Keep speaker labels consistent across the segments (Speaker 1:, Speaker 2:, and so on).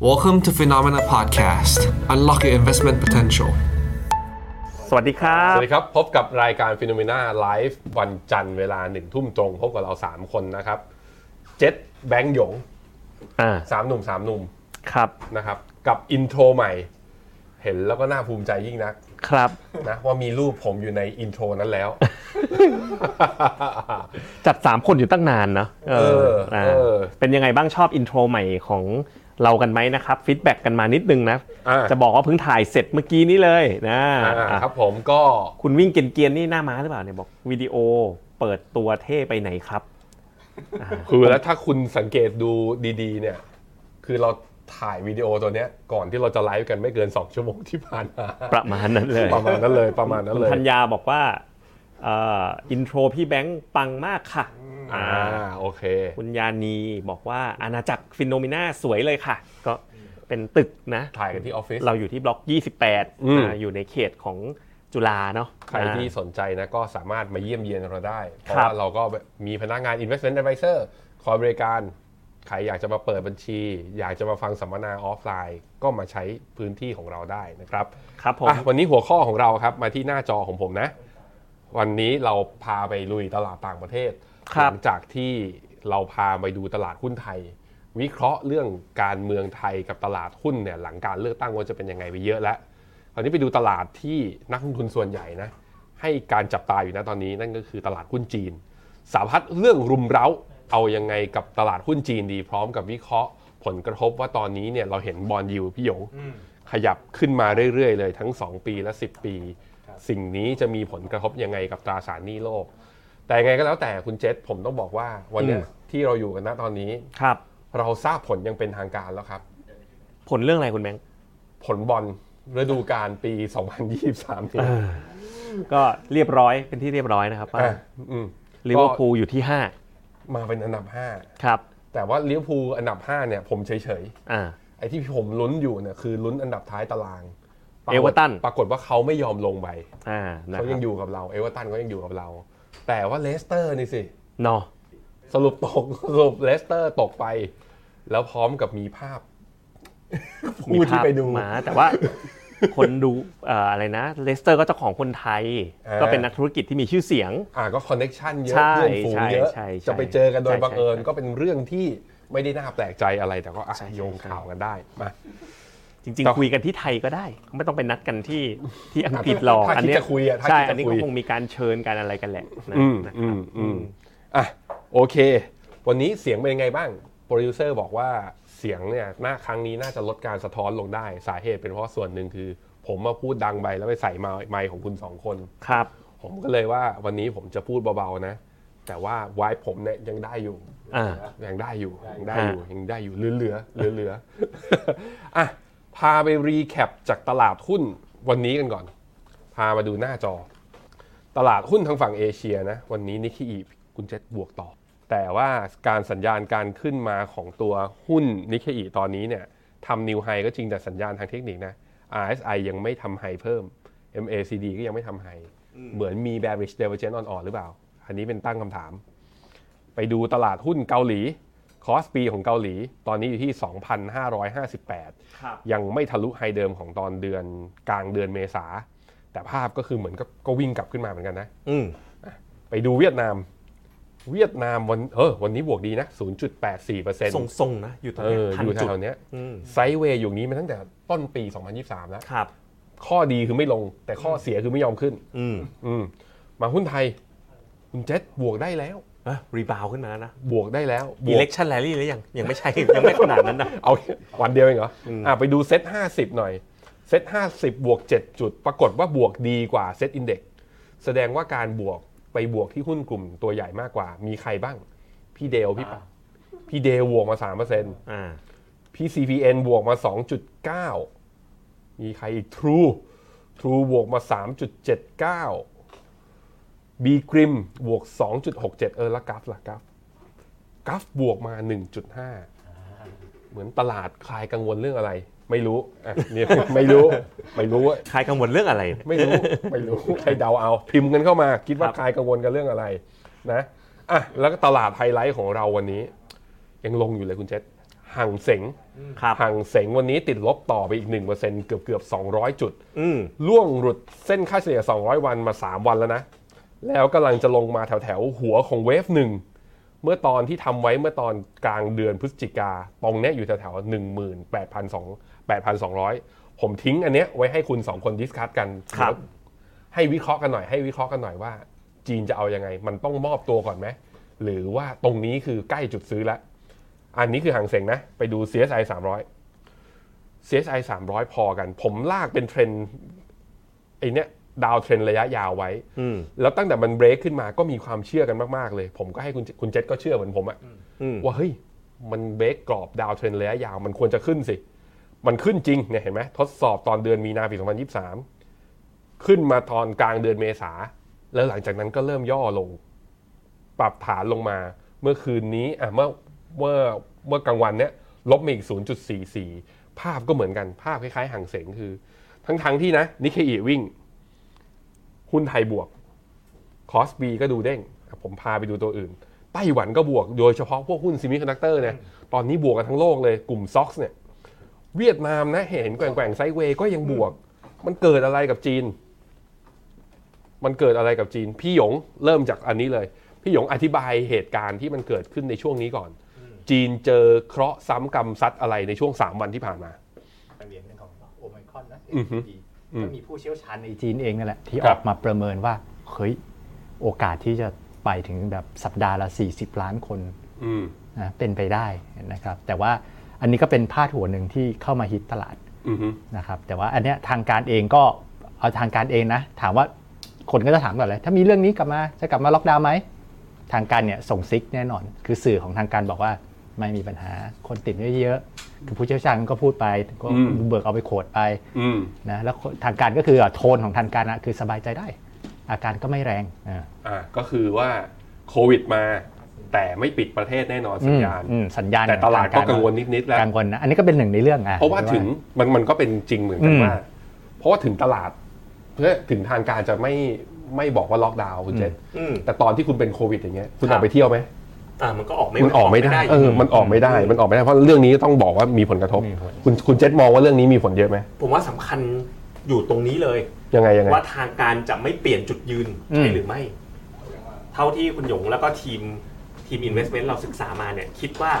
Speaker 1: Welcome to Phenomena Podcast Unlock your investment potential
Speaker 2: สวัสดีครั
Speaker 3: ส
Speaker 2: บ
Speaker 3: วัสดีครับ พบกับรายการฟิโนเมนาไลฟ์วันจันทร์เวลาหนึ่งทุ่มตรง พบกับเรา 3 คนนะครับ เจ็ดแบงค์หยง
Speaker 2: อ่า
Speaker 3: สามหนุ่มสามหนุ่ม
Speaker 2: ครับ
Speaker 3: นะครับ กับอินโทรใหม่ เห็นแล้วก็น่าภูมิใจยิ่งนัก
Speaker 2: ครับ
Speaker 3: นะว่ามีรูปผมอยู่ในอินโทรนั้นแล้ว
Speaker 2: จัด 3 คนอยู่ตั้งนานเนอะเอ
Speaker 3: เออ
Speaker 2: เ
Speaker 3: เออ
Speaker 2: เป็นยังไงบ้างชอบอินโทรใหม่ของเรากันไหมนะครับฟีดแบ็กกันมานิดนึงนะ
Speaker 3: อ่า
Speaker 2: จะบอกว่าเพิ่งถ่ายเสร็จเมื่อกี้นี้เลยนะ
Speaker 3: อ่า
Speaker 2: อ่ะ
Speaker 3: ครับผมก็
Speaker 2: คุณวิ่งเกรียนๆนี่หน้าม้าหรือเปล่าเนี่ยบอกวิดีโอเปิดตัวเท่ไปไหนครับ
Speaker 3: คือแล้วถ้าคุณสังเกตดูดีๆ เนี่ย คือเราถ่ายวิดีโอตัวเนี้ย ก่อนที่เราจะไลฟ์กันไม่เกิน 2 ชั่วโมงที่ผ่านมา
Speaker 2: ประมาณนั้นเลย
Speaker 3: ประมาณนั้นเลยประมาณนั้น
Speaker 2: คุณ
Speaker 3: เลย
Speaker 2: ธัญญาบอกว่าเอ่ออินโทรพี่แบงค์ปังมากค่ะ
Speaker 3: อ่า
Speaker 2: อ่า
Speaker 3: โอเค
Speaker 2: คุณยานีบอกว่าอาณาจักรฟินโนมิน่าสวยเลยค่ะ ก็เป็นตึกนะ
Speaker 3: ถ่ายกันที่ออฟฟิศ
Speaker 2: เราอยู่ที่บล็อก 28
Speaker 3: อืม
Speaker 2: อาอยู่ในเขตของจุฬาเนาะ
Speaker 3: ใครที่สนใจนะก็สามารถมาเยี่ยมเยียนเราได้ เพราะ
Speaker 2: ครับ
Speaker 3: ว่าเราก็มีพนักงาน investment advisor คอยบริการใครอยากจะมาเปิดบัญชี อยากจะมาฟังสัมมนาออฟไลน์ ก็มาใช้พื้นที่ของเราได้นะครับ
Speaker 2: ครับผม
Speaker 3: อ่ะวันนี้หัวข้อของเราครับมาที่หน้าจอของผมนะ วันนี้เราพาไปลุยตลาดต่างประเทศ
Speaker 2: ครั
Speaker 3: ห
Speaker 2: บ
Speaker 3: ลัจากที่เราพาไปดูตลาดหุ้นไทย วิเคราะห์เรื่องการเมืองไทยกับตลาดหุ้นเนี่ยหลังการเลือกตั้งว่าจะเป็นยังไงไปเยอะแล้ว คราวนี้ไปดูตลาดที่นักลงทุนส่วนใหญ่นะ ให้การจับตาอยู่นะตอนนี้นั่นก็คือตลาดหุ้นจีน สาพัดเรื่องรุมเร้าเอายังไงกับตลาดหุ้นจีนดี พร้อมกับวิเคราะห์ผลกระทบว่าตอนนี้เนี่ยเราเห็นบอลยูพี่หยงขยับขึ้นมาเรื่อยๆเลยทั้ง 2 ปีและ 10 ปี สิ่งนี้จะมีผลกระทบยังไงกับตราสารหนี้โลก แต่ยังไงก็แล้วแต่คุณเจษผมต้องบอกว่าวันเนี้ยที่เราอยู่กันณตอนนี้
Speaker 2: ครับ
Speaker 3: เราทราบผลอยังเป็นทางการแล้วครับ
Speaker 2: ผลเรื่องอะไรคุณแบงค์
Speaker 3: ผลบอลฤดูกาลปี 2023นี้
Speaker 2: ก็เรียบร้อยเป็นที่เรียบร้อยนะครับว่า
Speaker 3: อ่ะอืม
Speaker 2: ลิเวอร์พูลอยู่ที่
Speaker 3: ก็มาเป็นอันดับ
Speaker 2: 5 ครับ
Speaker 3: 5 แต่ว่าลิเวอร์พูลอันดับ 5 เนี่ย ผมเฉย
Speaker 2: อ่า
Speaker 3: ๆ ไอ้ที่ผมลุ้นอยู่เนี่ยคือลุ้นอันดับท้ายตารางปากฏ
Speaker 2: เอเวอร์ตัน
Speaker 3: ปรากฏว่าเขาไม่ยอมลงไป
Speaker 2: อ่านะ
Speaker 3: เขา
Speaker 2: ครับ
Speaker 3: ยังอยู่กับเรา เอเวอร์ตันก็ยังอยู่กับเรา แต่ว่าเลสเตอร์นี่สิ
Speaker 2: เนอะ
Speaker 3: สรุปตก สรุปเลสเตอร์ตกไป แล้วพร้อมกับมี ภาพ
Speaker 2: มี
Speaker 3: ผู้ที่
Speaker 2: ภาพ
Speaker 3: ไปดู
Speaker 2: มาแต่ว่า คนดูเอ่ออะไรนะเลสเตอร์ก็เจ้าของคนไทย
Speaker 3: อ่า
Speaker 2: ก็เป็นนักธุรกิจที่มีชื่อเสียง
Speaker 3: อ่าก็คอนเน็กชันเยอะ
Speaker 2: ใช่
Speaker 3: เพื่อนฝูงเยอะ
Speaker 2: ใช่ใช่
Speaker 3: จะไปเจอกันโดย
Speaker 2: ใช่
Speaker 3: บังเอิญ
Speaker 2: ใช่
Speaker 3: ก็เป็นเรื่องที่ไม่ได้น่าแปลกใจอะไรแต่ก็อ่ะ
Speaker 2: ใช่ใช่
Speaker 3: โยง
Speaker 2: ใช่
Speaker 3: ข่าวกันได้มา
Speaker 2: จริง
Speaker 3: ต่อ
Speaker 2: ๆ คุยกันที่ไทยก็ได้ ไม่ต้องไปนัดกัน ที่ที่อังกฤษหรอก
Speaker 3: ถ้าคิด
Speaker 2: เนี้
Speaker 3: จะคุยอะถ้า
Speaker 2: ใช่
Speaker 3: คิด
Speaker 2: อั
Speaker 3: จะคุย
Speaker 2: นนี้ก็คงมีการเชิญการอะไรกันแหละนะ
Speaker 3: อืม
Speaker 2: นะ
Speaker 3: อืมอืมอ่ะโอเค วันนี้เสียงเป็นยังไงบ้าง โปรดิวเซอร์บอกว่าเสียงเนี่ยหน้าครั้งนี้น่าจะลดการสะท้อนลงได้ สาเหตุเป็นเพราะส่วนหนึ่งคือ ผมมาพูดดังไปแล้วไปใส่ไมค์ไมค์ของคุณสองคน
Speaker 2: ครับ
Speaker 3: ผมก็เลยว่าวันนี้ผมจะพูดเบาๆนะ แต่ว่าไวท์ผมเนี่ยยังได้อยู่
Speaker 2: อ่า
Speaker 3: ยังได้อยู่ยังได้
Speaker 2: ฮะ
Speaker 3: อยู่ยังได้อยู่เหลือเหลือเหลือเหลืออ่ะพาไปรีแคปจากตลาดหุ้นวันนี้กันก่อน พามาดูหน้าจอ ตลาดหุ้นทางฝั่งเอเชียนะ วันนี้นิกเกอีคุณเจษบวกต่อ แต่ว่าการสัญญาณการขึ้นมาของตัวหุ้นนิกเกอีตอนนี้เนี่ยทำนิวไฮก็จริงแต่สัญญาณทางเทคนิคนะ RSI ยังไม่ทำไฮเพิ่ม MACD ก็ยังไม่ทำไฮเหมือนมี bearish divergence on on หรือเปล่า อันนี้เป็นตั้งคำถาม ไปดูตลาดหุ้นเกาหลี คอสปีของเกาหลี ตอนนี้อยู่ที่ 2,558
Speaker 2: ครับ
Speaker 3: ยังไม่ทะลุไฮเดิมของตอนเดือนกลางเดือนเมษา แต่ภาพก็คือเหมือนก็ก็วิ่งกลับขึ้นมาเหมือนกันนะ
Speaker 2: อืม
Speaker 3: ไปดูเวียดนาม เวียดนามวันเออวันนี้บวกดีนะ 0.84%
Speaker 2: ทรงๆนะ อยู่ตรง
Speaker 3: เอ
Speaker 2: เนี้ย
Speaker 3: อ
Speaker 2: พั
Speaker 3: อนยู่
Speaker 2: จุด
Speaker 3: แถวๆเนี้ย
Speaker 2: อืม
Speaker 3: ไซด์เวย์อยู่อย่างนี้มาตั้งแต่ต้นปี 2023 แล้ว
Speaker 2: ครับ
Speaker 3: ข้อดีคือไม่ลง แต่ข้อเสียคือไม่ยอมขึ้น
Speaker 2: อืม
Speaker 3: อืมมาหุ้นไทย คุณเจษบวกได้แล้ว
Speaker 2: อ่ะรีบาวขึ้นมาแล้วนะ
Speaker 3: บวกได้แล้วบวก
Speaker 2: election rally หรือยัง ยังไม่ใช่ ยังไม่ขนาดนั้นนะ
Speaker 3: เอา วันเดียวเองเหรอ อ่ะไปดูเซ็ต50 หน่อย เซ็ต50 บวก 7 จุด ปรากฏว่าบวกดีกว่าเซ็ตอินเด็กแสดงว่าการบวกไปบวกที่หุ้นกลุ่มตัวใหญ่มากกว่า มีใครบ้าง พี่เดลพี่ปะพี่เดลบวกมา 3%
Speaker 2: อ่า
Speaker 3: พี่ CPN บวกมา 2.9 มีใครอีก True True บวกมา 3.79 B g r i m บวก 2.67 เออ แล้วกราฟล่ะกราฟกราฟบวกมา 1.5 เหมือนตลาดคลายกังวลเรื่องอะไร ไม่รู้อ่ะเนี่ย ไม่รู้ ไม่รู้อะ
Speaker 2: ใครกังวลเรื่องอะไร
Speaker 3: ไม่รู้ ไม่รู้ให้เดาเอา พิมพ์กันเข้ามา คิดว่า
Speaker 2: ครับ
Speaker 3: คลายกังวลกันเรื่องอะไรนะอ่ะแล้วก็ตลาดไฮไลท์ของเราวันนี้ ยังลงอยู่เลยคุณเจษ ห่างเสง
Speaker 4: ครับ
Speaker 3: ห่างเสงวันนี้ติดลบต่อไปอีก 1%เกือบเกือบๆ200 จุด
Speaker 4: อืม
Speaker 3: ล่วงหลุดเส้นค่าเฉลี่ย 200 วันมา 3 วันแล้วนะ แล้วกำลังจะลงมาแถวแถวๆหัวของเวฟหนึ่ง เมื่อตอนที่ทำไว้เมื่อตอนกลางเดือนพฤศจิกา ตรงเนี้ยอยู่แถวแถวๆ18,200 ผมทิ้งอันเนี้ยไว้ให้คุณ 2 คนดิสคัตกัน
Speaker 4: ครับ
Speaker 3: แล้วให้วิเคราะห์กันหน่อยให้วิเคราะห์กันหน่อยว่า จีนจะเอายังไง มันต้องมอบตัวก่อนไหม หรือว่าตรงนี้คือใกล้จุดซื้อแล้ว อันนี้คือหางเสงนะ ไปดู CSI 300 CSI 300 พอกัน ผมลากเป็นเทรนด์ไอเนี้ยดาวเทรนด์ระยะยาวไว้
Speaker 4: อืม
Speaker 3: แล้วตั้งแต่มันเบรกขึ้นมาก็มีความเชื่อกันมาก ๆ เลย ผมก็ให้คุณคุณเจษก็เชื่อเหมือนผมอะ
Speaker 4: อืม
Speaker 3: ว่าเฮ้ย มันเบรกกรอบดาวเทรนด์ระยะยาว มันควรจะขึ้นสิ มันขึ้นจริงเนี่ยเห็นไหมทดสอบตอนเดือนมีนาปี 2023 ขึ้นมาตอนกลางเดือนเมษา แล้วหลังจากนั้นก็เริ่มย่อลง ปรับฐานลงมาเมื่อคืนนี้อ่ะเมื่อเมื่อเมื่อกลางวันเนี้ยลบมาอีก 0.44 ภาพก็เหมือนกันภาพคล้ายๆห่างเสงคือ ทั้งๆที่นะนิเคอีวิ่ง หุ้นไทยบวก คอสบีก็ดูเด้งอ่ะผมพาไปดูตัวอื่น ไต้หวันก็บวก โดยเฉพาะพวกหุ้นซิมิคอนดักเตอร์เนี่ย ตอนนี้บวกกันทั้งโลกเลย กลุ่มซ็อกซ์เนี่ย เวียดนามนะ เห็นแกว่งๆไซด์เวย์ก็ยังบวก มันเกิดอะไรกับจีน มันเกิดอะไรกับจีน พี่หยงเริ่มจากอันนี้เลย พี่หยงอธิบายเหตุการณ์ที่มันเกิดขึ้นในช่วงนี้ก่อน จีนเจอเคราะห์ซ้ำกรรมซัดอะไรในช่วงสามวันที่ผ่านมา
Speaker 2: เหรียญหนึ่งของโอไมครอนนะ
Speaker 3: อือฮึ
Speaker 2: AMD ก็มีผู้เชี่ยวชาญในจีนเองนั่นแหละ ที่
Speaker 3: ค
Speaker 2: อ
Speaker 3: รั
Speaker 2: อบ กมาประเมินว่าเฮ้ยโอกาสที่จะไปถึงแบบสัปดาห์ละ 40 ล้านคน
Speaker 3: อืม
Speaker 2: นะเป็นไปได้นะครับ แต่ว่าอันนี้ก็เป็นพาดหัวหนึ่งที่เข้ามาฮิตตลาด
Speaker 3: อืมฮึ
Speaker 2: นะครับ แต่ว่าอันเนี้ยทางการเองก็เอาทางการเองนะ ถามว่าคนก็จะถามก่อนเลย ถ้ามีเรื่องนี้กลับมาจะกลับมาล็อกดาวน์ไหมทางการเนี่ยส่งซิกแน่นอน คือสื่อของทางการบอกว่าไม่มีปัญหาคนติดเยอะๆคือผู้เชี่ยวชาญก็พูดไปก็เบิร์กเอาไปโขดไป
Speaker 3: อืม
Speaker 2: นะแล้วทางการก็คือโทนของทางการอะคือสบายใจได้ อาการก็ไม่แรงอ่า
Speaker 3: อ่าก็คือว่าโควิดมา แต่ไม่ปิดประเทศแน่นอนสัญญาณ
Speaker 2: อืมสัญญาณ
Speaker 3: แต่ตลาด
Speaker 2: ข
Speaker 3: ก็
Speaker 2: อท
Speaker 3: กังวลนิดๆแล้ว
Speaker 2: กังวลนะอันนี้ก็เป็นหนึ่งในเรื่องอ่ะ
Speaker 3: เพราะว่าถึงมันมันก็เป็นจริงเหมือนกั
Speaker 2: อื
Speaker 3: น
Speaker 2: ม
Speaker 3: ว่า เพราะว่าถึงตลาด เพื่อถึงทางการจะไม่ไม่บอกว่าล็อกดาวน์คุณเจษ
Speaker 4: อืม
Speaker 3: แต่ตอนที่คุณเป็นโควิดอย่างเงี้ยคุณ
Speaker 4: ค
Speaker 3: อ
Speaker 4: รั
Speaker 3: อบ กไปเที่ยวไหม
Speaker 4: อ่ามันก็ออกไม่
Speaker 3: มันออกไม่ได้
Speaker 4: ยู่
Speaker 3: เออมันออกไม่ได้ มันออกไม่ได้เพราะเรื่องนี้ต้องบอกว่ามีผลกระทบ
Speaker 2: มีผล
Speaker 3: คุณคุณเจษมองว่าเรื่องนี้มีผลเยอะไหม
Speaker 4: ผมว่าสำคัญอยู่ตรงนี้เลย
Speaker 3: ยังไงยังไง
Speaker 4: ว่าทางการจะไม่เปลี่ยนจุดยืน
Speaker 2: อืม
Speaker 4: ใช่หรือไม่ เท่าที่คุณหยงแล้วก็ทีมทีม investment เราศึกษามาเนี่ย คิดว่า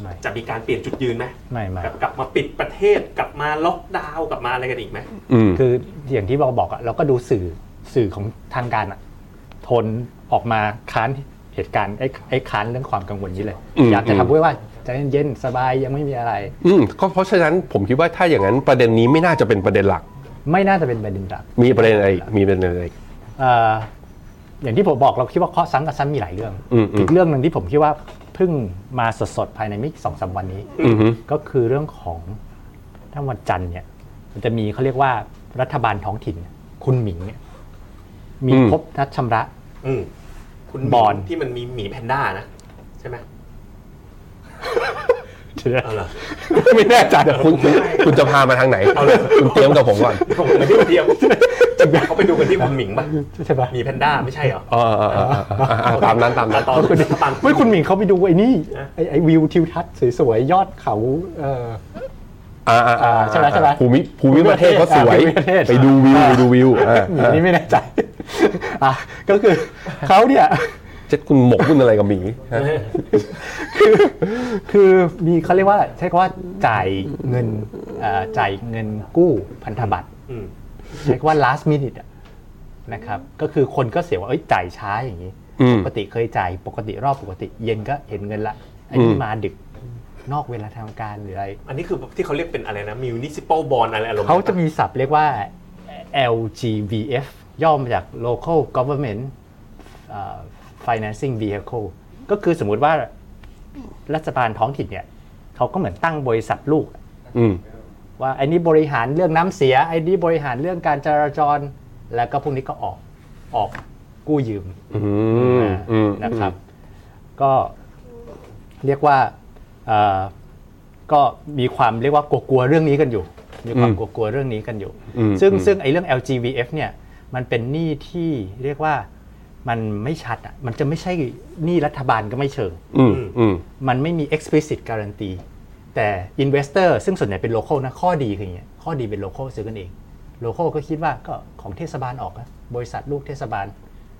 Speaker 2: ไม่
Speaker 4: จะมีการเปลี่ยนจุดยืนไหม
Speaker 2: ไม่ไม่
Speaker 4: แบบกลับมาปิดประเทศกลับมาล็อกดาวน์กลับมาอะไรกันอีกไหม
Speaker 3: อืม
Speaker 2: คืออย่างที่เราบอกอะเราก็ดูสื่อสื่อของทางการอะโทนออกมาค้านเหตุการณ์ไอ้ไอ้ค้านเรื่องความกังวลนี้เลย อยากจะทำด้วยว่าใจเย็นๆสบายยังไม่มีอะไร
Speaker 3: อืมก็เพราะฉะนั้นผมคิดว่าถ้าอย่างนั้นประเด็นนี้ไม่น่าจะเป็นประเด็นหลัก
Speaker 2: ไม่น่าจะเป็นประเด็นหลัก
Speaker 3: มีประเด็นอะไรอีกมีประเด็นอะไรอีก
Speaker 2: เอ่ออย่างที่ผมบอกเราคิดว่าข้อซ้ำกับซ้ำมีหลายเรื่อง
Speaker 3: อืมอืม
Speaker 2: กเรื่องหนึ่งที่ผมคิดว่าเพิ่งมาสดๆภายในไม่สองสามวันนี้
Speaker 3: อือฮึ
Speaker 2: ก็คือเรื่องของถ้าวันจันทร์เนี่ยมันจะมีเขาเรียกว่ารัฐบาลท้องถิ่น คุณหมิงเนี่ยมีครบนัดชำระ
Speaker 4: อืมคุณ
Speaker 2: บอล
Speaker 4: ที่มันมีหมีแพนด้านะ ใช่ไหมเอาเหรอ
Speaker 3: ไม่แน่ใจเดี๋ยวคุณคุณคุณจะพามาทางไหน
Speaker 4: เอาเลย
Speaker 3: คุณเตรียมกับผมก่อน
Speaker 4: ผมไม่ได้เทียม เขาไปดูกันที่คุณหมิงป่ะ
Speaker 2: ใช่ปะ
Speaker 4: หมีแพนด้าไม่ใช่เหรอ
Speaker 3: เออเออเออเออเออเออตามนั้นตามนั้น
Speaker 4: ตอนรัฐบาล
Speaker 2: ไม่คุณหมิงเขาไปดูไอ้นี่
Speaker 4: นะ
Speaker 2: ไอ้ไอ้วิวทิวทัศน์สวยๆยอดเขาเอ่อ
Speaker 3: อ่า
Speaker 2: อ่าใช่ไหมใช่ไหม
Speaker 3: ภูมิภูมิประเทศก็สวย
Speaker 2: ภูมิประเทศ
Speaker 3: ไปดูวิวไปดูวิวอ่า
Speaker 2: หมี
Speaker 3: อ่า
Speaker 2: นี่ไม่แน่ใจ อ่ะก็คือเขาเนี่ย
Speaker 3: เจ็ดคุณหมกคุณอะไรกับหมีฮะ
Speaker 2: คือคือมีเขาเรียกว่าใช้คำว่าจ่ายเงินเอ่อจ่ายเงินกู้พันธบัตร
Speaker 4: อืม
Speaker 2: ใช้คำว่า last minute อะนะครับก็คือคนก็เสียว่าเอ้ยจ่ายช้าอย่างนี้
Speaker 3: อืม
Speaker 2: ปกติเคยจ่ายปกติรอบปกติ เย็นก็เห็นเงินละอันนี้
Speaker 3: อืม
Speaker 2: มาดึกนอกเวลาทำการหรืออะไร
Speaker 4: อันนี้คือที่เขาเรียกเป็นอะไรนะ municipal bond อะไรอารมณ์
Speaker 2: เขาจะมีศัพท์เรียกว่า LGVF ย่อมาจาก local government เอ่อ financing vehicle ก็คือสมมุติว่ารัฐบาลท้องถิ่นเนี่ยเขาก็เหมือนตั้งบริษัทลูก
Speaker 3: อืม
Speaker 2: ว่าไอ้นี่บริหารเรื่องน้ำเสียไอ้นี่บริหารเรื่องการจราจร แล้วก็พวกนี้ก็ออกออกกู้ยืม
Speaker 3: อืมอืม
Speaker 2: นะครับ ก็เรียกว่าเอ่อก็มีความเรียกว่ากลัวๆเรื่องนี้กันอยู่ มีความกลัวๆเรื่องนี้กันอยู่ ซึ่งซึ่งไอ้เรื่อง LGVF เนี่ยมันเป็นหนี้ที่เรียกว่า มันไม่ชัดอ่ะมันจะไม่ใช่หนี้รัฐบาลก็ไม่เชิง
Speaker 3: อืมอืม
Speaker 2: มันไม่มี explicit guarantee แต่ investor ซึ่งส่วนใหญ่เป็น local นะ ข้อดีคืออย่างเงี้ยข้อดีเป็น local ซื้อกันเอง local ก็คิดว่าก็ของเทศบาลออกนะบริษัทลูกเทศบาล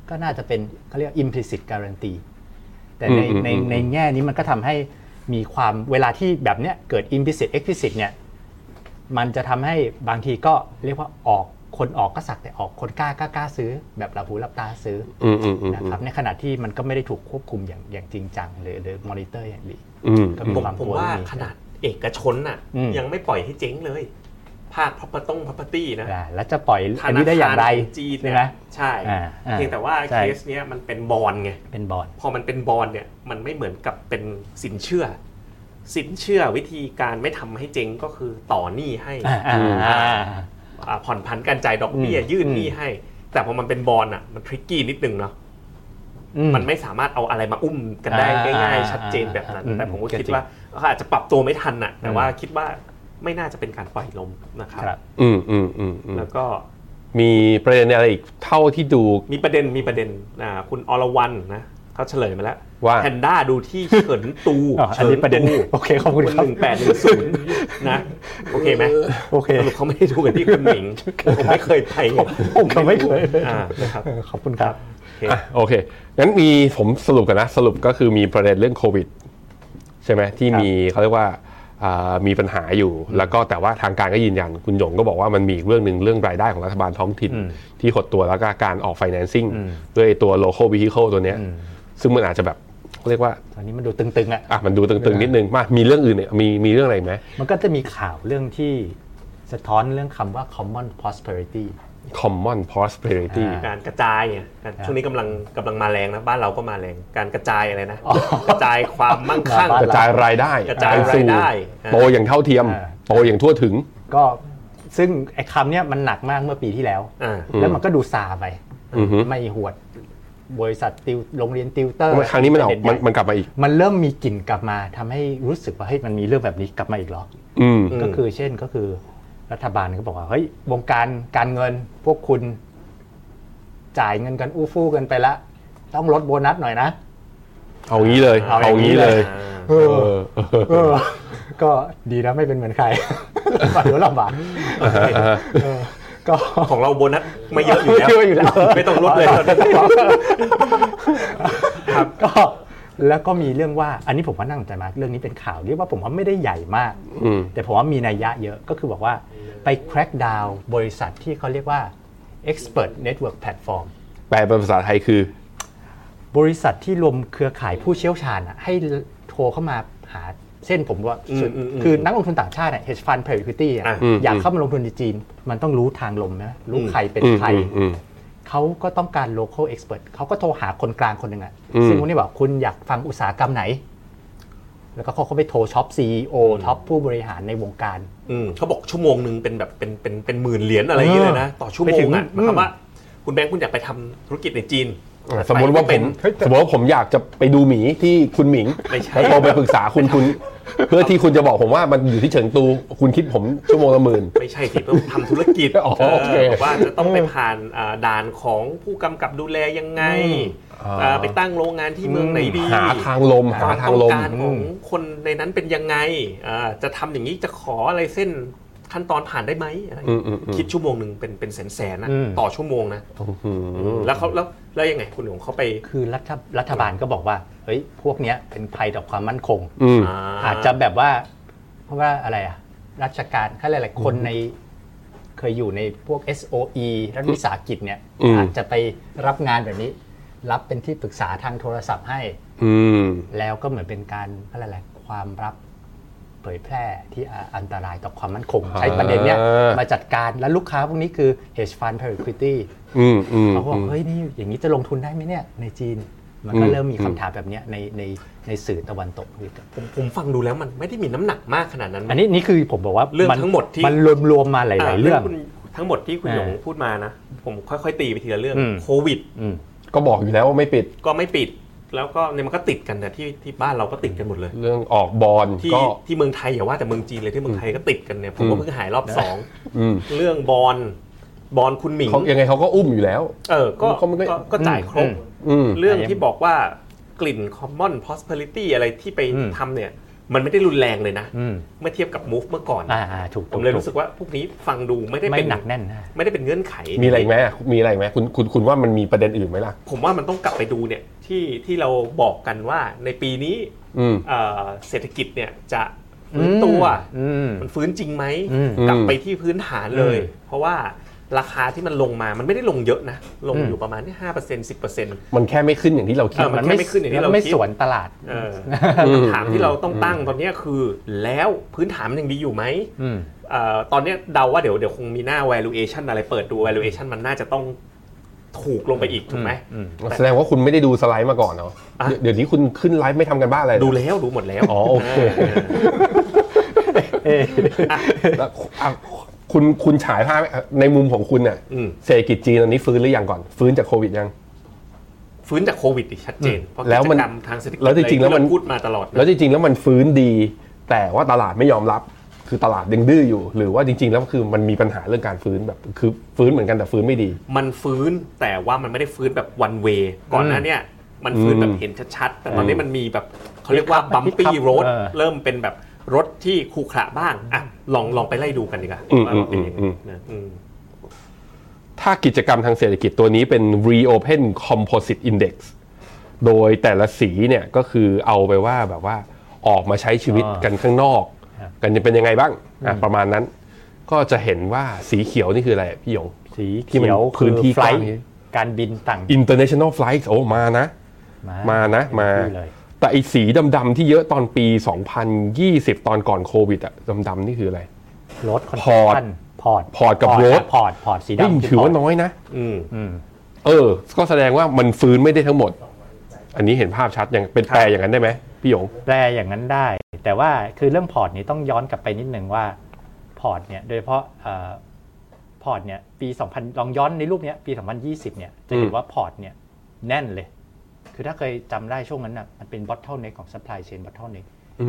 Speaker 2: ก็น่าจะเป็นเขาเรียก implicit guarantee แต่ในในในแง่นี้มันก็ทำให้มีความเวลาที่แบบเนี้ยเกิด implicit explicit เนี่ย มันจะทำให้บางทีก็เรียกว่าออกคนออกก็สักแต่ออกคนกล้ากล้ากล้าซื้อ แบบหลับหูหลับตาซื้อ
Speaker 3: อืมอืมอืม
Speaker 2: นะ
Speaker 3: อื
Speaker 2: ค
Speaker 3: ม
Speaker 2: รับในขณะที่มันก็ไม่ได้ถูกควบคุมอย่างอย่างจริงจังหรือหรือมอนิเตอร์อย่างดี
Speaker 3: อืม
Speaker 2: ก็มี
Speaker 5: ผม
Speaker 2: ความ
Speaker 5: ผม
Speaker 2: กลัว
Speaker 5: ว่า
Speaker 2: เรื่องนี้
Speaker 5: ขนาดเอกชนน่ะ
Speaker 2: อืม
Speaker 5: ยังไม่ปล่อยให้เจ๊งเลย ภาคพับปะต้องพับปะตี้นะ
Speaker 2: อ่าแล้วจะปล่อย
Speaker 5: ธ
Speaker 2: อัน
Speaker 5: นา
Speaker 2: นี้ได้อย่า
Speaker 5: คาง ร
Speaker 2: ไร
Speaker 5: ของจีน
Speaker 2: ใช่
Speaker 5: เนี่
Speaker 2: ไหม
Speaker 5: ยใช่
Speaker 2: อ่าอ่า
Speaker 5: เพียงแต่ว่า
Speaker 2: ใช่
Speaker 5: เคสเนี้ยมันเป็นบอลไง
Speaker 2: เป็นบอล
Speaker 5: พอมันเป็นบอลเนี่ยมันไม่เหมือนกับเป็นสินเชื่อ สินเชื่อวิธีการไม่ทำให้เจ๊งก็คือต่อหนี้ให้อ่าผ่อนผันการจ่ายดอกเบี้ย
Speaker 2: อืม
Speaker 5: ยื่นหนี้ให้ แต่พอมันเป็นบอลอ่ะมันทริกกี้นิดนึงเนาะมันไม่สามารถเอาอะไรมาอุ้มกันได้
Speaker 2: อ่า
Speaker 5: ง่าย
Speaker 2: อ่า
Speaker 5: ๆ ชัดเจนแบบนั้น
Speaker 2: อืม
Speaker 5: แต่ผมก็คิด
Speaker 2: จริง
Speaker 5: ว่าเขาอาจจะปรับตัวไม่ทันอ่ะแต่
Speaker 2: อืม
Speaker 5: ว่าคิดว่าไม่น่าจะเป็นการปล่อยลมนะครับ
Speaker 2: ครับ
Speaker 3: อืมอืมอืมอืม
Speaker 5: แล้วก็
Speaker 3: มีประเด็นอะไรอีกเท่าที่ดู
Speaker 5: มีประเด็นมีประเด็นอ่าคุณอรวรันนะเขาเฉลยมาแล้ว
Speaker 3: ว่า
Speaker 5: แพนด้าดูที่เฉินตู
Speaker 2: อ๋ออันนี้ประเด็น
Speaker 5: ฉิตู
Speaker 2: โอเคขอบคุณ
Speaker 5: คุณ
Speaker 2: ค
Speaker 5: ห
Speaker 2: รับ
Speaker 5: นึ่งแปดหนึ่งศูนย์นะโอเคไหม
Speaker 2: โอเค
Speaker 5: สรุปเขาไม่ได้ดูกันที่คุณหมิงผมไม่เคยไปไง
Speaker 2: ผมก็ไม่เคย
Speaker 5: อ่านะครับ
Speaker 2: เออขอบคุณครับ
Speaker 5: โอเค
Speaker 3: อ่ะโอเค งั้นมีผมสรุปกันนะ สรุปก็คือมีประเด็นเรื่องโควิด ใช่ไหมที่มีเขาเรียกว่าอ่ามีปัญหาอยู่ แล้วก็แต่ว่าทางการก็ยืนยัน คุณหยงก็บอกว่ามันมีอีกเรื่องหนึ่งเรื่องรายได้ของรัฐบาลท้องถิ่น ที่หดตัวแล้วก็การออก financing ด้วยตัว local vehicle ตัวเนี้ยซึ่งมันอาจจะแบบเขาเรียกว่า
Speaker 2: ตอนนี้มันดูตึงๆอ่ะ
Speaker 3: อ่ะมันดูตึงๆนิดนึงมามีเรื่องอื่นเนี่ยมีมีเรื่องอะไรอีกไหม
Speaker 2: มันก็จะมีข่าวเรื่องที่สะท้อนเรื่องคำว่า common prosperity
Speaker 3: common prosperity
Speaker 2: อ่า
Speaker 5: การกระจายไงการช่วงนี้กำลังกำลังมาแรงนะบ้านเราก็มาแรงการกระจายอะไรนะกระจายความมั่งคั่ง
Speaker 3: กระจายรายได้
Speaker 5: กระจาย
Speaker 3: ปสู่
Speaker 5: รายได้อ่า
Speaker 3: โตอย่างเท่าเทียม
Speaker 2: อ่า
Speaker 3: โตอย่างทั่วถึง
Speaker 2: ก็ซึ่งไอ้คำเนี้ยมันหนักมากเมื่อปีที่แล้ว
Speaker 5: อ่า
Speaker 2: แล้วมันก็ดูซาไป
Speaker 3: อือฮึ
Speaker 2: ไม่หวด บริษัทติวโรงเรียนติวเตอร์
Speaker 3: ครั้งนี้มันออก
Speaker 2: เป็ให
Speaker 3: มัน
Speaker 2: ญ่
Speaker 3: มันกลับมาอีก
Speaker 2: มันเริ่มมีกลิ่นกลับมาทำให้รู้สึกว่าเฮ้ยมันมีเรื่องแบบนี้กลับมาอีกเหรอ
Speaker 3: อืม
Speaker 2: ก็คือเช่นก็คือรัฐบาลก็บอกว่าเฮ้ยวงการการเงินพวกคุณจ่ายเงินกันอู้ฟู่กันไปละ ต้องลดโบนัสหน่อยนะ
Speaker 3: เอางี้เลย
Speaker 2: เอาอ
Speaker 3: เอา
Speaker 2: ย่างนี้
Speaker 3: งี้เลย
Speaker 2: เลย
Speaker 5: อ่า
Speaker 2: เอ
Speaker 3: เออเออ
Speaker 2: เออ ก็ดีนะไม่เป็นเหมือนใคร ฝันหัวลำบากเออก็
Speaker 5: ของเราโบนัสไม่เยอะอยู่แล้ว
Speaker 2: เยอะอยู่แล้ว
Speaker 5: ไม่ต้องลดเลย
Speaker 2: ครับก็แล้วก็มีเรื่องว่าอันนี้ผมว่านั่าสนใจมากเรื่องนี้เป็นข่าวเรียกว่าผมว่าไม่ได้ใหญ่มาก
Speaker 3: อืม
Speaker 2: แต่ผมว่ามีนัยยะเยอะก็คือบอกว่าไป crack down บริษัทที่เขาเรียกว่า expert network platform
Speaker 3: แปลเป็นภาษาไทยคือบ
Speaker 2: ริษัทที่รวมเครือข่ายผู้เชี่ยวชาญอะให้โทรเข้ามาหาเส้นผมว่าสุดคือนักลงทุนต่างชาติเนี่ย hedge fund private equity อะอยากเข้ามาลงทุนในจีน มันต้องรู้ทางลมนะรู้ใครเป็น
Speaker 3: อืม
Speaker 2: ใคร
Speaker 3: อืมอืม
Speaker 2: เขาก็ต้องการ local expert เขาก็โทรหาคนกลางคนหนึ่งอะ
Speaker 3: อืม
Speaker 2: ซึ่งคนนี้บอกคุณอยากฟังอุตสาหกรรมไหน แล้วก็เขาก็ไปโทรช็อป CEO ท็อปผู้บริหารในวงการ
Speaker 5: อืมเขาบอกชั่วโมงหนึ่งเป็นแบบเป็นเป็นเป็นหมื่นเหรียญอะไรอย่างเงี้ยเลยนะต่อชั่วโม
Speaker 2: ไปถึ
Speaker 5: ง
Speaker 2: ง
Speaker 5: อ่ะหมายค
Speaker 2: อื
Speaker 5: วาม
Speaker 2: ม
Speaker 5: ว่า คุณแบงค์คุณอยากไปทำธุรกิจในจีน
Speaker 3: สมมติว่าผ
Speaker 5: ไเป็
Speaker 3: ม
Speaker 5: น
Speaker 3: สมมติว่าผมอยากจะไปดูหมีที่คุณหมิง
Speaker 5: ไม่ใช่
Speaker 3: แล้วโทรไปปรึกษาคุณคุณ เพื่อที่คุณจะบอกผมว่ามันอยู่ที่เฉิงตู คุณคิดผมชั่วโมงละหมื่น
Speaker 5: ไม่ใช่สิต้องทำธุรกิจ
Speaker 3: อ๋อโอเค
Speaker 5: บอกว่าจะต้องไปผ่านอ่าด่านของผู้กำกับดูแลยังไง
Speaker 3: ม
Speaker 5: อ่าไปตั้งโรงงานที่เมืองไหนดี
Speaker 3: หาทางลมหาว
Speaker 5: คาม
Speaker 3: ทาง
Speaker 5: ต้อง
Speaker 3: ลม
Speaker 5: การของคนในนั้นเป็นยังไงอ่าจะทำอย่างนี้จะขออะไรเส้นขั้นตอนผ่านได้ไหมอะไรอย่างเงี้ย
Speaker 3: อืมอืมอืม
Speaker 5: คิดชั่วโมงหนึ่งเป็นเป็นแสนแสนๆนะ
Speaker 2: อืม
Speaker 5: ต่อชั่วโมงนะ
Speaker 3: อืม
Speaker 5: แล้วเขาแล้วแล้วยังไงคุณหลวงเขาไป
Speaker 2: คือรัฐรัฐบาลก็บอกว่าเฮ้ยพวกเนี้ยเป็นภัยต่อความมั่นคง
Speaker 3: อืม
Speaker 2: อาจจะแบบว่าเพราะว่าอะไรอะราชการเขาหลายๆคนในเคยอยู่ในพวก SOE รัฐวิสาหกิจเนี่ย
Speaker 3: อืม
Speaker 2: อาจจะไปรับงานแบบนี้ รับเป็นที่ปรึกษาทางโทรศัพท์ให้
Speaker 3: อืม
Speaker 2: แล้วก็เหมือนเป็นการเขาเรียกอะไรความรับเผยแพร่ที่อ่าอันตรายต่อความมั่นคง ใช้ประเด็นเนี้ย
Speaker 3: อ่าม
Speaker 2: มาจัดการแล้วลูกค้าพวกนี้คือ hedge fund private equity
Speaker 3: อืมอืม
Speaker 2: เขาบอก
Speaker 3: อืม
Speaker 2: เฮ้ยนี่อย่างนี้จะลงทุนได้ไหมเนี่ยในจีน มัน
Speaker 3: อื
Speaker 2: ก็
Speaker 3: ม
Speaker 2: เริ่มมีคำถามแบบเนี้ยในในในสื่อตะวันตกด้วยกัน
Speaker 5: ผมผมฟังดูแล้วมันไม่ได้มีน้ำหนักมากขนาดนั้น
Speaker 2: อันนี้นี่คือผมบอกว่า
Speaker 5: เรื่อง
Speaker 2: น
Speaker 5: ทั้งหมดที่
Speaker 2: มันรวมรวมๆมาหลาย ๆ เรื่อง
Speaker 5: คุณทั้งหมดที่คุณหยง
Speaker 2: อ่า
Speaker 5: พูดมานะ ผมค่อยๆตีไปทีละเรื่อง
Speaker 2: อืม
Speaker 5: โควิด
Speaker 2: อืม
Speaker 3: ก็บอกอยู่แล้วว่าไม่ปิด
Speaker 5: ก็ไม่ปิดแล้วก็เนี่ยมันก็ติดกันแต่ที่ที่บ้านเราก็ติดกันหมดเลย
Speaker 3: เรื่องออกบอล
Speaker 5: ที่
Speaker 3: ก็
Speaker 5: ที่เมืองไทยอย่าว่าแต่เมืองจีนเลยที่เมืองไทยก็ติดกันเนี่ยผม
Speaker 3: อื
Speaker 5: ก็
Speaker 3: ม
Speaker 5: เพิ่งหายรอบสอง
Speaker 3: อืม
Speaker 5: เรื่องบอล บอลคุณหมิง
Speaker 3: เขายังไงเขาก็อุ้มอยู่แล้ว
Speaker 5: เออก็
Speaker 3: เขาไม่ได้
Speaker 5: ก็ก็จ่ายครบ
Speaker 3: อืม
Speaker 5: เรื่องที่บอกว่ากลิ่น common prosperity อะไรที่ไป
Speaker 2: อืม
Speaker 5: ทำเนี่ย มันไม่ได้รุนแรงเลยนะ
Speaker 2: อืม
Speaker 5: เมื่อเทียบกับ move เมื่อก่อน
Speaker 2: อ่าอ่าถูก
Speaker 5: ผ
Speaker 2: ถู
Speaker 5: มเลยรู้สึกว่าพวกนี้ฟังดูไม่ได้
Speaker 2: ไม่
Speaker 5: เป็น
Speaker 2: หนักแน่นนะ
Speaker 5: ไม่ได้เป็นเงื่อนไข
Speaker 3: มีอะไรอีกไหมอ่ะมีอะไรอีกไหมคุณคุณคุณว่ามันมีประเด็นอื่นไหมล่ะ
Speaker 5: ผมว่ามันต้องกลับไปดูเนี่ยที่ที่เราบอกกันว่าในปีนี้
Speaker 3: อืม
Speaker 5: เอ่อเศรษฐกิจเนี่ยจะฟื้นตัว
Speaker 2: อืม
Speaker 5: มันฟื้นจริงไหม
Speaker 2: อืม
Speaker 5: กลับไปที่พื้นฐานเลย
Speaker 2: อืม
Speaker 5: เพราะว่าราคาที่มันลงมามันไม่ได้ลงเยอะนะ ลง
Speaker 2: อืม
Speaker 5: อยู่ประมาณห้าเปอร์เซ็นต์สิบเปอร์เซ็นต์
Speaker 3: มันแค่ไม่ขึ้นอย่างที่เราคิด
Speaker 5: เออ มันแค่ไม่ขึ้นอย่างที่เรา
Speaker 2: ไม่
Speaker 5: คิด
Speaker 2: สวนตลาด
Speaker 5: เออ
Speaker 3: อืม
Speaker 5: คำถามที่เราต้องตั้งตอนเนี้ยคือแล้วพื้นฐานมันยังดีอยู่ไหม
Speaker 2: อืม
Speaker 5: เอ่อตอนเนี้ยเดาว่าเดี๋ยวเดี๋ยวคงมีหน้า valuation อะไรเปิดดู valuation มันน่าจะต้องถูกลงไปอีกถูกไหม
Speaker 2: อืม
Speaker 3: แสดงว่าคุณไม่ได้ดูสไลด์มาก่อนเนาะ
Speaker 5: อ่ะ
Speaker 3: เดี๋ยวเดี๋ยวนี้คุณขึ้นไลฟ์ไม่ทำกันบ้านอะไรเหรอ
Speaker 5: ดูแล้วดูหมดแล้ว
Speaker 3: อ๋อโอเค
Speaker 2: เอ้ย
Speaker 3: แล้วอ่ะคุณคุณฉายภาพในมุมของคุณเนี่ย
Speaker 5: อืม
Speaker 3: เศรษฐกิจจีนตอนนี้ฟื้นหรือยังก่อน ฟื้นจากโควิดยัง
Speaker 5: ฟื้นจากโควิดอีกชัดเจน เพราะ
Speaker 3: แล้ว
Speaker 5: กิ
Speaker 3: มั
Speaker 5: จ
Speaker 3: น
Speaker 5: กรรมทางเศรษฐกิจ
Speaker 3: แล้วจริงๆแล้วมัน
Speaker 5: เาพูดมาตลอดนะ
Speaker 3: แล้วจริงๆแล้วมันฟื้นดี แต่ว่าตลาดไม่ยอมรับ คือตลาดยังดื้ออยู่ หรือว่าจริง ๆ แล้วคือมันมีปัญหาเรื่องการฟื้นแบบ คือฟื้นเหมือนกันแต่ฟื้นไม่ดี
Speaker 5: มันฟื้นแต่ว่ามันไม่ได้ฟื้นแบบวันเวก่อนหน้าเนี่ยมันฟื้นแบบเห็นชัดๆ แต่ตอนนี้มันมีแบบเขาเรียกว่าบัมปี้รถ
Speaker 2: เออ
Speaker 5: เริ่มเป็นแบบรถที่ขรุขระบ้างอ่ะลองลองไปไล่ดูกันดีกว่า
Speaker 3: อืม
Speaker 5: ว่ามันเป็นยังไง
Speaker 3: อืม
Speaker 5: นะอืม
Speaker 3: ถ้ากิจกรรมทางเศรษฐกิจตัวนี้เป็น reopen composite index โดยแต่ละสีเนี่ยก็คือเอาไปว่าแบบว่าออกมาใช้ชีวิต
Speaker 2: อ่ากั
Speaker 3: กันข้างนอก
Speaker 2: ครับ
Speaker 3: กันจะเป็นยังไงบ้างอ่ะ
Speaker 2: อืม
Speaker 3: ประมาณนั้น ก็จะเห็นว่าสีเขียวนี่คืออะไรพี่หยง
Speaker 2: สี
Speaker 3: ที่มัน
Speaker 2: เขียว
Speaker 3: พื้นที่
Speaker 2: ไฟ
Speaker 3: กว้าง
Speaker 2: การบินต่าง
Speaker 3: international flights โอ้มานะ มานะมา
Speaker 2: เต็ที่เลย
Speaker 3: แต่ไอ้สีดำๆที่เยอะตอนปี 2020 ตอนก่อนโควิดอะดำๆนี่คืออะไร
Speaker 2: รถคอน
Speaker 3: พอร์ต
Speaker 2: พอร์ต
Speaker 3: พอร์ตกับ
Speaker 2: พ
Speaker 3: รถ
Speaker 2: พอร์ตพอร์ตสี
Speaker 3: นี่
Speaker 2: ดำ
Speaker 3: ถือ
Speaker 2: พ
Speaker 3: ว่า
Speaker 2: ร์ต
Speaker 3: น้อยนะ
Speaker 5: อืม
Speaker 2: อืม
Speaker 3: เออ ก็แสดงว่ามันฟื้นไม่ได้ทั้งหมด อันนี้เห็นภาพชัดอย่างเป็นแปลอย่างนั้นได้ไหมพี่หยง
Speaker 2: แปลอย่างนั้นได้ แต่ว่าคือเรื่องพอร์ตนี้ต้องย้อนกลับไปนิดนึงว่าพอร์ตเนี่ยโดยเฉพาะเอ่อพอร์ตเนี่ยปี 2000 ลองย้อนในรูปเนี้ยปี 2020 เนี่ยจะเห็
Speaker 3: อื
Speaker 2: น
Speaker 3: ม
Speaker 2: ว่าพอร์ตเนี่ยแน่นเลย คือถ้าเคยจำได้ช่วงนั้นน่ะมันเป็น bottleneck ของ supply chain bottleneck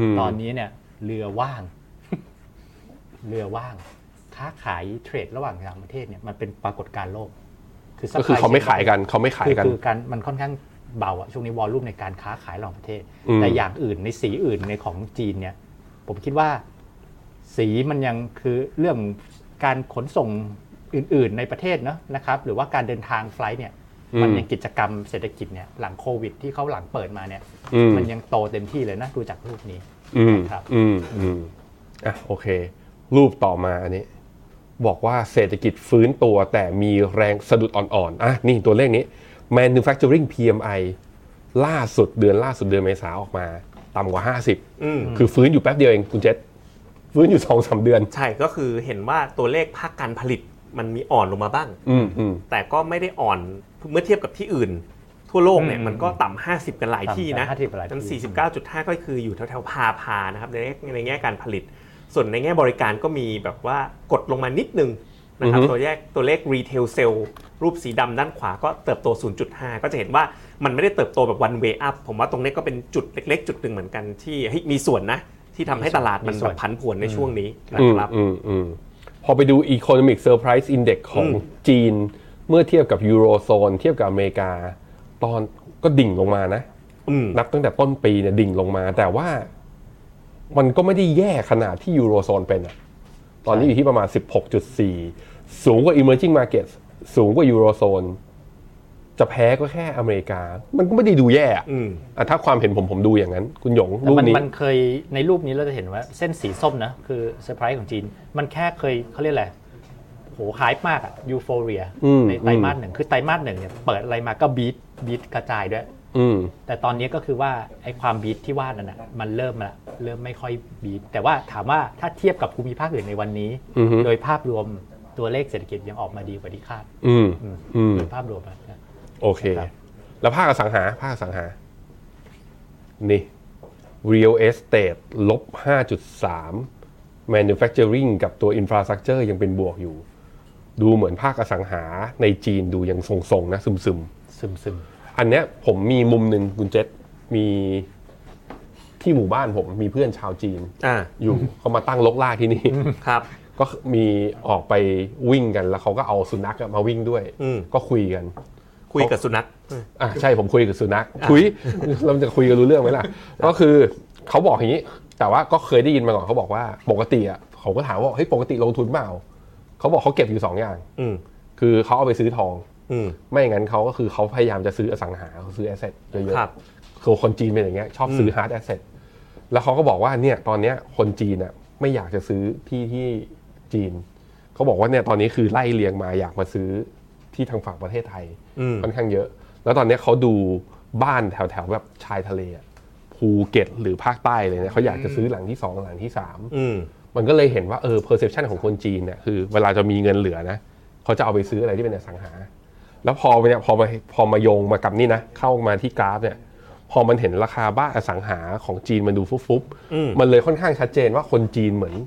Speaker 3: ม
Speaker 2: ตอนนี้เนี่ยเรือว่าง เรือว่าง ค้าขายเทรดระหว่างต่างประเทศเนี่ยมันเป็นปรากฏการณ์โลก
Speaker 3: ก็คือ
Speaker 2: supply
Speaker 3: เขาไม่
Speaker 2: chain
Speaker 3: ขายกันเขาไม่ขาย
Speaker 2: คือ
Speaker 3: กัน
Speaker 2: คือการมันค่อนข้างเบาอะช่วงนี้วอลลุ่มในการค้าขายระหว่างประเทศ
Speaker 3: อืม
Speaker 2: แต่อย่างอื่นในสีอื่นในของจีนเนี่ย ผมคิดว่าสีมันยังคือเรื่องการขนส่งอื่น ๆ ในประเทศเนอะนะครับ หรือว่าการเดินทางไฟลท์เนี่ย มันยังกิจกรรมเศรษฐกิจเนี่ยหลังโควิด ที่เขาหลังเปิดมาเนี่ย
Speaker 3: อืม
Speaker 2: มันยังโตเต็มที่เลยนะดูจากรูปนี้
Speaker 3: อืม
Speaker 2: ครับ
Speaker 3: อืมอืมอ่ะโอเค รูปต่อมาอันนี้ บอกว่าเศรษฐกิจฟื้นตัวแต่มีแรงสะดุดอ่อนๆอ่ะนี่ตัวเลขนี้ manufacturing PMI ล่าสุดเดือนล่าสุดเดือนเมษาออกมา ต่ำกว่า 50
Speaker 5: อืม
Speaker 3: คือฟื้นอยู่แป๊บเดียวเองคุณเจษฟื้นอยู่สองสามเดือน
Speaker 5: ใช่ก็คือเห็นว่าตัวเลขภาคการผลิตมันมีอ่อนลงมาบ้าง
Speaker 3: อืมอืม
Speaker 5: แต่ก็ไม่ได้อ่อนเมื่อเทียบกับที่อื่น ทั่วโลกเนี่ย
Speaker 2: อืม
Speaker 5: มันก็ต่ำ50 กันหลาย
Speaker 2: ต่ำ
Speaker 5: ที่นะ
Speaker 2: ต่ำ50หลายที่
Speaker 5: นั้น49.5 ก็คืออยู่แถวๆพาพานะครับในแง่ในแง่การผลิต ส่วนในแง่บริการก็มีแบบว่ากดลงมานิดนึงนะครับ
Speaker 3: อือฮึ
Speaker 5: ตัวแยกตัวเลข retail sale รูปสีดำด้านขวาก็เติบโต 0.5 ก็จะเห็นว่ามันไม่ได้เติบโตแบบ one way up ผมว่าตรงนี้ก็เป็นจุดเล็ก ๆ จุดหนึ่งเหมือนกันที่เฮ้ยมีส่วนนะที่ทำให้ตลาดมันแบบผันผวนในช่วงนี้นะครับ
Speaker 3: อืมอืมอืมพอไปดู Economic Surprise Index ของจีน เมื่อเทียบกับยูโรโซนเทียบกับอเมริกา ตอนก็ดิ่งลงมานะ
Speaker 5: อืม
Speaker 3: นับตั้งแต่ต้นปีเนี่ยดิ่งลงมา แต่ว่ามันก็ไม่ได้แย่ขนาดที่ยูโรโซนเป็นอะตอนนี้อยู่ที่ประมาณ 16.4 สูงกว่า Emerging Markets สูงกว่ายูโรโซนจะแพ้ก็แค่อเมริกา มันก็ไม่ได้ดูแย่อะ
Speaker 5: อืม
Speaker 3: อ่ะถ้าความเห็นผมผมดูอย่างนั้น คุณหยง
Speaker 2: แต่
Speaker 3: รูป
Speaker 2: มัน
Speaker 3: นี้
Speaker 2: มันเคยในรูปนี้เราจะเห็นว่าเส้นสีส้มนะคือเซอร์ไพรส์ของจีน มันแค่เคยเขาเรียกอะไรโหหายมากอะยูโฟเรีย
Speaker 3: อืม
Speaker 2: ในไตรมาสหนึ่งคือไตรมาสหนึ่งเนี่ยเปิดอะไรมาก็บีทบีทกระจายด้วย
Speaker 3: อืม
Speaker 2: แต่ตอนนี้ก็คือว่าไอ้ความบีทที่ว่านั่นนะมันเริ่มละเริ่มไม่ค่อยบีทแต่ว่าถามว่าถ้าเทียบกับภูมิภาคอื่นในวันนี้
Speaker 3: อือฮึ
Speaker 2: โดยภาพรวมตัวเลขเศรษฐกิจยังออกมาดีกว่าที่คาด
Speaker 3: อืมอืม
Speaker 2: โดยภาพรวมนะ
Speaker 3: โอเค
Speaker 2: ครับ
Speaker 3: แล้วภาคอสังหา ภาคอสังหา นี่ real estate ลบ 5.3 manufacturing กับตัว infrastructure ยังเป็นบวกอยู่ ดูเหมือนภาคอสังหาในจีนดูยังทรงๆนะ ซึม
Speaker 2: ซึมซึม
Speaker 3: ๆ อันเนี้ยผมมีมุมหนึ่งคุณเจษมีที่หมู่บ้านผมมีเพื่อนชาวจีน
Speaker 5: อ่า
Speaker 3: อยู่ เขามาตั้งลกลากที่นี่
Speaker 5: ครับ
Speaker 3: ก็มีออกไปวิ่งกันแล้วเขาก็เอาสุนัขอะมาวิ่งด้วย
Speaker 5: อืม
Speaker 3: ก็คุยกัน
Speaker 5: คุยกับสุนัข
Speaker 3: อ่ะใช่ผมคุยกับสุนัขคุยเราจะคุยกันรู้เรื่องไหมล่ะ ก็คือเขาบอกอย่างนี้ แต่ว่าก็เคยได้ยินมาก่อนเขาบอกว่าปกติอ่ะเขาก็ถามว่าเฮ้ยปกติลงทุนเปล่าเขาบอกเขาเก็บอยู่สองอย่าง
Speaker 5: อืม
Speaker 3: คือเขาเอาไปซื้อทอง
Speaker 5: อืม
Speaker 3: ไม่อย่างนั้นเขาก็คือเขาพยายามจะซื้ออสังหาเขาซื้อแอสเซทเยอะ
Speaker 5: ครับ
Speaker 3: ๆคือคนจีนเป็นอย่างเงี้ยชอบซื้อฮาร์ดแอสเซทแล้วเขาก็บอกว่าเนี่ยตอนเนี้ยคนจีนอ่ะไม่อยากจะซื้อที่ที่จีนเขาบอกว่าเนี่ยตอนนี้คือไล่เลียงมาอยากมาซื้อที่ทางฝั่งประเทศไทย
Speaker 5: อืม
Speaker 3: ค่อนข้างเยอะ แล้วตอนเนี้ยเขาดูบ้านแถวแถวๆแบบชายทะเลอะภูเก็ตหรือภาคใต้เลยเนี่ยเขาอยากจะซื้อหลังที่สองหลังที่สาม
Speaker 5: อืม
Speaker 3: มันก็เลยเห็นว่าเออ perception ของคนจีนเนี่ยคือเวลาจะมีเงินเหลือนะเขาจะเอาไปซื้ออะไรที่เป็นอสังหา แล้วพอเนี่ยพอมาพอมาโยงมากับนี่นะ เข้ามาที่กราฟเนี่ย พอมันเห็นราคาบ้านอสังหาของจีนมันดูฟุบ
Speaker 5: อืม
Speaker 3: ๆมันเลยค่อนข้างชัดเจนว่าคนจีนเหมือน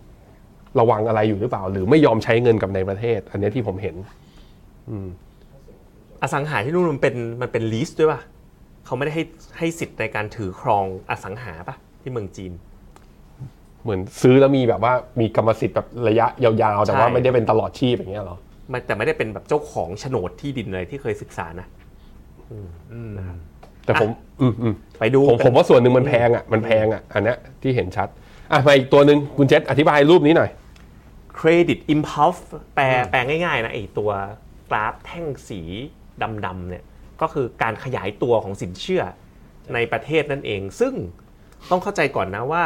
Speaker 3: ระวังอะไรอยู่หรือเปล่า หรือไม่ยอมใช้เงินกับในประเทศ อันเนี้ยที่ผมเห็น
Speaker 5: อสังหาที่นู่นมันเป็นมันเป็นลีสด้วยป่ะเขาไม่ได้ให้ให้สิทธิ์ในการถือครองอสังหาป่ะที่เมืองจีน
Speaker 3: เหมือนซื้อแล้วมีแบบว่ามีกรรมสิทธิ์แบบระยะยาวๆ แต่ว่า
Speaker 5: ใช่
Speaker 3: ไม่ได้เป็นตลอดชีพอย่างเงี้ยเหรอ
Speaker 5: มันแต่ไม่ได้เป็นแบบเจ้าของโฉนดที่ดินอะไรที่เคยศึกษานะ
Speaker 3: แต่ผมอืมอืม
Speaker 5: ไปดู
Speaker 3: ผม
Speaker 5: กัน
Speaker 3: ผมว่าส่วนหนึ่งมันแพงอ่ะมันแพงอ่ะอันเนี้ยที่เห็นชัดอ่ะมาอีกตัวหนึ่งคุณเจษอธิบายรูปนี้หน่อย
Speaker 5: เครดิตอิมพัลส์แปลแปลง่ายๆนะไอตัวกราฟแท่งสีดำๆเนี่ยก็คือการขยายตัวของสินเชื่อในประเทศนั่นเอง ซึ่งต้องเข้าใจก่อนนะว่า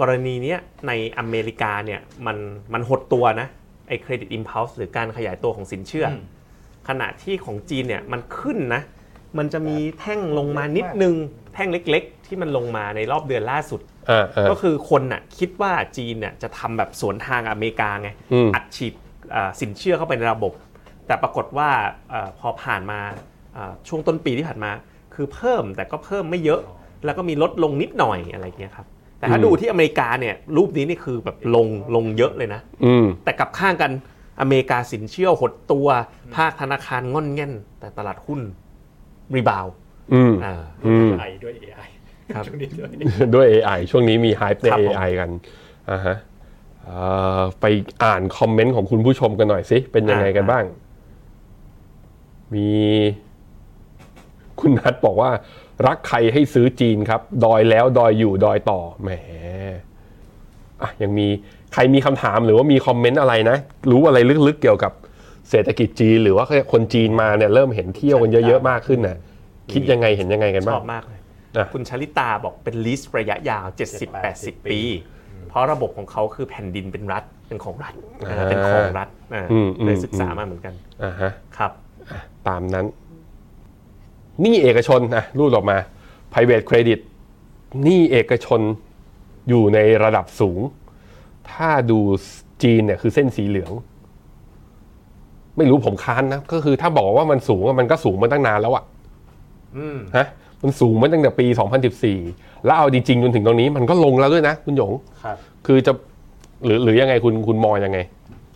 Speaker 5: กรณีเนี้ยในอเมริกาเนี่ยมันมันหดตัวนะไอเครดิตอิมพัลส์หรือการขยายตัวของสินเชื่ออขณะที่ของจีนเนี่ยมันขึ้นนะ มันจะมีแท่งลงมานิดนึงแท่งเล็กๆ ที่มันลงมาในรอบเดือนล่าสุด
Speaker 3: อ่าอ่า
Speaker 5: ก็คือคนน่ะคิดว่าจีนเนี่ยจะทำแบบสวนทางอเมริกาไง
Speaker 3: อืม
Speaker 5: อัดฉีดเอ่อสินเชื่อเข้าไปในระบบ แต่ปรากฏว่าเอ่อพอผ่านมาเอ่อช่วงต้นปีที่ผ่านมา คือเพิ่มแต่ก็เพิ่มไม่เยอะ แล้วก็มีลดลงนิดหน่อยอะไรเงี้ยครับแต่ถ้าดูที่อเมริกาเนี่ยรูปนี้นี่คือแบบลงลงเยอะเลยนะ
Speaker 3: อืม
Speaker 5: แต่กลับข้างกันอเมริกาสินเชื่อหดตัว ภาคธนาคารงอนแง่น แต่ตลาดหุ้นรีบาวด์
Speaker 3: อืม
Speaker 5: อ่า
Speaker 3: อืม
Speaker 2: AI ด้วย AI
Speaker 5: ครับ
Speaker 2: ช่วงนี้ด้วย
Speaker 3: ด้วย AI ช่วงนี้มี hype ใน
Speaker 5: ครับผม
Speaker 3: AI กันอ่าฮะเอ่อไปอ่านคอมเมนต์ของคุณผู้ชมกันหน่อยสิเป็นยังไงกันบ้าง มี คุณนัทบอกว่า รักใครให้ซื้อจีนครับ ดอยแล้วดอยอยู่ดอยต่อแหม อ่ะยังมีใครมีคำถามหรือว่ามีคอมเมนต์อะไรนะ รู้อะไรลึกๆเกี่ยวกับเศรษฐกิจจีน หรือว่าคนจีนมาเนี่ยเริ่มเห็นเที่ยวกันเยอะๆมากขึ้นน่ะคิดยังไงเห็นยังไงกัน
Speaker 5: ช
Speaker 3: บ้า
Speaker 5: อง บมากเลย
Speaker 3: อ่ะ
Speaker 5: คุณชลิตาบอกเป็นลิสต์ระยะยาว 70-80 ปี เพราะระบบของเขาคือแผ่นดินเป็นรัฐ เป็นของรัฐเออเป็นของรัฐอ่า
Speaker 3: อืมอืม
Speaker 5: เลยศึกษามาเหมือนกัน
Speaker 3: อ่าฮะ
Speaker 5: ครับ
Speaker 3: ตามนั้นหนี้เอกชนนะรูดออกมา private credit หนี้เอกชนอยู่ในระดับสูง ถ้าดูจีนเนี่ยคือเส้นสีเหลือง ไม่รู้ผมค้านนะ ก็คือถ้าบอกว่ามันสูงอะมันก็สูงมาตั้งนานแล้วอะฮะมันสูงมาตั้งแต่ปี 2014 แล้วเอาจริงๆจนถึงตรงนี้มันก็ลงแล้วด้วยนะ คุณหยง
Speaker 6: ครับ
Speaker 3: คือจะหรือหรือยังไงคุณคุณมองยังไง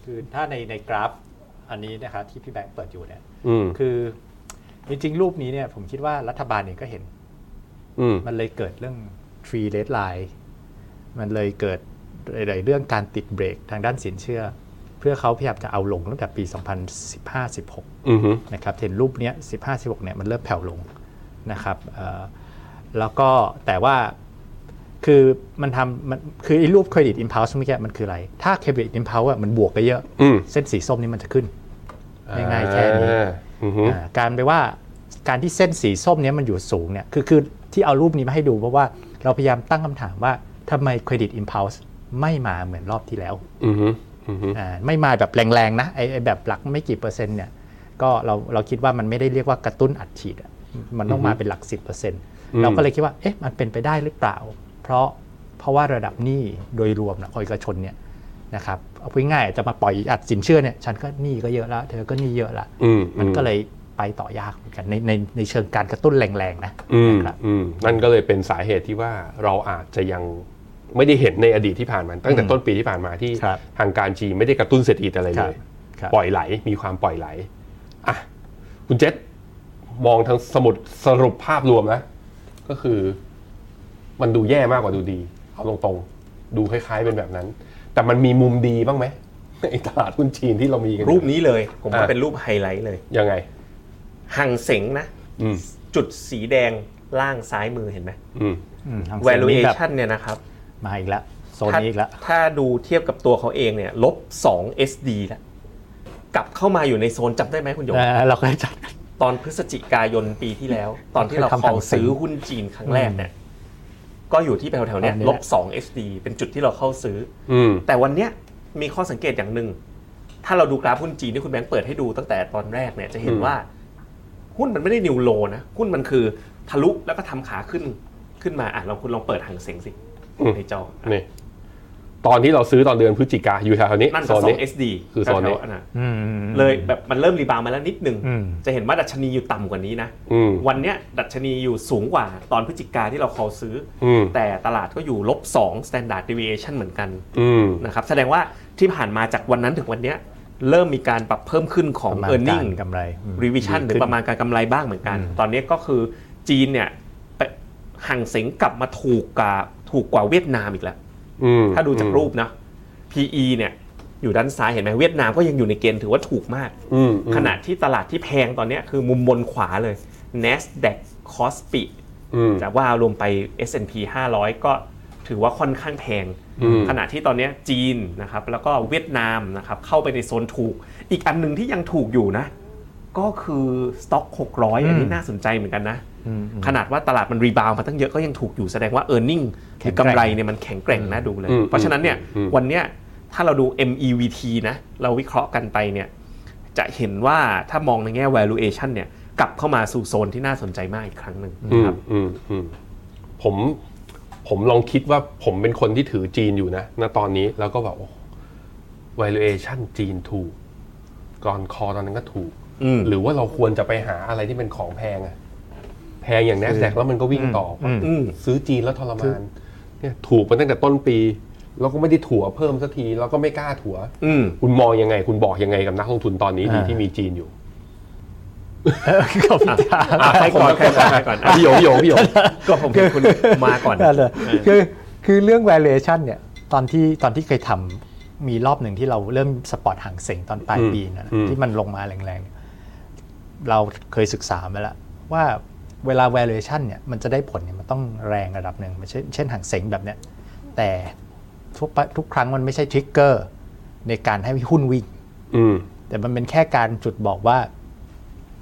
Speaker 2: คือถ้าในในกราฟอันนี้นะครับที่พี่แบงค์เปิดอยู่เนี่ย
Speaker 3: อืม
Speaker 2: คือจริงๆรูปนี้เนี่ยผมคิดว่ารัฐบาลเองก็เห็น
Speaker 3: อืม
Speaker 2: มันเลยเกิดเรื่อง tree red line มันเลยเกิดหลายๆเรื่องการติดเบรกทางด้านสินเชื่อ เพื่อเขาพยายามจะเอาลงตั้งแต่ปี 2015-16
Speaker 3: อือหือ
Speaker 2: นะครับเห็นรูปเนี้ย15 16เนี่ยมันเริ่มแผ่วลงนะครับเอ่อแล้วก็แต่ว่าคือมันทำมันคือไอ้รูปเครดิตอิมพาวส์เมื่อกี้มันคืออะไร ถ้าเครดิตอิมพาวส์มันบวกไปเยอะ
Speaker 3: อืม
Speaker 2: เส้นสีส้มนี่มันจะขึ้น ง่ายๆแค่นี้
Speaker 3: อ่าอือหือ
Speaker 2: อ่าการไปว่าการที่เส้นสีส้มเนี้ยมันอยู่สูงเนี่ยคือคือที่เอารูปนี้มาให้ดูเพราะว่าเราพยายามตั้งคำถามว่าทำไมเครดิตอิมพาวส์ไม่มาเหมือนรอบที่แล้ว
Speaker 3: อือหืออือหือ
Speaker 2: อ่าไม่มาแบบแรงๆนะไอ้ไอ้แบบหลักไม่กี่เปอร์เซ็นต์เนี่ยก็เราเราคิดว่ามันไม่ได้เรียกว่ากระตุ้นอัดฉีดอะมันต้องมาเป็นหลัก 10%เปอร์เซ็นต์เราก็เลยคิดว่าเอ๊ะมันเป็นไปได้หรือเปล่า เพราะเพราะว่าระดับหนี้โดยรวมนะของเอกชนเนี่ยนะครับเอาพูดง่ายๆจะมาปล่อยอัดสินเชื่อเนี่ยฉันก็หนี้ก็เยอะละเธอก็หนี้เยอะละ
Speaker 3: อืม
Speaker 2: มันก็เลยไปต่อยากเหมือนกันในในในเชิงการกระตุ้นแรงๆนะ
Speaker 3: อืม
Speaker 2: นะครับ
Speaker 3: อืมนั่นก็เลยเป็นสาเหตุที่ว่าเราอาจจะยังไม่ได้เห็นในอดีตที่ผ่านมาตั้งแต่ต้นปีที่ผ่านมาที่
Speaker 2: ครับ
Speaker 3: ทางการจีนไม่ได้กระตุ้นเศรษฐกิจอะไร
Speaker 2: ค
Speaker 3: เล
Speaker 2: รับ
Speaker 3: ย
Speaker 2: ครับ
Speaker 3: ปล่อยไหลมีความปล่อยไหลอ่ะคุณเจษมองทางสมุดสรุปภาพรวมนะ ก็คือมันดูแย่มากกว่าดูดี เอาตรงๆ ดูคล้ายๆเป็นแบบนั้น แต่มันมีมุมดีบ้างไหม ไอ้ตลาดหุ้นจีนที่เรามีกันอยู่
Speaker 5: รูปนี้เลย ผมว่า
Speaker 3: อ่ะ
Speaker 5: เป็นรูปไฮไลท์เลย
Speaker 3: ยังไง
Speaker 5: หังเสงนะ
Speaker 3: อืม
Speaker 5: จุดสีแดงล่างซ้ายมือเห็นไหม
Speaker 3: อืม
Speaker 2: อืมทางเสียงนี่แบบ
Speaker 5: valuation เนี่ยนะครับ
Speaker 2: มาอีกแล้วโซน
Speaker 5: ถ้า
Speaker 2: นี้อีกแล้ว
Speaker 5: ถ้าดูเทียบกับตัวเขาเองเนี่ยลบ 2 SD แล้วกลับเข้ามาอยู่ในโซนจำได้ไหมคุณหยง
Speaker 2: เออเราก็จัด
Speaker 5: ตอนพฤศจิกายนปีที่แล้ว ตอนที่เรา
Speaker 2: เคยทำ
Speaker 5: คอล
Speaker 2: ทำ
Speaker 5: ซื้อหุ้นจีนครั้งแรกเนี่ยก็อยู่ที่แถวๆเนี้ย
Speaker 2: อันนี้
Speaker 5: ล
Speaker 2: แห
Speaker 5: บ
Speaker 2: ละ
Speaker 5: 2 SD เป็นจุดที่เราเข้าซื้อ
Speaker 3: อืม
Speaker 5: แต่วันเนี้ยมีข้อสังเกตอย่างหนึ่ง ถ้าเราดูกราฟหุ้นจีนที่คุณแบงค์เปิดให้ดูตั้งแต่ตอนแรกเนี่ยจะเห็น
Speaker 3: อืม
Speaker 5: ว่า หุ้นมันไม่ได้นิวโลนะ หุ้นมันคือทะลุแล้วก็ทำขาขึ้นขึ้นมาอ่ะลองคุณลองเปิดหางเสียงสิในจออ่ะ
Speaker 3: นี่ตอนที่เราซื้อตอนเดือนพฤศจิกาอยู่แถวๆนี้
Speaker 5: นั่น
Speaker 3: โซ
Speaker 5: ก็
Speaker 3: น
Speaker 5: สอ
Speaker 3: นี้
Speaker 5: ง SD
Speaker 3: คือโซนนี้
Speaker 5: แถวๆะ
Speaker 2: อืม
Speaker 5: เลยแบบมันเริ่มรีบาวมาแล้วนิดหนึง
Speaker 2: อืม
Speaker 5: จะเห็นว่าดัชนีอยู่ต่ำกว่านี้นะ
Speaker 3: อืม
Speaker 5: วันเนี้ยดัชนีอยู่สูงกว่าตอนพฤศจิกาที่เราคอซื้ออ
Speaker 3: ม
Speaker 5: แต่ตลาดก็อยู่ลบ2 standard deviation เหมือนกัน
Speaker 3: อืม
Speaker 5: นะครับแสดงว่าที่ผ่านมาจากวันนั้นถึงวันเนี้ยเริ่มมีการปรับเพิ่มขึ้นของ
Speaker 2: ประมาณ
Speaker 5: e a r n i n g
Speaker 2: การกำไรอืม
Speaker 5: revision หรือประมาณการกำไรบ้างเหมือนกัน ตอนนี้ก็คือจีนเนี่ยไปห่างเสงกลับมาถูกกว่าถูกกว่าเวียดนามอีกแล้ว
Speaker 3: อืม
Speaker 5: ถ้าดูจากรูปนะ PE เนี่ยอยู่ด้านซ้ายเห็นไหมเวียดนามก็ยังอยู่ในเกณฑ์ถือว่าถูกมาก
Speaker 3: อืมอืม
Speaker 5: ขณะที่ตลาดที่แพงตอนเนี้ยคือมุมบนขวาเลย NASDAQ c o s p i
Speaker 3: อืม
Speaker 5: แต่ว่ารวมไป S&P 500 ก็ถือว่าค่อนข้างแพง
Speaker 3: อืม
Speaker 5: ขณะที่ตอนเนี้ยจีนนะครับแล้วก็เวียดนามนะครับเข้าไปในโซนถูก อีกอันหนึ่งที่ยังถูกอยู่นะ ก็คือสต็อก600 อันนี้น่าสนใจเหมือนกันนะ ขนาดว่าตลาดมันรีบาวมาตั้งเยอะก็ยังถูกอยู่แสดงว่า e a r n i n g หรือกำไรเนี่ยมันแข็งแกร่งน่าดูเลย
Speaker 3: อืม
Speaker 5: เพราะฉะนั้นเนี่ย
Speaker 3: อืม
Speaker 5: วันเนี้ยถ้าเราดู MEVT นะเราวิเคราะห์กันไปเนี่ยจะเห็นว่าถ้ามองในแง่ valuation เนี่ยกลับเข้ามาสู่โซนที่น่าสนใจมากอีกครั้งหนึ่ง
Speaker 3: อื
Speaker 5: นะ
Speaker 3: ม
Speaker 5: ครับ
Speaker 3: อืมอืมผมผมลองคิดว่าผมเป็นคนที่ถือจีนอยู่นะณตอนนี้แล้วก็แบบโอ้ valuation จีนถูก ก่อนคอตอนนั้นก็ถูก
Speaker 5: อืม
Speaker 3: หรือว่าเราควรจะไปหาอะไรที่เป็นของแพงอะแพงอย่าง NASDAQ แล้วมันก็วิ่งต่ออ
Speaker 5: อืม
Speaker 3: ซื้อจีนแล้วทรมาน เนี่ยถูกมาตั้งแต่ต้นปี แล้วก็ไม่ได้ถัวเพิ่มสักที แล้วก็ไม่กล้าถัว
Speaker 5: อืม
Speaker 3: คุณมองยังไง คุณบอกยังไงกับนักลงทุนตอนนี้ดีที่มีจีนอยู่
Speaker 2: ขอบคุณครับ
Speaker 5: อ่ะใครก่อนใครก่อนใครก่อน
Speaker 3: พี่หยงพี่หยงพี่หยง
Speaker 5: ก็ผมเห็นคุณมา ก่อน
Speaker 2: นั่นแหละคือคือเรื่อง valuation เนี่ยตอนที่ตอนที่เคยทำมีรอบหนึ่งที่เราเริ่มสปอร์ตห่างเสงตอนปลาย
Speaker 3: อืม
Speaker 2: ปีนะ
Speaker 3: อืม
Speaker 2: ที่มันลงมาแรงๆเนี่ยเราเคยศึกษามาแล้วว่าเวลา valuation เนี่ยมันจะได้ผลเนี่ยมันต้องแรงระดับหนึ่งเช่นเช่นห่างเสงแบบเนี้ยแต่ทุกปะทุกครั้งมันไม่ใช่ทริกเกอร์ในการให้หุ้นวิ่ง
Speaker 3: อืม
Speaker 2: แต่มันเป็นแค่การจุดบอกว่า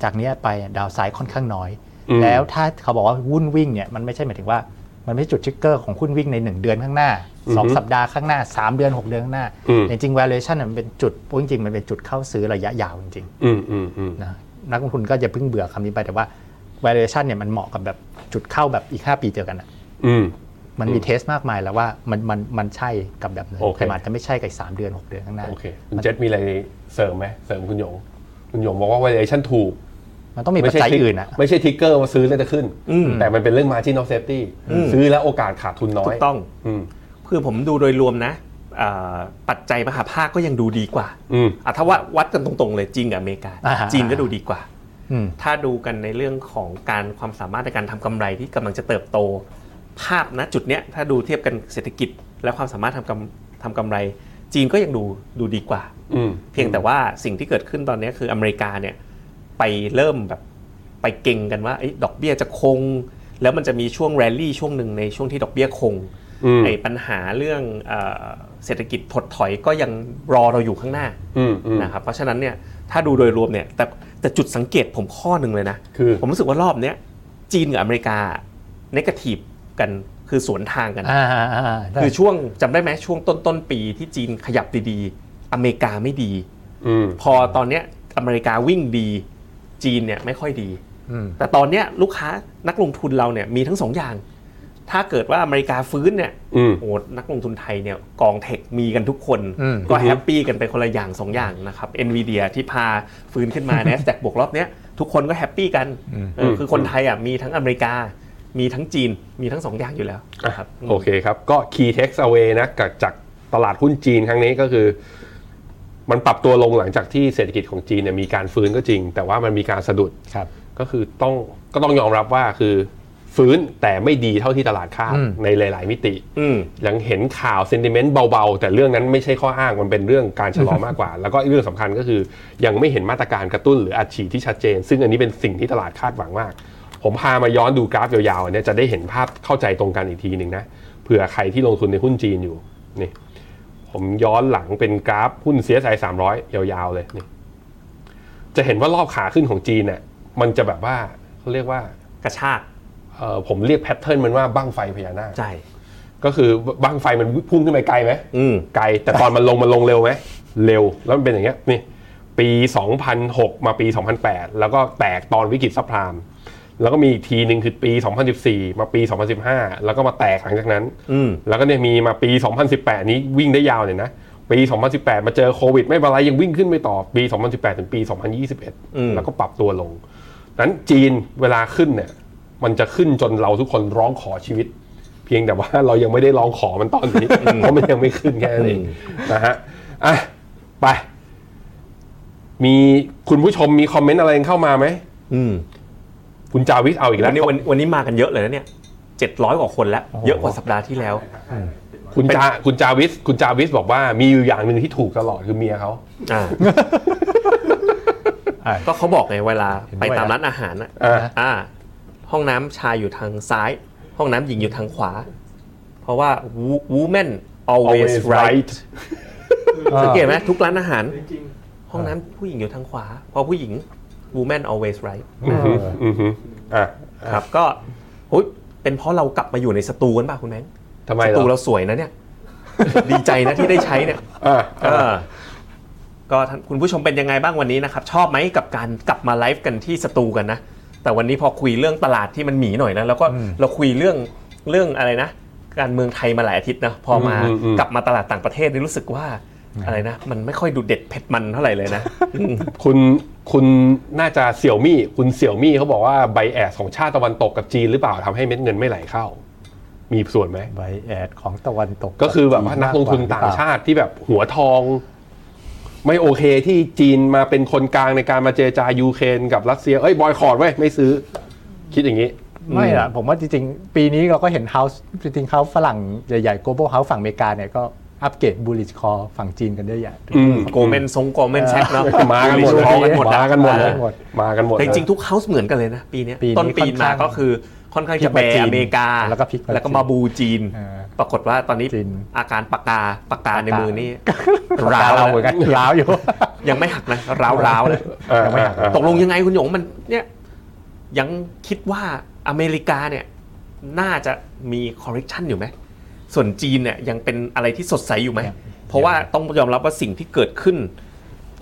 Speaker 2: จากเนี้ยไปดาวไซด์ค่อนข้างน้อย
Speaker 3: อืม
Speaker 2: แล้วถ้าเขาบอกว่าหุ้นวิ่งเนี่ยมันไม่ใช่หมายถึงว่า มันไม่ใช่จุดทริกเกอร์ของหุ้นวิ่งใน 1 เดือนข้างหน้า 2 สัปดาห์ข้างหน้า 3 เดือน 6 เดือนข้างหน้าแต่จริง valuation เนี่ยมันเป็นจุดจริงๆมันเป็นจุดเข้าซื้อระยะยาวจริง
Speaker 3: อืมอืมอืม
Speaker 2: ๆนะนักลงทุนก็จะเพิ่งเบื่อคำนี้ไปแต่ว่า valuation เนี่ยมันเหมาะกับแบบจุดเข้าแบบอีก 5 ปีเจอกันอะ
Speaker 3: อืม
Speaker 2: มันมีเทสมากมายแล้วว่ามันมันมันใช่กับแบบนั้น
Speaker 3: โอเค
Speaker 2: แต่มันอาจจะไม่ใช่กับอีกสามเดือนหกเดือนข้างหน้า
Speaker 3: โอเค คุณเจษมีอะไรเสริมไหมเสริมคุณหยง คุณหยงบอกว่า valuation ถูก
Speaker 2: มันต้องมีปัจ
Speaker 3: ใช่
Speaker 2: จัย
Speaker 3: ทริก
Speaker 2: อื่นอะ
Speaker 3: ไม่ใช่ทิกเกอร์ว่าซื้อแล้วจะขึ้น แต่มันเป็นเรื่อง margin of safety ซื้อแล้วโอกาสขาดทุนน้อย
Speaker 5: ถูกต้อง
Speaker 3: อืม
Speaker 5: คือผมดูโดยรวมนะอ่าปัจจัยมหาภาคก็ยังดูดีกว่า
Speaker 3: อืม
Speaker 5: อ่ะถ้าว่าวัดกันตรงๆเลยจีนกับอเมริกา
Speaker 2: อ่าฮะ
Speaker 5: จีนก็ดูดีกว่า
Speaker 2: อืม
Speaker 5: ถ้าดูกันในเรื่องของการความสามารถในการทำกำไรที่กำลังจะเติบโต ภาพณจุดเนี้ยถ้าดูเทียบกันเศรษฐกิจ และความสามารถทำกำทำกำไร จีนก็ยังดูดูดีกว่า
Speaker 3: อืม
Speaker 5: เพียงแต่ว่าสิ่งที่เกิดขึ้นตอนเนี้ยคืออเมริกาเนี่ยไปเริ่มแบบไปเก่งกันว่าเอ้ยดอกเบี้ยจะคง แล้วมันจะมีช่วงแรลลี่ช่วงหนึ่งในช่วงที่ดอกเบี้ยคง
Speaker 3: อืม
Speaker 5: ไอ้ปัญหาเรื่องเอ่อเศรษฐกิจถดถอยก็ยังรอเราอยู่ข้างหน้า
Speaker 3: อืมอืม
Speaker 5: นะครับเพราะฉะนั้นเนี่ยถ้าดูโดยรวมเนี่ยแต่แต่จุดสังเกตผมข้อหนึ่งเลยนะ
Speaker 3: คือ
Speaker 5: ผมรู้สึกว่ารอบเนี้ยจีนกับอเมริกาเนกาทีฟกันคือสวนทางกัน
Speaker 2: อ่าอ่าอ่าได้
Speaker 5: คือช่วงจำได้ไหมช่วงต้นต้นๆปีที่จีนขยับดีๆ อเมริกาไม่ดี
Speaker 3: อืม
Speaker 5: พอตอนเนี้ยอเมริกาวิ่งดี จีนเนี่ยไม่ค่อยดี
Speaker 2: ม
Speaker 5: แต่ตอนเนี้ยลูกค้านักลงทุนเราเนี่ยมีทั้งสองอย่าง ถ้าเกิดว่าอเมริกาฟื้นเนี่ย
Speaker 3: อืม
Speaker 5: โอ้นักลงทุนไทยเนี่ยกองเทคมีกันทุกคน ก็แฮปปี้กันไปคนละอย่างสองอย่างนะครับเอ็นวีเดียที่พาฟื้นขึ้น มา n นสแ a กบวกรอบเนี้ยทุกคนก็แฮปปี้กันเออคือคนไทยอ่ะมีทั้งอเมริกา มีทั้งจีนมีทั้งสองอย่างอยู่แล้วนะครับ
Speaker 3: โอเคครับ ก็ key take away นะกับจากตลาดหุ้นจีนครั้งนี้ก็คือ มันปรับตัวลงหลังจากที่เศรษฐกิจของจีนเนี่ยมีการฟื้นก็จริง แต่ว่ามันมีการสะดุด
Speaker 2: ครับ
Speaker 3: ก็คือต้องก็ต้องยอมรับว่าคือ ฟื้นแต่ไม่ดีเท่าที่ตลาดคาด
Speaker 7: อืม
Speaker 3: ในหลาย ๆ มิติ
Speaker 5: อืม
Speaker 3: ยังเห็นข่าวเซนติเมนต์เบา ๆ แต่เรื่องนั้นไม่ใช่ข้ออ้างมันเป็นเรื่องการชะลอมากกว่า แล้วก็เรื่องสำคัญก็คือ ยังไม่เห็นมาตรการกระตุ้นหรืออัดฉีดที่ชัดเจน ซึ่งอันนี้เป็นสิ่งที่ตลาดคาดหวังมาก ผมพามาย้อนดูกราฟยาวๆอันเนี่ยจะได้เห็นภาพเข้าใจตรงกันอีกทีหนึ่งนะเผื่อใครที่ลงทุนในหุ้นจีนอยู่นี่ผมย้อนหลังเป็นกราฟหุ้นเสียสายสามร้อยยาวๆเลยนี่จะเห็นว่ารอบขาขึ้นของจีนเนี่ยมันจะแบบว่าเขาเรียกว่าก
Speaker 5: ระชาก
Speaker 3: เอ่อผมเรียกแพทเทิร์นมันว่าบั้งไฟพญานาค
Speaker 5: ใช่
Speaker 3: ก็คือบั้งไฟมันพุ่งขึ้นไปไกลไหม
Speaker 5: อืม
Speaker 3: ไกลแต่ตอนมันลงมันลงเร็วไหมเร็วแล้วมันเป็นอย่างเงี้ยนี่ปี 2006 มาปี 2008 แล้วก็แตกตอนวิกฤตซับไพรามแล้วก็มีอีกทีหนึ่งคือปี 2014 มาปี 2015 แล้วก็มาแตกหลังจากนั้น
Speaker 5: อืม
Speaker 3: แล้วก็เนี่ยมีมาปี 2018 นี้วิ่งได้ยาวเลยนะ ปี 2018 มาเจอโควิด ไม่เป็นไรยังวิ่งขึ้นไปต่อปี 2018 ถึงปี
Speaker 5: อืม
Speaker 3: 2021 แล้วก็ปรับตัวลงนั้นจีนเวลาขึ้นเนี่ยมันจะขึ้นจนเราทุกคนร้องขอชีวิต เพียงแต่ว่าเรายังไม่ได้ร้องขอมันตอน นี้ เพราะมันยังไม่ขึ้นแค่นั้นเองนะฮะอ่ะไป มีคุณผู้ชมมีคอมเมนต์อะไรเข้ามาไหม
Speaker 5: อืม
Speaker 3: คุณจาวิสเอาอีกแล้
Speaker 5: แล้ว วนี่วันวันนี้มากันเยอะเลยนะเนี่ยเจ็ดร้อยกว่าคนแล้ว เยอะกว่าสัปดาห์ที่แล้ว
Speaker 3: คุณจาคุณจาวิสคุณจาวิสบอกว่ามีอยู่อย่างหนึ่งที่ถูกตลอดคือเมียเขา
Speaker 5: อ่า
Speaker 7: อ่า
Speaker 5: ก็เขาบอกไงเวลา
Speaker 7: เห็นด้
Speaker 5: ไป
Speaker 7: วย
Speaker 5: ตาม
Speaker 7: นะ
Speaker 5: ร้านอาหารอ่ะ
Speaker 3: อ่า
Speaker 5: อ่า ห้องน้ำชายอยู่ทางซ้าย ห้องน้ำหญิงอยู่ทางขวา เพราะว่า wo- women always
Speaker 3: always
Speaker 5: right
Speaker 3: right
Speaker 5: สังเกตไหมทุกร้านอาหาร ห้องน้ำผู้หญิงอยู่ทางขวา เพราะผู้หญิง women always right
Speaker 3: อือฮึอือฮึอ่ะ
Speaker 5: ครับ ก็อุ๊ยเป็นเพราะเรากลับมาอยู่ในสตูกันป่ะคุณแม่ง
Speaker 3: ทำไม
Speaker 5: ส
Speaker 3: เหร
Speaker 5: ตู
Speaker 3: อ
Speaker 5: เราสวยนะเนี่ย ดีใจนะที่ได้ใช้เนี่ย
Speaker 3: อ่ะอ่ะ
Speaker 5: เออก็ท่านคุณผู้ชมเป็นยังไงบ้างวันนี้นะครับ ชอบไหมกับการกลับมาไลฟ์กันที่สตูกันนะ แต่วันนี้พอคุยเรื่องตลาดที่มันหมีหน่อยนะแล้วก็เราคุยเรื่องเรื่องอะไรนะ การเมืองไทยมาหลายอาทิตย์นะพอมา
Speaker 3: อืมอืม
Speaker 5: กลับมาตลาดต่างประเทศนี่รู้สึกว่าอะไรนะ มันไม่ค่อยดูเด็ดเผ็ดมันเท่าไหร่เลยนะ
Speaker 3: คุณคุณน่าจะเสี่ยวมี่ คุณเสี่ยวมี่เขาบอกว่าไบแอสของชาติตะวันตกกับจีนหรือเปล่าทำให้เม็ดเงินไม่ไหลเข้า มีส่วนไหม
Speaker 7: ใบแอดของตะวันตก
Speaker 3: ก็คือแบบว่านักลงทุนต่างชาติที่แบบหัวทอง ไม่โอเคที่จีนมาเป็นคนกลางในการมาเจรจายูเครนกับรัสเซียเอ้ยบอยคอรดเว้ยไม่ซื้อ คิดอย่างนี้
Speaker 7: ไม่ล่ะผมว่าจริงๆ ปีนี้เราก็เห็นเฮาส์จริงๆเฮาส์ฝรั่งใหญ่ๆ global house ฝั่งอเมริกาเนี่ยก็อัปเกรดบูลลิชคอฝั่งจีนกันเยอะแยะ
Speaker 3: อืม
Speaker 5: โกเมนทรงโกเมนแซกเนาะ
Speaker 3: มากันหมด
Speaker 7: มากันหมด
Speaker 3: มากัน
Speaker 7: มากันหม
Speaker 3: หมด
Speaker 7: ด
Speaker 3: มากันหมด
Speaker 5: แต่จริงๆทุกเฮาส์เหมือนกันเลยนะ ปีเนี้ย
Speaker 7: ปีนี้
Speaker 5: ต้นปีมาก็คือค่อนข้างจะแบ
Speaker 7: พลิกมาจีน
Speaker 5: อเมริกา
Speaker 7: แล้วก็พลิกมา
Speaker 5: แล้วก็มาบูจีน
Speaker 7: เออ
Speaker 5: ปรากฏว่าตอนนี้
Speaker 7: จีน
Speaker 5: อาการปากกาปากกาในมือนี่
Speaker 7: ร้า
Speaker 5: ร้าว ว
Speaker 7: เราเหมือนกันร้าวอยู่
Speaker 5: ยังไม่หักนะร้าวร้าวเลย
Speaker 3: เออ
Speaker 7: ยังไม่หัก
Speaker 3: เออ
Speaker 5: ตกลงยังไงคุณหยงมันเนี่ยยังคิดว่าอเมริกาเนี่ยน่าจะมีคอร์เร t ชันอยู่ไหม ส่วนจีนเนี่ยยังเป็นอะไรที่สดใสอยู่ไหม
Speaker 7: ยัง
Speaker 5: เพราะว่าต้องยอมรับว่าสิ่งที่เกิดขึ้น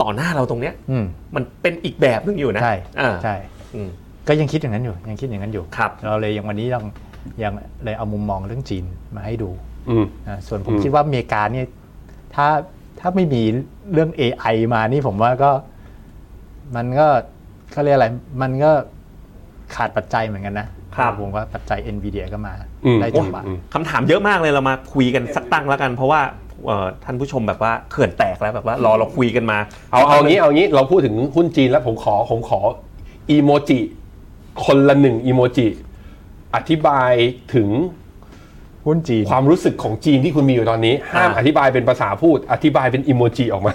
Speaker 5: ต่อหน้าเราตรงเนี้ย
Speaker 7: อืม
Speaker 5: มันเป็นอีกแบบนึงอยู่นะ
Speaker 7: ใช่
Speaker 5: อ่า
Speaker 7: ใช่
Speaker 5: อืม
Speaker 7: ก็ยังคิดอย่างนั้นอยู่ยังคิดอย่างนั้นอยู่
Speaker 5: ครับ
Speaker 7: เราเลยยังวันนี้ยังยังเลยเอามุมมองเรื่องจีนมาให้ดู
Speaker 3: อืม
Speaker 7: นะส่วนผม
Speaker 3: อืม
Speaker 7: คิดว่าอเมริกาเนี่ยถ้าถ้าไม่มีเรื่อง AI มานี่ผมว่าก็มันก็เขาเรียกอะไรมันก็ขาดปัจจัยเหมือนกันนะครับ ผมว่าปัจจัย NVIDIA ก็มา
Speaker 3: อืม
Speaker 7: ได้จังหวะ
Speaker 3: อืม
Speaker 5: คำถามเยอะมากเลยเรามาคุยกันสักตั้งแล้วกัน เพราะว่าเอ่อท่านผู้ชมแบบว่าเขื่อนแตกแล้วแบบว่ารอเราคุยกันมา
Speaker 3: เอาเอางี้เอางี้เราพูดถึงหุ้นจีนแล้วผมขอผมขออีโมจิคนละหนึ่งอีโมจิอธิบายถึง
Speaker 7: หุ้นจีน
Speaker 3: ความรู้สึกของจีนที่คุณมีอยู่ตอนนี้ ห้ามอธิบายเป็นภาษาพูด อธิบายเป็นอีโมจิออกมา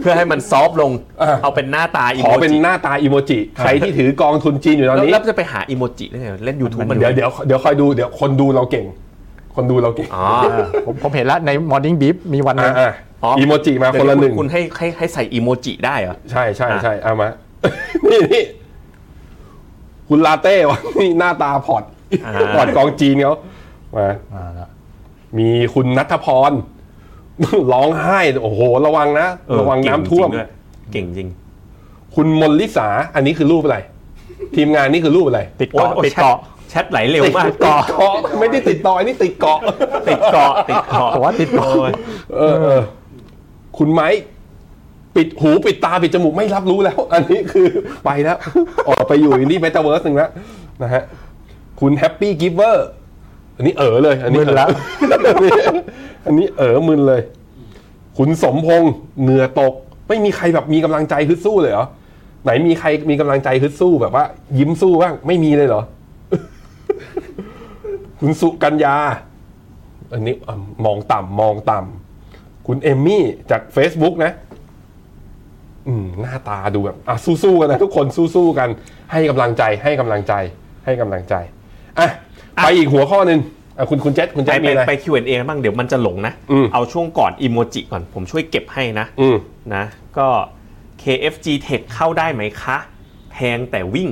Speaker 5: เพื่อให้มันซอฟต์ลงเอาเป็นหน้าตาอี
Speaker 3: ขอ
Speaker 5: โม
Speaker 3: เป็น
Speaker 5: จิ
Speaker 3: หน้าตาอีโมจิใครที่ถือกองทุนจีนอยู่ตอน
Speaker 5: แล้ว
Speaker 3: นี้
Speaker 5: แล้วจะไปหาอีโมจิได้ไงเล่น YouTube มัน
Speaker 3: เดี๋ยวเดี๋ยวเดี๋ยวคอยดูเดี๋ยวคนดูเราเก่ง คนดูเราเก่ง
Speaker 5: อ๋อ
Speaker 7: ผมผมเห็นแล้วใน Morning Beef มีวันหนึง
Speaker 3: อ่าอีโมจิมาคนละหนึ่ง
Speaker 5: คุณให้ให้ให้ใส่อีโมจิได้เหรอ
Speaker 3: ใช่ใช่ใช่เอา มา นี่นี่คุณลาเต้ วะนี่หน้าตาพอร์ต
Speaker 5: อ่า
Speaker 3: พอร์ตกองจีนเขามา
Speaker 7: อ่าแล้ว
Speaker 3: มีคุณนัทพร ร้องไห้ โอ้โห ระวังนะ
Speaker 5: เออ
Speaker 3: ระวังน้ำท่วม
Speaker 5: เก่งจริงด้วยเก่งจริง
Speaker 3: คุณมลลิสา อันนี้คือรูปอะไร ทีมงานนี่คือรูปอะไร
Speaker 7: ติดเกาะ
Speaker 5: โอ้ย
Speaker 7: ติดเกาะ
Speaker 5: แชทไหลเร็วมาก
Speaker 3: เกาะเกาะไม่ได้ติดต่ออันนี้ติดเกาะ
Speaker 5: ติดเกาะติดเกาะ
Speaker 7: ผมว่าติดเกาะ
Speaker 5: โอ้ย
Speaker 3: เออเออ คุณไม้ปิดหูปิดตาปิดจมูกไม่รับรู้แล้ว อันนี้คือไปแล้ว ออกไปอยู่นี่เมตาเวิร์สหนึ่งแล้วนะฮะ คุณแฮปปี้กิฟเวอร์อันนี้เออเลย อันนี้
Speaker 7: มึนละ
Speaker 3: เออ อันนี้เออมึนเลย คุณสมพงษ์เหงื่อตก ไม่มีใครแบบมีกำลังใจฮึดสู้เลยเหรอไหนมีใครมีกำลังใจฮึดสู้แบบว่า ยิ้มสู้บ้างไม่มีเลยเหรอ คุณสุกัญญา อันนี้อ่ะมองต่ำมองต่ำคุณเอมมี่จาก Facebook นะ อืมหน้าตาดูแบบอ่ะสู้ๆกันนะทุกคนสู้ๆกัน ให้กำลังใจให้กำลังใจ ให้กำลังใจอ่ะไปอีกหัวข้อหนึ่งอ่ะคุณคุณเจษคุณเจษ
Speaker 5: ไปไป
Speaker 3: มีอะไร
Speaker 5: ไป Q&A กันบ้างเดี๋ยวมันจะหลงนะ
Speaker 3: อืม
Speaker 5: เอาช่วงก่อนอีโมจิก่อนผมช่วยเก็บให้นะ
Speaker 3: อืม
Speaker 5: นะก็ KFG Tech เข้าได้ไหมคะ แพงแต่วิ่ง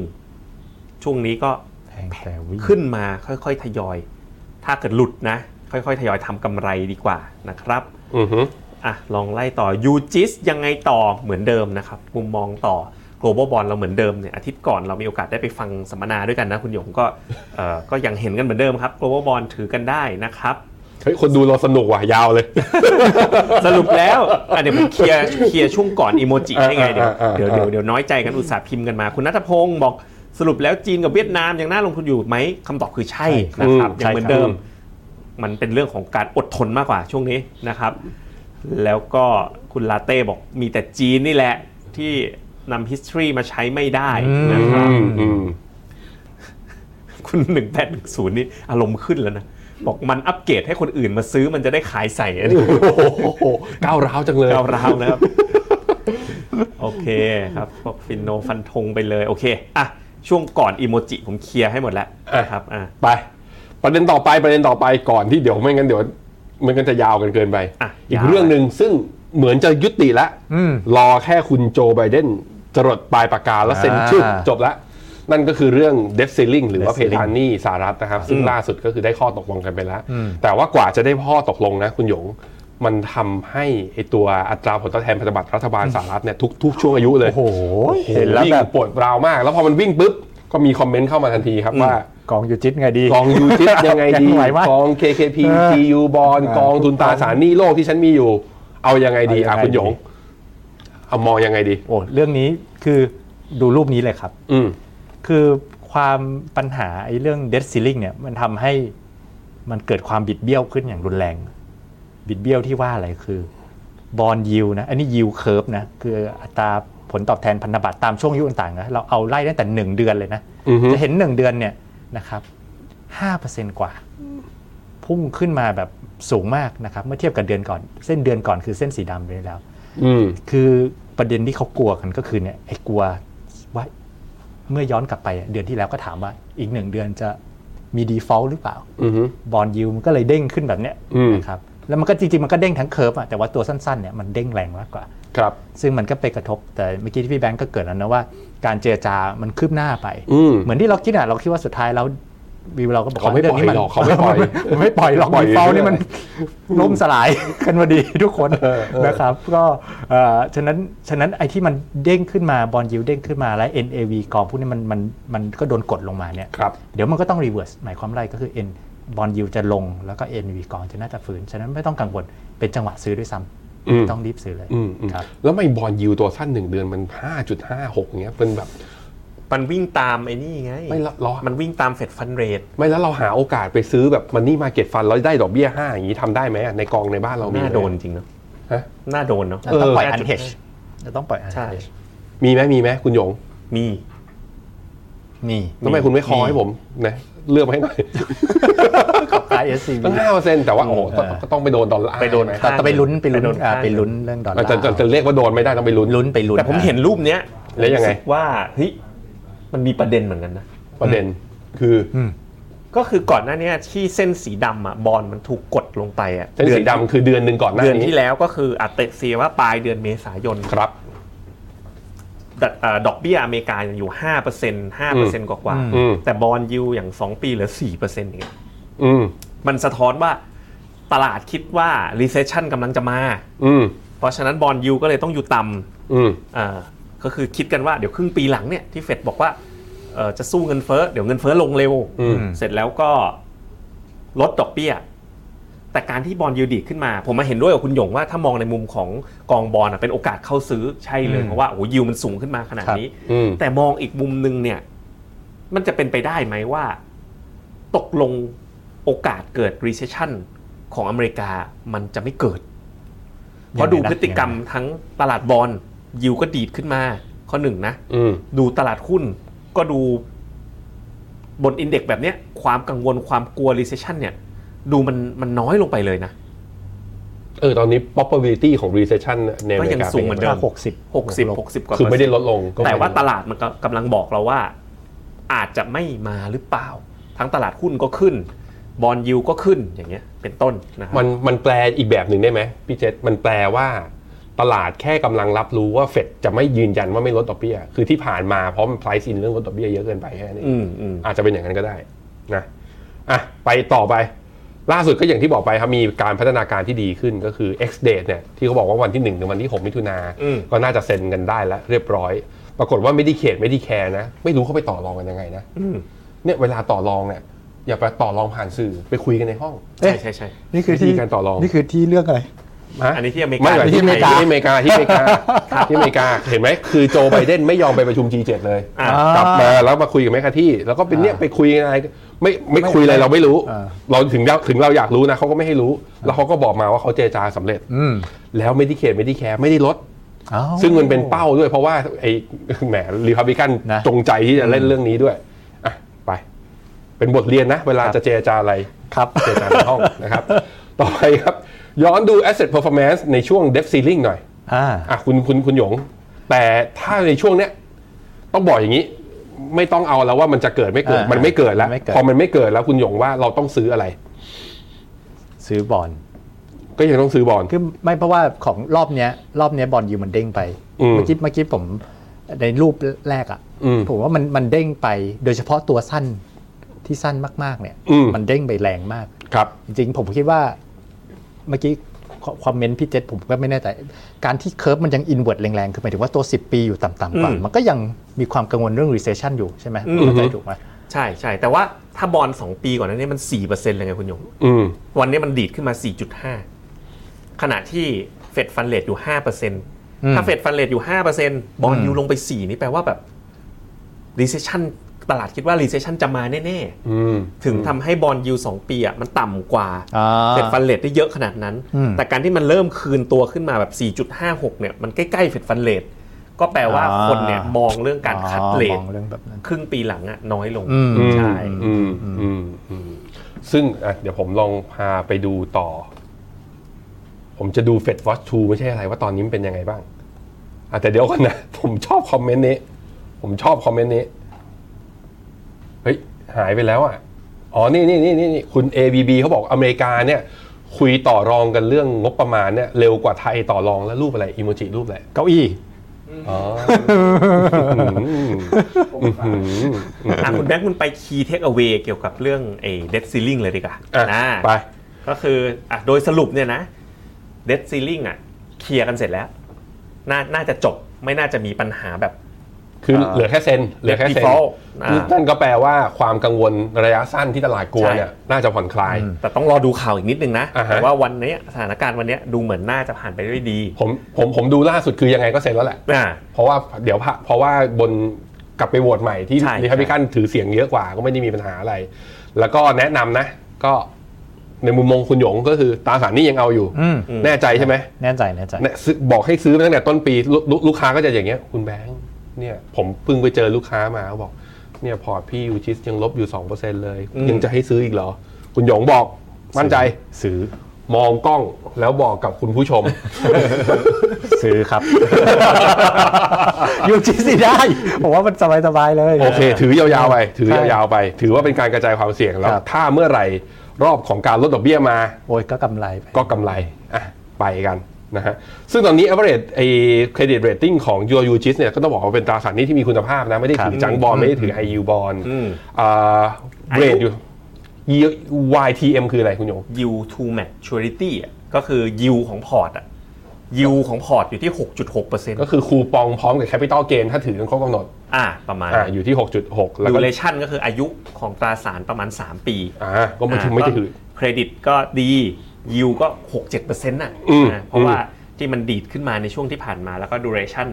Speaker 5: ช่วงนี้ก็
Speaker 2: แพงแต่วิ่ง
Speaker 5: ขึ้นมาค่อยๆ ทยอย ถ้าเกิดหลุดนะ ค่อยๆ ทยอยทำกำไรดีกว่านะครับ
Speaker 3: อือฮึ
Speaker 5: อ่ะ ลองไล่ต่อยูจิสยังไงต่อเหมือนเดิมนะครับ มุมมองต่อ global bond เราเหมือนเดิมเนี่ยอาทิตย์ก่อนเรามีโอกาสได้ไปฟังสัมมนาด้วยกันนะ คุณหยงก็เอ่อก็ยังเห็นกันเหมือนเดิมครับ global bond ถือกันได้นะครับ
Speaker 3: เฮ้ยคนดูเราสนุกว่ะยาวเลย
Speaker 5: สรุปแล้วอ่ะเดี๋ยวผมเคลียร์เคลียร์ช่วงก่อนอีโมจิได้ไงเดี๋ยว
Speaker 3: อ่าอ่าอ่า
Speaker 5: เดี๋ยวเดี๋ยวเดี๋ยวน้อยใจกันอุตส่าห์พิมพ์กันมา คุณนัทพงศ์บอกสรุปแล้วจีนกับเวียดนามยังน่าลงทุนอยู่ไหมคำตอบคือใช่นะครับยังเหมือนเดิม มันเป็นเรื่องของการอดทนมากกว่าช่วงนี้นะครับ แล้วก็คุณลาเต้บอกมีแต่จีนนี่แหละที่นำ history มาใช้ไม่ได้นะ
Speaker 3: อื
Speaker 5: ครับ
Speaker 3: มอืม
Speaker 5: คุณหนึ่งแปดหนึ่งศูนย์นี่อารมณ์ขึ้นแล้วนะ บอกมันอัปเกรดให้คนอื่นมาซื้อมันจะได้ขายใส่อันนี้
Speaker 3: โอ้โหก้าวร้าวจังเลย
Speaker 5: ก้าวร้าวนะครับ โอเคครับบอกฟินโนฟันธงไปเลยโอเคอ่ะช่วงก่อนอีโมจิผมเคลียร์ให้หมดแล้ว
Speaker 3: อ่ะ
Speaker 5: นะครับอ่ะ
Speaker 3: ไป ประเด็นต่อไปประเด็นต่อไปก่อนที่เดี๋ยวไม่งั้นเดี๋ยวมันก็จะยาวกันเกินไป
Speaker 5: ะ
Speaker 3: อีก
Speaker 5: ยาว
Speaker 3: เรื่องหนึ่งซึ่งเหมือนจะยุติละรอแค่คุณโจไบเดนจรดปลายปากกาแล้วเซ็นชื่อจบละนั่นก็คือเรื่อง debt ceiling หรือว่าเพดานหนี้สหรัฐนะครับ ซึ่งล่าสุดก็คือได้ข้อตกลงกันไปแล้ว แต่ว่ากว่าจะได้ข้อตกลงนะคุณหยง มันทำให้ไอตัวอัตราผลตอบแทนพันธบัตรรัฐบาลสหรัฐเนี่ยทุกทุกช่วงอายุเลย
Speaker 2: โอ้โห
Speaker 3: เห็
Speaker 2: เห็
Speaker 3: น
Speaker 2: น
Speaker 3: แล้
Speaker 2: แล้วว
Speaker 3: แบ
Speaker 2: แบบ บ
Speaker 3: ปวดร้าวมาก แล้วพอมันวิ่งปุ๊บ ก็มีคอมเมนต์เข้ามาทันทีครับว่าก
Speaker 2: องยูจิตไงดี
Speaker 3: กองยู ทิปยังไงดี
Speaker 2: ยังไหวไหม
Speaker 3: กอง KKP
Speaker 2: เออ
Speaker 3: GU บอลกองทุนตราสารหนี้โลกที่ฉันมีอยู่ เอายังไงดีอ่ะ
Speaker 2: เอายังไง
Speaker 3: คุณหยง เอามองยังไงดี
Speaker 2: โอ้เรื่องนี้คือดูรูปนี้เลยครับ
Speaker 3: อืม
Speaker 2: คือความปัญหาไอ้เรื่อง debt ceiling เนี่ยมันทำให้มันเกิดความบิดเบี้ยวขึ้นอย่างรุนแรง บิดเบี้ยวที่ว่าอะไรคือบอลยิวนะ อันนี้ยิวเคิร์ฟนะ คืออัตราผลตอบแทนพันธบัตรตามช่วงอายุต่างๆนะเราเอาไล่ตั้งแต่ 1 เดือนเลยนะ
Speaker 3: อือฮึ
Speaker 2: จะเห็น 1 เดือนเนี่ยนะครับ5%กว่า พุ่งขึ้นมาแบบสูงมากนะครับ เมื่อเทียบกับเดือนก่อน เส้นเดือนก่อนคือเส้นสีดำไปแล้ว
Speaker 3: อืม
Speaker 2: คือประเด็นที่เขากลัวกันก็คือเนี่ยไอ้กลัวว่าเมื่อย้อนกลับไปเดือนที่แล้วก็ถามว่าอีกหนึ่งเดือนจะมีดีฟอลต์หรือเปล่า
Speaker 3: อืม
Speaker 2: บอลยูมันก็เลยเด้งขึ้นแบบเนี้ย
Speaker 3: อืม
Speaker 2: นะครับแล้วมันก็จริงๆ มันก็เด้งทั้งเคิร์ฟอะแต่ว่าตัวสั้นๆเนี่ยมันเด้งแรงมากกว่า
Speaker 3: ครับ
Speaker 2: ซึ่งมันก็ไปกระทบแต่เมื่อกี้ที่พี่แบงก์ก็เกิดแล้วนะว่า การเจรจามันคืบหน้าไป
Speaker 3: อืม
Speaker 2: เหมือนที่เราคิดอะเราคิดว่าสุดท้ายแล้ววิวเราก็บอก
Speaker 3: เขา
Speaker 2: ว่า
Speaker 3: ไม่
Speaker 2: รื่องนี้
Speaker 3: ปล่อยหรอกเขาไม่ปล่อย
Speaker 2: มันไม่ปล่ อยหรอก
Speaker 3: ปล่อย
Speaker 2: ดีฟอลต์นี่มัน
Speaker 3: เรื่
Speaker 2: ล่มสลาย กันพอดีทุกคนนะครับ ก็เอ่อฉะนั้นฉะนั้นไอ้ที่มันเด้งขึ้นมาบอลยิวเด้งขึ้นมาและ NAV กองพวกนี้มันมันมันก็โดนกดลงมาเนี่ย
Speaker 3: ครับ
Speaker 2: เดี๋ยวมันก็ต้องรีเวิร์สหมายความอะไรก็คือ N บอลยิวจะลงแล้วก็ NAV กองจะน่าจะฟื้นฉะนั้นไม่ต้องกังวลเป็นจังหวะซื้อด้วยซ้
Speaker 3: อืม
Speaker 2: ำต้องรีบซื้อเลย
Speaker 3: อืมอืม
Speaker 2: ครับ
Speaker 3: แล้วไม่บอลยูตัวสั้นหนึ่งเดือนมัน 5.56อย่างเงี้ยเป็นแบบ
Speaker 5: มันวิ่งตามไอ้นี่ไง
Speaker 3: ไม่ละล้อ
Speaker 5: มันวิ่งตามเฟดฟันเรท
Speaker 3: ไม่แล้วเราหาโอกาสไปซื้อแบบมันนี่มาเก็ตฟันแล้วได้ดอกเบี้ยห้าอย่างงี้ทำได้ไหมอ่ะในกองในบ้านเรามี
Speaker 5: น่า
Speaker 3: ไหม
Speaker 5: โดนจริงเนาะ
Speaker 3: ฮะ
Speaker 5: น่าโดนเนาะ
Speaker 2: เราต้องปล่อย
Speaker 5: เออ
Speaker 2: อันเฮชเราต้องปล่อยอัน
Speaker 5: ใช่
Speaker 2: เฮช
Speaker 3: มีไหมมีไหมคุณหยง
Speaker 5: มี
Speaker 2: มี
Speaker 3: ทำไมคุณไม่คอให้ผมนะเลือกมา ให้หน่อย
Speaker 2: กับ ISCB
Speaker 3: ตั้งห้าเปอร์เซ็นต์แต่ว่าโอ้โหต้อง
Speaker 2: เออ
Speaker 3: ต้องไปโดนดอลลาร์
Speaker 5: ไปโดน
Speaker 3: ใช่หม
Speaker 2: แต่ไปลุ้นไปลุ้น
Speaker 5: โด
Speaker 2: อ่า
Speaker 5: ข้าง
Speaker 2: ไปลุ้นเรื่องดอลลา
Speaker 3: อาจจะจะจะ
Speaker 2: ร์
Speaker 3: เรียกว่าโดนไม่ได้ต้องไปลุ้น
Speaker 2: ลุ้นไปลุ้น
Speaker 5: แต่ผมเห็นรูปเนี้ย
Speaker 3: แล้วยังไง
Speaker 5: รู้สึกว่าเฮ้ยมันมีประเด็นเหมือนกันนะ
Speaker 3: ประเด็นคืออ
Speaker 5: ก็คือก่อนหน้าเนี้ยที่เส้นสีดำอ่ะบอลมันถูกกดลงไปอ่ะ
Speaker 3: เส้นสีดำคือเดือนหนึ่งก่อนหน้า
Speaker 5: เดือน
Speaker 3: นี้
Speaker 5: ที่แล้วก็คืออัตเตะเสียว่าปลายเดือนเมษายน
Speaker 3: ครับ
Speaker 5: ดอกเอ่อดอกเบี้ยอเมริกายังอยู่ห้าเปอร์เซ็นต์ห้าเปอร์เซ็นต์กว่าๆ
Speaker 3: อืม
Speaker 5: แต่บอลยูอย่างสองปีเหลือสี่เปอร์เซ็นต์อย่างเงี้ย
Speaker 3: อืม
Speaker 5: มันสะท้อนว่าตลาดคิดว่า recession กำลังจะมา
Speaker 3: อืม
Speaker 5: เพราะฉะนั้นบอลยูก็เลยต้องอยู่ต่
Speaker 3: อืม
Speaker 5: ำอ่าก็คือคิดกันว่าเดี๋ยวครึ่งปีหลังเนี่ยที่เฟดบอกว่าเอ่อจะสู้เงินเฟ้อเดี๋ยวเงินเฟ้อลงเร็ว
Speaker 3: อืม
Speaker 5: เสร็จแล้วก็ลดดอกเบี้ย แต่การที่บอลยูดีดขึ้นมา ผมมาเห็นด้วยกับคุณหยงว่าถ้ามองในมุมของกองบอลอะเป็นโอกาสเข้าซื้อใช่เลยเพราะว่าโอ้โหยิวมันสูงขึ้นมาขนาดนี้
Speaker 3: อืม
Speaker 5: แต่มองอีกมุมหนึ่งเนี่ย มันจะเป็นไปได้ไหมว่า ตกลงโอกาสเกิด recession ของอเมริกามันจะไม่เกิด เพราะดูพฤติกรรมทั้งตลาดบอลยิวก็ดีดขึ้นมา ข้อหนึ่งนะ
Speaker 3: อืม
Speaker 5: ดูตลาดหุ้นก็ดู บนอินเด็กซ์แบบเนี้ยความกังวลความกลัว recession เนี่ยดูมันมันน้อยลงไปเลยนะ
Speaker 3: เออตอนนี้ probability ของ recession ในอเม
Speaker 5: ก็ยั
Speaker 3: ริ
Speaker 5: ง
Speaker 3: กา
Speaker 5: สูงเหมือนเดิม
Speaker 3: ป็
Speaker 2: ถ้า
Speaker 3: ไ
Speaker 2: หกสิบ
Speaker 5: 60 60กว่า
Speaker 3: คือไม่ได้
Speaker 5: เป
Speaker 3: ล
Speaker 5: อร์
Speaker 3: ดลง
Speaker 5: เซ็นต์แต่ว่า
Speaker 3: ต
Speaker 5: ต
Speaker 3: ลาด
Speaker 5: ลาดมันก็กำลังบอกเราว่า อาจจะไม่มาหรือเปล่า ทั้งตลาดหุ้นก็ขึ้น บอลยูก็ขึ้นอย่างเงี้ยเป็นต้นนะครับ
Speaker 3: มันมันแปลอีกแบบหนึ่งได้ไหมพี่เจษมันแปลว่า ตลาดแค่กำลังรับรู้ว่าเฟดจะไม่ยืนยันว่าไม่ลดดอกเบี้ย คือที่ผ่านมาเพราะมัน price in เรื่องลดดอกเบี้ยเยอะเกินไปแค่นี้นเอง
Speaker 5: อืมอืม
Speaker 3: อาจจะเป็นอย่างนั้นก็ได้นะอ่ะไปต่อไป ล่าสุดก็อย่างที่บอกไปครับมีการพัฒนาการที่ดีขึ้นก็คือ X date เนี่ยที่เขาบอกว่าวันที่1ถึงวันที่ 6 มิถุนา
Speaker 5: อืม
Speaker 3: ก็น่าจะเซ็นกันได้แล้วเรียบร้อย ปรากฏว่าไม่ได้เขตไม่ได้แคร์นะ ไม่รู้เขาไปต่อรองกันยังไงนะ
Speaker 5: อืม
Speaker 3: เนี่ยเวลาต่อรองเนี่ยอย่าไปต่อรองผ่านสื่อไปคุยกันในห้อง
Speaker 5: ใช่ใช่ใช่
Speaker 2: นี่คือที่
Speaker 3: วิธีการต่อรอง
Speaker 2: นี่คือที่เรื่องอะไร
Speaker 3: ฮะ
Speaker 5: อันนี้ที่อเมริกา
Speaker 3: ไม่หรที่อเมริกาที่อเมริกาที่อเมริกาที่อเมริกาเห็นไหมคือโจไบเดนไม่ยอมไปประชุม G7 เลย
Speaker 5: อ่ะ
Speaker 2: อ่าก
Speaker 3: ลับมาแล้วมาคุยกับแม่คาที่ แล้วก็เป็นเนี่ยไปคุยอะไรไม่ไม่คุยอะไรเราไม่รู้
Speaker 2: อ่า
Speaker 3: เราถึงเราถึงเราอยากรู้นะเขาก็ไม่ให้รู้ แล้วเขาก็บอกมาว่าเขาเจรจาสำเร็จ
Speaker 2: อืม
Speaker 3: แล้วไม่ได้เขตไม่ได้แคร์ไม่ได้ลด
Speaker 2: อ้าว
Speaker 3: ซึ่งมันเป็นเป้าด้วยเพราะว่าไอ้ แหมรีพับลิกัน
Speaker 2: นะ
Speaker 3: จงใจที่จะเล่นเรื่องนี้ด้วยอ่ะไป เป็นบทเรียนนะ เวลาจะเจรจาอะไร
Speaker 2: ครับ
Speaker 3: เจรจาในห้องนะครับ ต่อไปครับ ย้อนดู asset performance ในช่วง debt ceiling หน่อย
Speaker 2: อ่า
Speaker 3: อ่ะคุณคุณคุณหยง แต่ถ้าในช่วงเนี้ยต้องบอกอย่างนี้ ไม่ต้องเอาแล้วว่ามันจะเกิดไม่เกิด
Speaker 2: อ่ามั
Speaker 3: มันไม่เกิดแล้ว
Speaker 2: ไม่เกิด
Speaker 3: พอมันไม่เกิดแล้วคุณหยงว่าเราต้องซื้ออะไร
Speaker 2: ซื้อบอล
Speaker 3: ก็ยังต้องซื้อบอล
Speaker 2: คือไม่เพราะว่าของรอบเนี้ย รอบเนี้ยบอลยูมันเด้งไป
Speaker 3: อืม
Speaker 2: เมื่อกี้เมื่อกี้ผมในรูปแรกอ่ะ
Speaker 3: อืม
Speaker 2: ผมว่ามันมันเด้งไป โดยเฉพาะตัวสั้นที่สั้นมากๆเนี่ย
Speaker 3: อืม
Speaker 2: มันเด้งไปแรงมาก
Speaker 3: ครับ
Speaker 2: จริงๆผมคิดว่าเมื่อกี้คอมเมนต์พี่เจษผมก็ไม่แน่ใจ การที่เคิร์ฟมันยังอินเว t ร์แรงๆ คือหมายถึงว่าตัว 10 ปีอยู่ต่ำๆกว่า
Speaker 5: อืม
Speaker 2: มันก็ยังมีความกังวลเรื่อง recession อยู่ใช่ไหม
Speaker 5: อืม
Speaker 2: เข้าใจถูกไหม
Speaker 5: ใช่ใช่แต่ว่าถ้าบอลสองปีก่อนหนั้านนี่มันสี่เปอร์เซ็นต์เลยไงคุณหยง
Speaker 3: อืม
Speaker 5: วันนี้มันดีดขึ้นมา 4.5 ขณะที่เฟดฟันเลทอยู่ 5%ถ้าเฟดฟันเลทอยู่ 5%บอลยูลงไป 4 นี่แปลว่าแบบ recession ตลาดคิดว่า recession จะมาแน่
Speaker 3: อืม
Speaker 5: ๆ ถึงทำให้บอลยู2ปีอ่ะมันต่ำกว่า
Speaker 2: อ่า
Speaker 5: เฟดฟันเลทได้เยอะขนาดนั้น
Speaker 2: อืม
Speaker 5: แต่การที่มันเริ่มคืนตัวขึ้นมาแบบ 4.56 เนี่ย มันใกล้ๆเฟดฟันเลทก็แปลว่า
Speaker 2: อ่า
Speaker 5: คนเนี่ยมองเรื่องการคัดเล
Speaker 2: อ๋อ
Speaker 5: ท
Speaker 2: มองเรื่องแบบนั้น
Speaker 5: ครึ่งปีหลังอ่ะน้อยลง
Speaker 2: อืม
Speaker 5: ใช่
Speaker 3: อืมอืมอืมซึ่งอ่ะเดี๋ยวผมลองพาไปดูต่อ ผมจะดู Fed Watch 2 ไม่ใช่อะไรว่าตอนนี้มันเป็นยังไงบ้างอ่ะแต่เดี๋ยวก่อนนะ ผมชอบคอมเมนต์นี้ ผมชอบคอมเมนต์นี้ เฮ้ย หายไปแล้วอ่ะ อ๋อ นี่นี่นี่นี่คุณ ABB เขาบอกอเมริกาเนี่ย คุยต่อรองกันเรื่องงบประมาณเนี่ยเร็วกว่าไทยต่อรองแล้วรูปอะไรอิโมจิรูปอะไร
Speaker 2: เก้าอี้
Speaker 3: อ๋ออืมอืมอืม
Speaker 5: อ่ะคุณแบงค์คุณไปคีย์เทคเอา a y เกี่ยวกับเรื่องไอ้เด c ซีลิงเลยดีกว่า
Speaker 3: อ่ะ
Speaker 5: นะ
Speaker 3: ไป
Speaker 5: ก็คืออ่ะโดยสรุปเนี่ยนะเด c ซีลิงอ่ะเคลียร์กันเสร็จแล้ว น่าน่าจะจบไม่น่าจะมีปัญหาแบบ
Speaker 3: คือเหลือแค่เซ็นเหลือแค่เซ็น
Speaker 5: default อ่า
Speaker 3: นั่นก็แปลว่าความกังวลระยะสั้นที่ตลาดกลัวเนี่ย
Speaker 5: ใช่
Speaker 3: น่าจะผ่อนคลาย
Speaker 5: แต่ต้องรอดูข่าวอีกนิดนึงนะ
Speaker 3: อ่าฮะ
Speaker 5: แต่ว่าวันเนี้ยสถานการณ์วันเนี้ยดูเหมือนน่าจะผ่านไปด้วยดี
Speaker 3: ผมผมผมดูล่าสุดคือยังไงก็เซ็นแล้วแหละ
Speaker 5: อ่า
Speaker 3: เพราะว่าเดี๋ยวพะเพราะว่าบนกลับไปโหวตใหม่ที่
Speaker 5: ใช่
Speaker 3: รีพับลิกันถือเสียงเยอะกว่าก็ไม่ได้มีปัญหาอะไร แล้วก็แนะนำนะ ก็ในมุมมองคุณหยงก็คือตราสารหนี้ยังเอาอยู่
Speaker 2: อืม
Speaker 3: แน่ใจใช่ไหม
Speaker 2: แน่ใจแน่ใจ
Speaker 3: เนี่ยซื้อบอกให้ซื้อมาตั้งแต่ต้นปีลูกลูกลูกค้าก็จะอย่างเงี้ยคุณแบงค์เนี่ยผมเพิ่งไปเจอลูกค้ามาเขาบอกเนี่ยพอร์ตพี่ยูชิสยังลบอยู่ 2%เลย ยังจะให้ซื้ออีกเหรอ คุณหยงบอกมั่นใจ
Speaker 2: ซื้อ
Speaker 3: มองกล้องแล้วบอกกับคุณผู้ช ม
Speaker 2: ซื้อ ครับ อยู่จีสิได้ ผมว่ามันสบายสบายๆเลย
Speaker 3: โอเค ถือยาวๆไป ถือยาวๆไป ถือว่าเป็นการกระจายความเสี่ยงแล้ว
Speaker 2: ครับ
Speaker 3: ถ้าเมื่อไหร่รอบของการลดดอกเบี้ยมา
Speaker 2: โอ้ยก็กำไรไป
Speaker 3: ก็กำไร อ่ะ ไปกันนะฮะ ซึ่งตอนนี้ average ไอ้ credit rating ของ your u g i s เนี่ย ก็ต้องบอกว่าเป็นตราสารหนี้ที่มีคุณภาพนะ ไม่ได้ถือจังบอลไม่ได้ถือ i u บอลอ่าเรทอยู่ Yield- YTM คืออะไรคุณโยง
Speaker 5: yield to maturity อ่ะก็คือ yield ของพอร์ตอ่ะ yield ของพอร์ตอยู่ที่ 6.6%
Speaker 3: ก็คือคูปองพร้อมกับ capital gain ถ้าถือกันครบกำหนด
Speaker 5: อ่าประมาณ
Speaker 3: อ่า
Speaker 5: นั้น
Speaker 3: อยู่ที่ 6.6 แล้วก็
Speaker 5: duration ก็คืออายุของตราสารประมาณ 3 ปี
Speaker 3: อ่า ก็ไม่ถือไม่ถือ
Speaker 5: เครดิตก็ดียิวก็ 6 7เปอร์เซ็นต์น่ะ
Speaker 3: อืม
Speaker 5: นะเพราะว่าที่มันดีดขึ้นมาในช่วงที่ผ่านมาแล้วก็ดูเรชั่น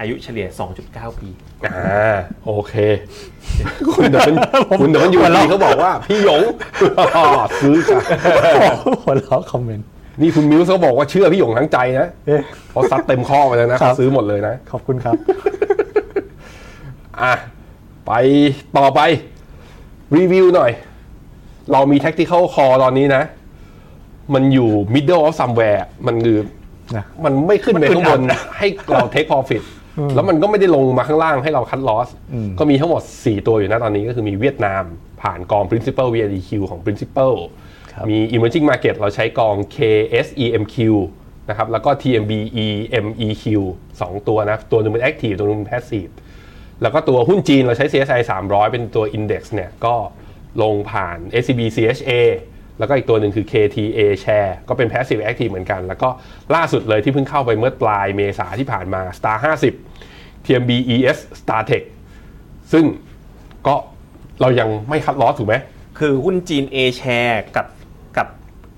Speaker 5: อายุเฉลี่ย 2.9 ปี
Speaker 3: อ่า โอเค คุณเดินคุณเดินอยู่ดีเขาบอกว่า พี่ หยงอ๋อซื้อค่ะ
Speaker 2: หัวเราะคอมเมนต์
Speaker 3: นี่คุณมิวส์เขาบอกว่าเชื่อพี่หยงทั้งใจนะ
Speaker 2: เอ๊ะ
Speaker 3: เขาซัดเต็มข้อไปแล้วนะครับ เขาซื้อหมดเลยนะ
Speaker 2: ขอบคุณครับ
Speaker 3: อ่ะ ไปต่อไป รีวิวหน่อย เรามี tactical call ตอนนี้นะ มันอยู่ middle of somewhere มันคือ
Speaker 2: นะ
Speaker 3: มันไม่ขึ้นไปข้างบนให้เรา take profit แล้วมันก็ไม่ได้ลงมาข้างล่างให้เรา cut loss ก็มีทั้งหมด 4 ตัวอยู่นะตอนนี้ก็คือมีเวียดนามผ่านกอง principal VIDQ ของ principal มี emerging market เราใช้กอง KSEMQ นะครับแล้วก็ TMB EMEQ สองตัวนะ ตัวหนึงเป็น active ตัวหนึงเป็น passive แล้วก็ตัวหุ้นจีนเราใช้ CSI 300 เป็นตัว Index เนี่ยก็ลงผ่าน SCB CHA แล้วก็อีกตัวหนึ่งคือ KTA Share ก็เป็น Passive Active เหมือนกัน แล้วก็ล่าสุดเลยที่เพิ่งเข้าไปเมื่อปลายเมษาที่ผ่านมา Star 50 TMB ES Star Tech ซึ่งก็เรายังไม่คัดลอสถูกไหม
Speaker 5: คือหุ้นจีน A share กับกับ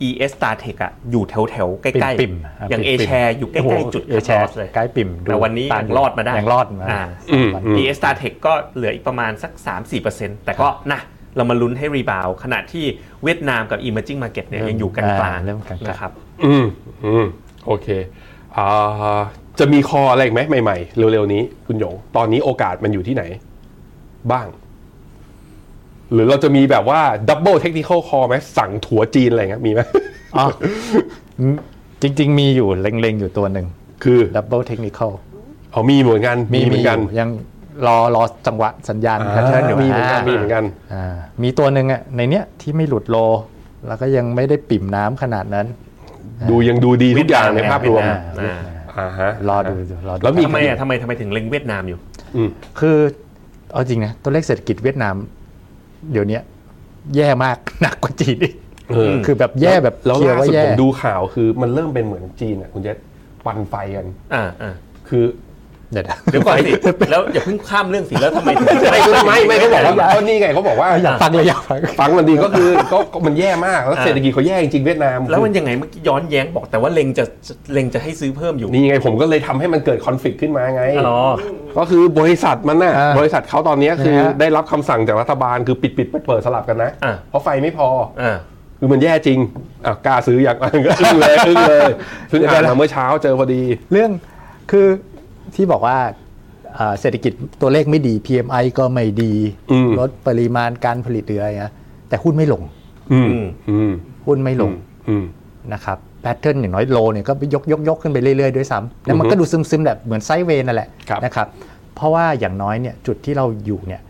Speaker 5: ES Star Tech อะอยู่แถวแถวๆใกล้
Speaker 2: ปิ่มๆ
Speaker 5: ๆ
Speaker 2: อ่ะ
Speaker 5: อย่าง
Speaker 2: ปิ่
Speaker 5: A
Speaker 2: มๆ
Speaker 5: share อยู่ใกล้ๆจุด
Speaker 2: เอแชร์
Speaker 5: คัดลอสเลย
Speaker 2: ใกล้ปิ่ม
Speaker 5: แต่วันนี้
Speaker 2: ตา
Speaker 5: ยังรอดมาได้
Speaker 2: ยังรอดมา
Speaker 5: อ่า
Speaker 3: อืมอืม
Speaker 5: ES Star Tech ก็เหลืออีกประมาณสัก 3-4%แต่ก็นะเรามาลุ้นให้รีบาวด์ขณะที่เวียดนามกับ Emerging Market เนี่ยยังอยู่กลาง
Speaker 2: อ่าเริ่มกลางๆ
Speaker 5: นะครับ
Speaker 3: อืมอืมโอเคอ่าจะมีคออะไรอีกไหมใหม่ๆ เร็วๆนี้คุณหยง ตอนนี้โอกาสมันอยู่ที่ไหน บ้าง หรือเราจะมีแบบว่าดับเบิลเทคนิคอลคอไหมสั่งถั่วจีนอะไรเงี้ยมีไหม
Speaker 2: อ๋ออืมจริง ๆ มีอยู่เล็งๆอยู่ตัวหนึ่ง
Speaker 3: คือ
Speaker 2: ดับเบิลเทคนิคอล
Speaker 3: เอามีเหมือนกันเหมือนกัน
Speaker 2: ยังรอรอจังหวะสัญญาณแพทเทิร์นอยู่
Speaker 3: มีเหมือนกันมีเหมือนกัน
Speaker 2: อ่ามีตัวหนึ่งอ่ะในเนี้ยที่ไม่หลุดโล แล้วก็ยังไม่ได้ปิ่มน้ำขนาดนั้น
Speaker 3: ดูยังดูดีทุกอย่างในภาพรวม
Speaker 2: อ่า
Speaker 5: อ่า
Speaker 3: อ่าฮะ
Speaker 2: รอดูอยู่รอดู
Speaker 3: แล้วมี
Speaker 5: ทำไมอ่ะทำไมทำไมถึงเล็งเวียดนามอยู่
Speaker 3: อืม
Speaker 2: คือเอาจริงนะตัวเลขเศรษฐกิจเวียดนาม เดี๋ยวเนี้ยแย่มาก หนักกว่าจีนอีก
Speaker 3: เออ
Speaker 2: คือแบบแย่แบบ
Speaker 3: แล้ว
Speaker 2: เคลียร์
Speaker 3: ล่า
Speaker 2: ว่า
Speaker 3: สุด
Speaker 2: แย่
Speaker 3: ผมดูข่าวคือมันเริ่มเป็นเหมือนจีนอ่ะคุณเจษปันไฟกัน
Speaker 5: อ่าอ่า
Speaker 3: คือ
Speaker 2: เดี๋ยวนะ
Speaker 5: เดี๋ยวก่อนสิ แล้วอย่าเพิ่งข้ามเรื่องสิแล้วทำไมถึง
Speaker 3: ไม่ไม่ไม่เขาบอกว่าก็นี่ไงเขาบอกว่า
Speaker 2: อยากฟังเลยอยากฟัง
Speaker 3: ฟังมันดีก็คือก็ก็มันแย่มากแล้วเศรษฐกิจเขาแย่จริงๆเวียดนาม
Speaker 5: แล้วมันยังไงเมื่อกี้ย้อนแย้งบอกแต่ว่าเล็งจะเล็งจะให้ซื้อเพิ่มอยู่
Speaker 3: นี่ไงผมก็เลยทำให้มันเกิดคอนฟ lict ขึ้นมาไง
Speaker 5: อ๋อ
Speaker 3: ก็คือบริษัทมันน่ะ
Speaker 2: อ่า
Speaker 3: บริษัทเขาตอนเนี้ยคือ
Speaker 2: นะฮะ
Speaker 3: ได้รับคำสั่งจากรัฐบาลคือปิดปิดเปิดเปิดสลับกันนะ
Speaker 5: อ่ะ
Speaker 3: เพราะไฟไม่พอ
Speaker 5: อ่า
Speaker 3: คือมันแย่จริงอ่ะกล้าซื้ออยาก อึ้ง เลยอึ้งเลยเพิ่งอ่านมาเมื่อเช้าเจอพอดี
Speaker 2: เรื่องคือที่บอกว่าเอ่อเศรษฐกิจตัวเลขไม่ดี PMI ก็ไม่ดี
Speaker 3: อืม
Speaker 2: ลดปริมาณการผลิตหรืออะไรนะแต่หุ้นไม่ลง
Speaker 3: อืมอืม
Speaker 2: หุ้นไม่ลง
Speaker 3: อืม
Speaker 2: นะครับแพทเทิร์นอย่างน้อยโลเนี่ยก็ยกยกยกขึ้นไปเรื่อยๆ ด้วยซ้ำแล้วมันก็ดูซึมๆแบบเหมือนไซด์เวย์นั่นแหละ
Speaker 3: ครับ
Speaker 2: นะครับเพราะว่าอย่างน้อยเนี่ยจุดที่เราอยู่เนี่ย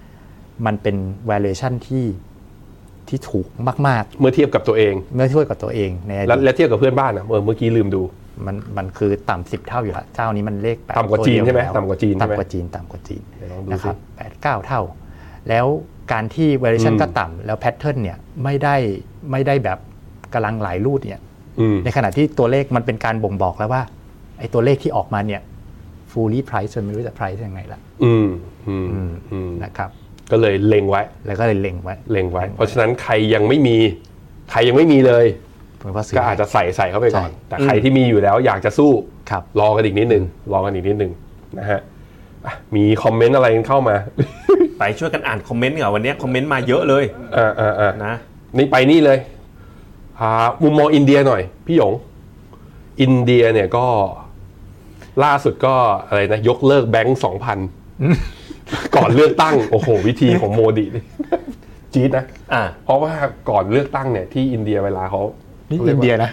Speaker 2: มันเป็น valuation ที่ที่ถูกมาก
Speaker 3: เมื่อเทียบกับตัวเอง
Speaker 2: ๆ เมื่อเช่วยกับตัวเองในอ
Speaker 3: และ
Speaker 2: ดีต
Speaker 3: และเทียบกับเพื่อนบ้านนะเออเมื่อกี้ลืมดู
Speaker 2: มันมันคือต่ำสิบเท่าอยู่ละเจ้านี้มันเลขแปด
Speaker 3: ต่ำกว่า
Speaker 2: ตั
Speaker 3: จีน
Speaker 2: เดีย
Speaker 3: ใช่ไหม
Speaker 2: แล้
Speaker 3: ต่ำกว่าจีนใช่ไหม
Speaker 2: ต่ำกว่าจีนต่ำกว่าจีน
Speaker 3: เดี๋ยวลองดู
Speaker 2: นะค
Speaker 3: สิ
Speaker 2: รับแปดเก้าเท่า แล้วการที่ variation
Speaker 3: อืม
Speaker 2: ก็ต่ำแล้ว pattern เนี่ยไม่ได้ไม่ได้แบบกำลังไหลรูดเนี่ย
Speaker 3: อืม
Speaker 2: ในขณะที่ตัวเลขมันเป็นการบ่งบอกแล้วว่า ไอ้ตัวเลขที่ออกมาเนี่ย fully price จนไม่รู้จะ price ยังไงละ
Speaker 3: อืมอืมอืม
Speaker 2: นะครับ
Speaker 3: ก็เลยเล็งไว้
Speaker 2: แล้วก็เลยเล็งไว้
Speaker 3: เล็งไว้ เพราะฉะนั้นใครยังไม่มี ใครยังไม่มีเลย
Speaker 2: ผมว่าซื้
Speaker 3: ก็อาจจะใส่ใส่เข้าไปก่อน
Speaker 2: ใช่
Speaker 3: แต่ใครที่มีอยู่แล้วอยากจะสู้
Speaker 2: ครับ
Speaker 3: รอกันอีกนิดนึง รอกันอีกนิดนึงนะฮะอ่ะมีคอมเมนต์อะไรกันเข้ามา
Speaker 5: ไปช่วยกันอ่านคอมเมนต์เหรอวันเนี้ยคอมเมนต์มาเยอะเลย
Speaker 3: อ่าอ่าอ่า
Speaker 5: นะ
Speaker 3: นี่ไปนี่เลยหามุมมองอินเดียหน่อย พี่หยง อินเดียเนี่ยก็ ล่าสุดก็อะไรนะ ยกเลิกแบงค์สอง พันก่อนเลือกตั้ง โอ้โห วิธีของโมดินี่ จี๊ดนะ
Speaker 5: อ่า
Speaker 3: เพราะว่าก่อนเลือกตั้งเนี่ยที่อินเดียเวลาเขา
Speaker 2: นี่อินเดียนะ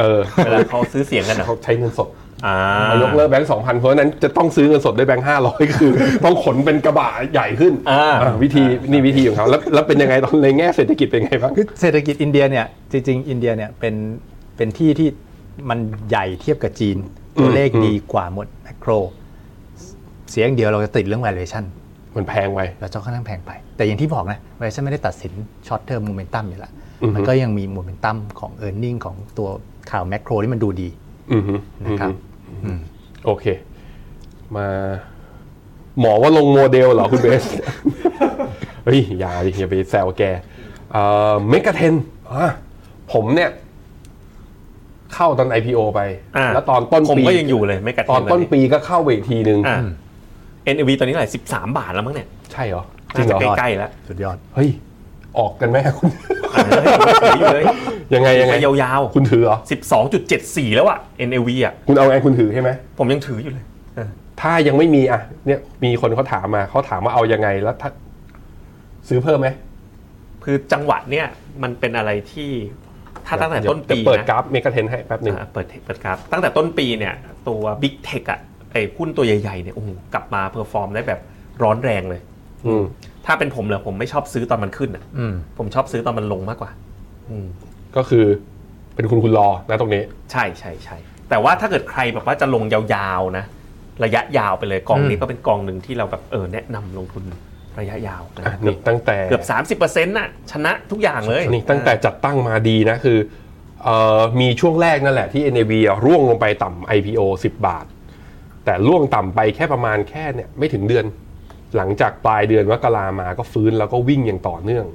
Speaker 3: เออ
Speaker 5: เวลาเขาซื้อเสียงกันเหรอ
Speaker 3: เขาใช้เงินสด
Speaker 5: อ่า
Speaker 3: เขายกเลิกแบงค์สองพันเพราะฉะนั้นจะต้องซื้อเงินสดด้วยแบงค์ห้าร้อยคือ ต้องขนเป็นกระบะใหญ่ขึ้น
Speaker 5: อ่า
Speaker 3: อ่าวิธีนี่วิธีของเขาแล้วแล้วเป็นยังไงตอนในแง่เศรษฐกิจเป็นไงบ้าง
Speaker 2: คือเศรษฐกิจอินเดียเนี่ยจริงๆ อินเดียเนี่ยเป็นเป็นที่ที่มันใหญ่เทียบกับจีน ตัวเลข
Speaker 3: อืม
Speaker 2: ดีกว่าหมดแมคโคร เสียงเดียวเราจะติดเรื่อง valuation
Speaker 3: มันแพงไป
Speaker 2: เราจะค่อนข้างแพงไป แต่อย่างที่บอกนะ valuation ไม่ได้ตัดสินช็อตเทอมโมเมนตัมอยู่ละ
Speaker 3: อือฮึ
Speaker 2: มันก็ยังมีโมเมนตัมของ e a r n i n g ของตัวข่าวแมคโครที่มันดูดี
Speaker 3: อือฮึอือ
Speaker 2: นะครับ
Speaker 3: ฮึโอเค มา หมอว่าลงโมเดลเหรอคุณเบ ส เฮ้ยอย่าดิอย่าไปแซวแกเอ่อเมกะเทนอ่ะผมเนี่ย เข้าตอน IPO ไป
Speaker 5: อ่า
Speaker 3: แล้วตอนต้น
Speaker 5: ผม
Speaker 3: ปี
Speaker 5: ก็ยังอยู่เลยไม่กัด
Speaker 3: ตอน
Speaker 5: ทิ้งเลย
Speaker 3: ต้นปีก็เข้าไปอีกทีนึง
Speaker 5: อ่า NAV ตอนนี้เท่าไหร่13 บาทแล้วมั้งเนี่ย
Speaker 3: ใช่เหรอจริ
Speaker 5: น่าง
Speaker 3: เห
Speaker 5: จะ
Speaker 3: รอ
Speaker 5: ใกล้ๆแล้ว
Speaker 2: สุดยอด
Speaker 3: เฮ้ย ออกกันไหมคุณ
Speaker 5: ถืออยู่เลย
Speaker 3: ยังไงยังไง
Speaker 5: ปยาว
Speaker 3: คุณถือเหรอ
Speaker 5: ๆ12.74 แล้วอ่ะ NAV อ่ะ
Speaker 3: คุณเอาไงคุณถือใช่ไหม
Speaker 5: ผมยังถืออยู่เลย
Speaker 3: ถ้ายังไม่มีอ่ะ เนี่ย มีคนเขาถามมาเขาถามว่าเอายังไงแล้วถ้าซื้อเพิ่มไหม
Speaker 5: คือจังหวะเนี่ยมันเป็นอะไรที่ถ้าตั้งแต่ต้นปี
Speaker 3: เดี๋ยวเปิด
Speaker 5: นะ
Speaker 3: กราฟเมกะเทรนให้แป๊บหนึ่ง
Speaker 5: อ่าเปิดเทคเปิดครับ ตั้งแต่ต้นปีเนี่ย ตัว Big Tech อ่ะไอ้หุ้นตัวใหญ่ๆเนี่ยโอ้โหกลับมาเพอร์ฟอร์มได้แบบร้อนแรงเลย
Speaker 3: อืม
Speaker 5: ถ้าเป็นผมเหรอผมไม่ชอบซื้อตอนมันขึ้นอ่ะผมชอบซื้อตอนมันลงมากกว่า อืม
Speaker 3: ก็คือเป็นคุณคุณรอนะตรงนี้
Speaker 5: ใช่ใช่ใช่แต่ว่าถ้าเกิดใครแบบว่าจะลงยาวๆนะ ระยะยาวไปเลยกองนี้ก็เป็นกองหนึ่งที่เราแบบเออแนะนำลงทุนระยะยาวนะ
Speaker 3: อ่ะนี่ตั้งแต่
Speaker 5: เกือบ 30%น่ะชนะทุกอย่างเลย
Speaker 3: นี่ตั้งแต่จัดตั้งมาดีนะคือเอ่อมีช่วงแรกนั่นแหละที่ NAV อ่ะร่วงลงไปต่ำ IPO 10 บาท แต่ร่วงต่ำไปแค่ประมาณแค่เนี่ยไม่ถึงเดือน หลังจากปลายเดือนว่ากรามาก็ฟื้นแล้วก็วิ่งอย่างต่อเนื่อง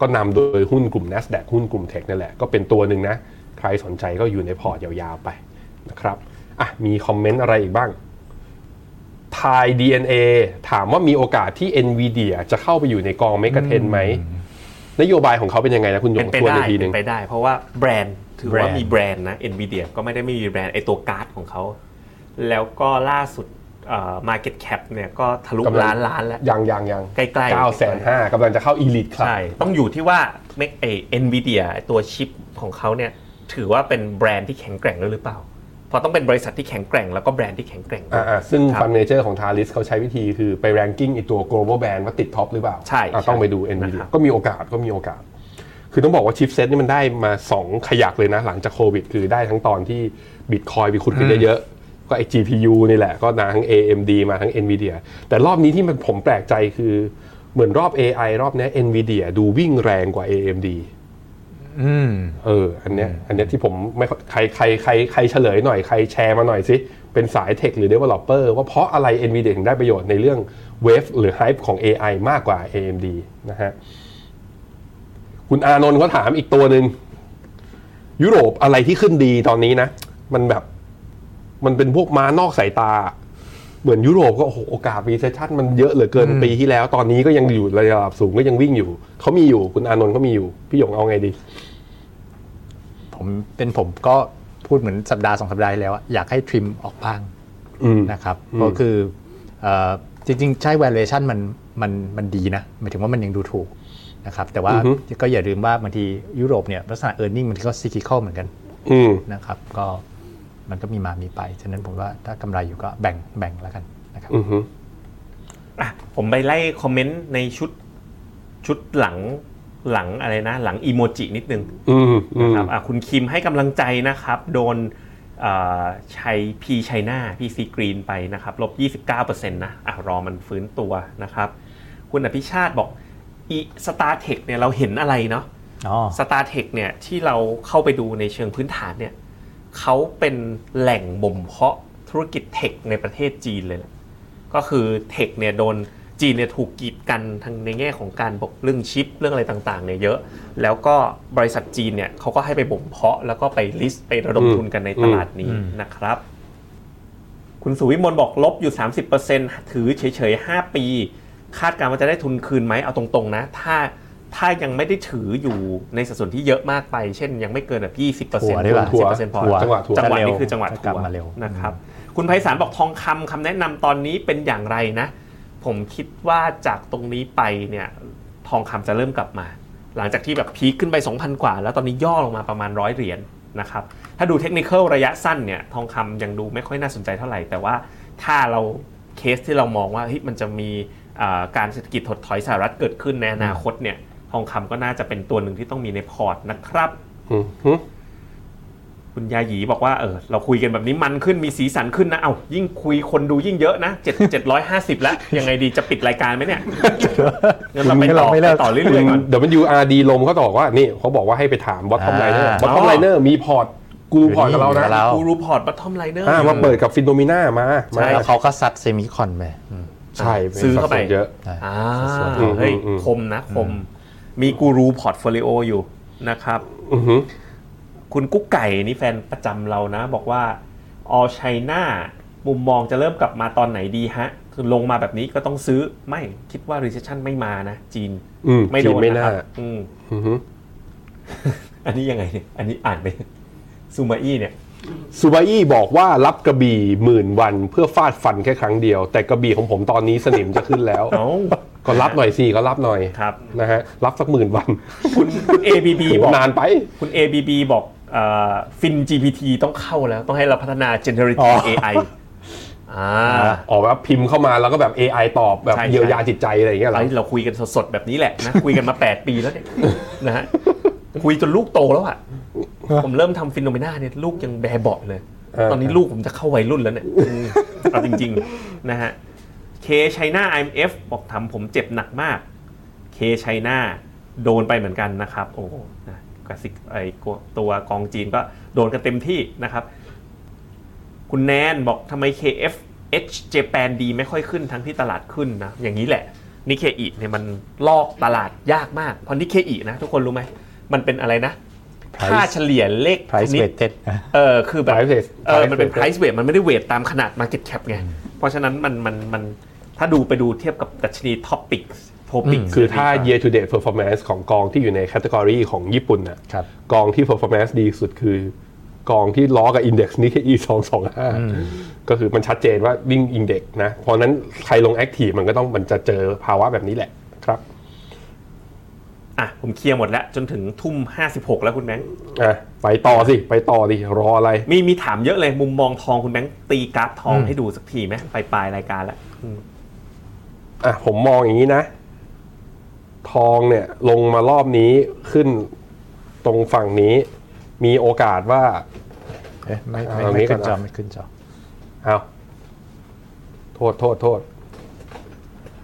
Speaker 3: ก็นำโดยหุ้นกลุ่ม NASDAQ หุ้นกลุ่มเทคนั่นแหละ ก็เป็นตัวหนึ่งนะ ใครสนใจก็อยู่ในพอร์ตยาวๆไปนะครับอ่ะมีคอมเมนต์อะไรอีกบ้าง ทาย DNA ถามว่ามีโอกาสที่ NVIDIA จะเข้าไปอยู่ในกองเมกะเทนไหม นโยบายของเขาเป็นยังไงนะคุณหย
Speaker 5: เป็น
Speaker 3: ง
Speaker 5: ไป
Speaker 3: ทวน
Speaker 5: ได้
Speaker 3: อีกทีห
Speaker 5: เป็
Speaker 3: นึ่ง
Speaker 5: นไปได้ เพราะว่าแบรนด์ถือ
Speaker 3: แบรน
Speaker 5: ว่า
Speaker 3: ด์
Speaker 5: มีแบรนด์นะ NVIDIA ก็ไม่ได้ไม่มีแบรนด์ไอตัวการ์ดของเขา แล้วก็ล่าสุดเอ่อ market cap เนี่ยก็ทะลุล้านล้านแล้ว
Speaker 3: ยังยังยัง
Speaker 5: ใกล้ๆ
Speaker 3: เก้าแสนห้ากำลังจะเข้า Elite ครับ
Speaker 5: ใช่ ต้องอยู่ที่ว่าเมกไอเอ็นวีเดียตัวชิปของเขาเนี่ยถือว่าเป็นแบรนด์ที่แข็งแกร่งแล้วหรือเปล่า เพราะต้องเป็นบริษัทที่แข็งแกร่งแล้วก็แบรนด์ที่แข็งแกร่ง
Speaker 3: อ่าๆซึ่ง
Speaker 5: ครับ
Speaker 3: ฟันเนเจอร์ของทาริสเขาใช้วิธีคือไปแรงกิ้งไอตัว global band ว่าติดท็อปหรือเปล่า
Speaker 5: ใช่
Speaker 3: อ่ะต้องไปดู
Speaker 5: ใช่
Speaker 3: n v i d i
Speaker 5: นะครั
Speaker 3: a
Speaker 5: บ
Speaker 3: ก็มีโอกาสก็มีโอกาส คือต้องบอกว่าชิปเซตนี่มันได้มา 2 ขยักเลยนะ หลังจากโควิด คือได้ทั้งตอนที่ Bitcoin ไปขุดกันเยอะๆก็ไอ GPU นี่แหละ ก็นาทั้ง AMD มาทั้ง NVIDIA แต่รอบนี้ที่มันผมแปลกใจคือเหมือนรอบ AI รอบเนี้ย NVIDIA ดูวิ่งแรงกว่า AMD
Speaker 2: อืม
Speaker 3: เออ อันเนี้ย อันเนี้ยที่ผมไม่ค่อยใครใครใครใครเฉลยหน่อย ใครแชร์มาหน่อยสิ เป็นสายเทคหรือ Developer ว่าเพราะอะไร NVIDIA ถึงได้ประโยชน์ในเรื่องเวฟหรือ Hype ของ AI มากกว่า AMD นะฮะ คุณอานนท์ก็ถามอีกตัวหนึ่ง ยุโรปอะไรที่ขึ้นดีตอนนี้นะ มันแบบ มันเป็นพวกม้านอกสายตา เหมือนยุโรปก็โอ้โหโอกาสรีเซชชันมันเยอะเหลือเกินปีที่แล้ว ตอนนี้ก็ยังอยู่ระดับสูงก็ยังวิ่งอยู่เขามีอยู่คุณอานนท์เขามีอยู่พี่หยงเอาไงดี
Speaker 2: ผมเป็นผมก็พูดเหมือนสัปดาห์สองสัปดาห์ที่แล้วอะอยากให้ทริมออกบ้าง
Speaker 3: อืม
Speaker 2: นะครับ
Speaker 3: อืม
Speaker 2: ก็คือเอ่อจริงๆ ใช่ valuation มันมันมันดีนะหมายถึงว่ามันยังดูถูกนะครับ แต่ว่าก็อย่าลืมว่าบางทียุโรปเนี่ยลักษณะ e a r n i n g มันก็ cyclical เหมือนกัน
Speaker 3: อืม
Speaker 2: นะครับ ก็มันก็มีมามีไป ฉะนั้นผมว่าถ้ากำไรอยู่ก็แบ่งแบ่งแล้วกันนะครับ
Speaker 3: อือฮึ
Speaker 5: อ่ะผมไปไล่คอมเมนต์ในชุดชุดหลังหลังอะไรนะ หลังอีโมจินิดนึง
Speaker 3: อืมอืม
Speaker 5: ครับอ่ะคุณคิมให้กำลังใจนะครับ โดนเอ่อชัยพีชัยนาพีซีกรีนไปนะครับลบ 29%นะอ่ะรอมันฟื้นตัวนะครับ คุณอภิชาติบอกอีสตาร์เทคเนี่ยเราเห็นอะไรเนาะ
Speaker 2: อ๋อ
Speaker 5: สตาร์เทคเนี่ยที่เราเข้าไปดูในเชิงพื้นฐานเนี่ยเขาเป็นแหล่งบ่มเพาะธุรกิจเทคในประเทศจีนเลยนะก็คือเทคเนี่ยโดนจีนเนี่ยถูกกีดกันทางในแง่ของการบอกเรื่องชิปเรื่องอะไรต่างๆเนี่ยเยอะ แล้วก็บริษัทจีนเนี่ยเขาก็ให้ไปบ่มเพาะแล้วก็ไปลิสต์ไประดมทุนกันในตลาดนี้นะครับ คุณสุวิมลบอกลบอยู่ 30%ถือเฉยๆ 5 ปี คาดการณ์ว่าจะได้ทุนคืนไหมเอาตรงๆนะ ถ้าถ้ายังไม่ได้ถืออยู่ในสัดส่วนที่เยอะมากไป เช่นยังไม่เกินแบบ 20%
Speaker 2: ถั่วได้ปะ
Speaker 5: สิบเปอร์เซ็นต์พอ
Speaker 2: ถั่ว
Speaker 5: จังหวะ
Speaker 2: ถั่ว
Speaker 5: จังห
Speaker 2: จะ
Speaker 5: วะ
Speaker 2: เร็ว
Speaker 5: นี้คือจังหวะ
Speaker 2: จะกลั
Speaker 5: ถั่
Speaker 2: บ
Speaker 5: ว
Speaker 2: มาเร็ว
Speaker 5: นะครับ คุณไพศาลบอกทองคำคำแนะนำตอนนี้เป็นอย่างไรนะ ผมคิดว่าจากตรงนี้ไปเนี่ยทองคำจะเริ่มกลับมา หลังจากที่แบบพีคขึ้นไป 2,000 กว่า แล้วตอนนี้ย่อลงมาประมาณร้อยเหรียญนะครับ ถ้าดูเทคนิคอลระยะสั้นเนี่ยทองคำยังดูไม่ค่อยน่าสนใจเท่าไหร่ แต่ว่าถ้าเราเคสที่เรามองว่าเฮ้ยมันจะมีเอ่อการเศรษฐกิจถดถอยสหรัฐเกิดขึ้นในอนาคตเนี่ยทองคำก็น่าจะเป็นตัวหนึ่งที่ต้องมีในพอร์ตนะครับ
Speaker 3: อืมฮึ
Speaker 5: คุณยาหยีบอกว่าเออเราคุยกันแบบนี้มันขึ้นมีสีสันขึ้นนะ เอายิ่งคุยคนดูยิ่งเยอะนะ7 750 แล้ว ยังไงดีจะปิดรายการไหมเนี่ยงั้นเราไปต่อ
Speaker 2: เราไม่เลิ
Speaker 5: ไป
Speaker 2: ก
Speaker 5: ต่อเรื่อยๆก่อน
Speaker 3: เดี๋ยวมัน URD ลมเขาบอกว่า นี่เขาบอกว่าให้ไปถามบอททอมไลเนอร์
Speaker 2: อ่า
Speaker 3: บอททอมไลเนอร์มีพอร์ตกูรูพอร์ตกับเรานะ
Speaker 2: แล้ว
Speaker 5: กูรูพอร์ตบัตทอมไลเนอร์
Speaker 3: อ่ามาเปิดกับฟินโดมิน่ามา
Speaker 5: ใช่
Speaker 3: มา
Speaker 2: แล้วเขาก็ซัดเซมิคอนไปอืม
Speaker 3: ใช่
Speaker 5: ซื้อเข้าไป
Speaker 3: สัดส่วนเยอะ
Speaker 2: ใช่
Speaker 5: อ่า
Speaker 2: ส่วน
Speaker 5: เฮ้ย
Speaker 3: อืม
Speaker 5: คมนะคม มีกูรูพอร์ตโฟลิโออยู่นะครับ
Speaker 3: อือฮึ
Speaker 5: คุณกุ๊กไก่นี่แฟนประจำเรานะ บอกว่า all China มุมมองจะเริ่มกลับมาตอนไหนดีฮะ คือลงมาแบบนี้ก็ต้องซื้อไม่คิดว่า recession ไม่มานะ จีน
Speaker 3: อืม
Speaker 5: ไม่โดน
Speaker 3: จีไม่
Speaker 5: นะ
Speaker 3: น่า
Speaker 5: ครับอืม
Speaker 3: อือฮึ
Speaker 5: อันนี้ยังไงเนี่ย อันนี้อ่านไป ซูมาอี้เนี่ย
Speaker 3: ซูบาอี้บอกว่ารับกระบี่หมื่นวันเพื่อฟาดฟันแค่ครั้งเดียว แต่กระบี่ของผมตอนนี้สนิมจะขึ้นแล้ว
Speaker 5: เอ้า
Speaker 3: ก็รับหน่อยสิก็รับหน่อย
Speaker 5: ครับ
Speaker 3: นะฮะรับสักหมื่นวัน
Speaker 5: คุณคุณ ABB
Speaker 3: โห
Speaker 5: บอก
Speaker 3: นานไป
Speaker 5: คุณ ABB บอกฟิน GPT ต้องเข้าแล้วต้องให้เราพัฒนา
Speaker 3: อ๋อ
Speaker 5: generative AI อ่า
Speaker 3: ออกแบบพิมพ์เข้ามาแล้วก็แบบ AI ตอบแบบ
Speaker 5: ใช่
Speaker 3: เยียวยาจิตใจอะไรอย่างเงี้ยเหร
Speaker 5: ไอ้
Speaker 3: อ
Speaker 5: เราคุยกันสดๆ แบบนี้แหละ นะ คุยกันมา 8 ปีแล้วเนี่ยนะฮะคุยจนลูกโตแล้วอ่ะ ผมเริ่มทำฟินโนเมนาเนี่ยลูกยังแบเบาะเลย
Speaker 3: เออ
Speaker 5: ตอนนี้ลูกผมจะเข้าวัยรุ่นแล้วเนี่ยอืมเอาจริงๆ นะฮะเคไชน่า IMF บอกทำผมเจ็บหนักมากเคไชน่าโดนไปเหมือนกันนะครับ โอ้โหนะกระสิกไอ้ตัวกองจีนก็โดนกันเต็มที่นะครับ คุณแนนบอกทำไม KFH Japan ดีไม่ค่อยขึ้นทั้งที่ตลาดขึ้นนะ อย่างนี้แหละนิเคอิเนี่ยมันลอกตลาดยากมาก เพราะนิเคอินะ ทุกคนรู้ไหม มันเป็นอะไรนะ
Speaker 2: Price
Speaker 5: ค่าเฉลี่ยเลข
Speaker 2: price
Speaker 5: คณิต
Speaker 2: weighted นะ
Speaker 5: เออคือแบบ
Speaker 3: Price weighted
Speaker 5: เออมันเป็น
Speaker 3: Price weighted
Speaker 5: price weight มันไม่ได้เวทตามขนาด market cap ไง เพราะฉะนั้นมันมันมันถ้าดูไปดูเทียบกับดัชนี topic topic
Speaker 3: คือถ้า year to date performance ของกองที่อยู่ใน category ของญี่ปุ่นน่ะ
Speaker 2: ครับ
Speaker 3: กองที่ performance ดีสุดคือกองที่ล้อกับ index นี้แค่ e 2 2 5ก็คือมันชัดเจนว่าวิ่ง index นะเพราะฉะนั้นใครลง active มันก็ต้องมันจะเจอภาวะแบบนี้แหละครับ
Speaker 5: อ่ะผมเคลียร์หมดแล้วจนถึงทุ่ม 56 แล้วคุณแบงค์
Speaker 3: อ่ะไปต่อสิ ไปต่อดิรออะไร
Speaker 5: มีมีถามเยอะเลยมุมมองทองคุณแบงค์ตีกราฟทองให้ดูสักทีไหมไปปลายรายการแล้ว
Speaker 3: อ่ะผมมองอย่างนี้นะ ทองเนี่ยลงมารอบนี้ขึ้นตรงฝั่งนี้ มีโอกาสว่า
Speaker 2: เอ๊ะไม่ไม่
Speaker 3: เอา
Speaker 2: ไม่
Speaker 3: งี้ก่
Speaker 2: ขึ้
Speaker 3: อน
Speaker 2: น
Speaker 3: นะ
Speaker 2: จอไม่ขึ้นจอ
Speaker 3: เอาโทษโทษโทษ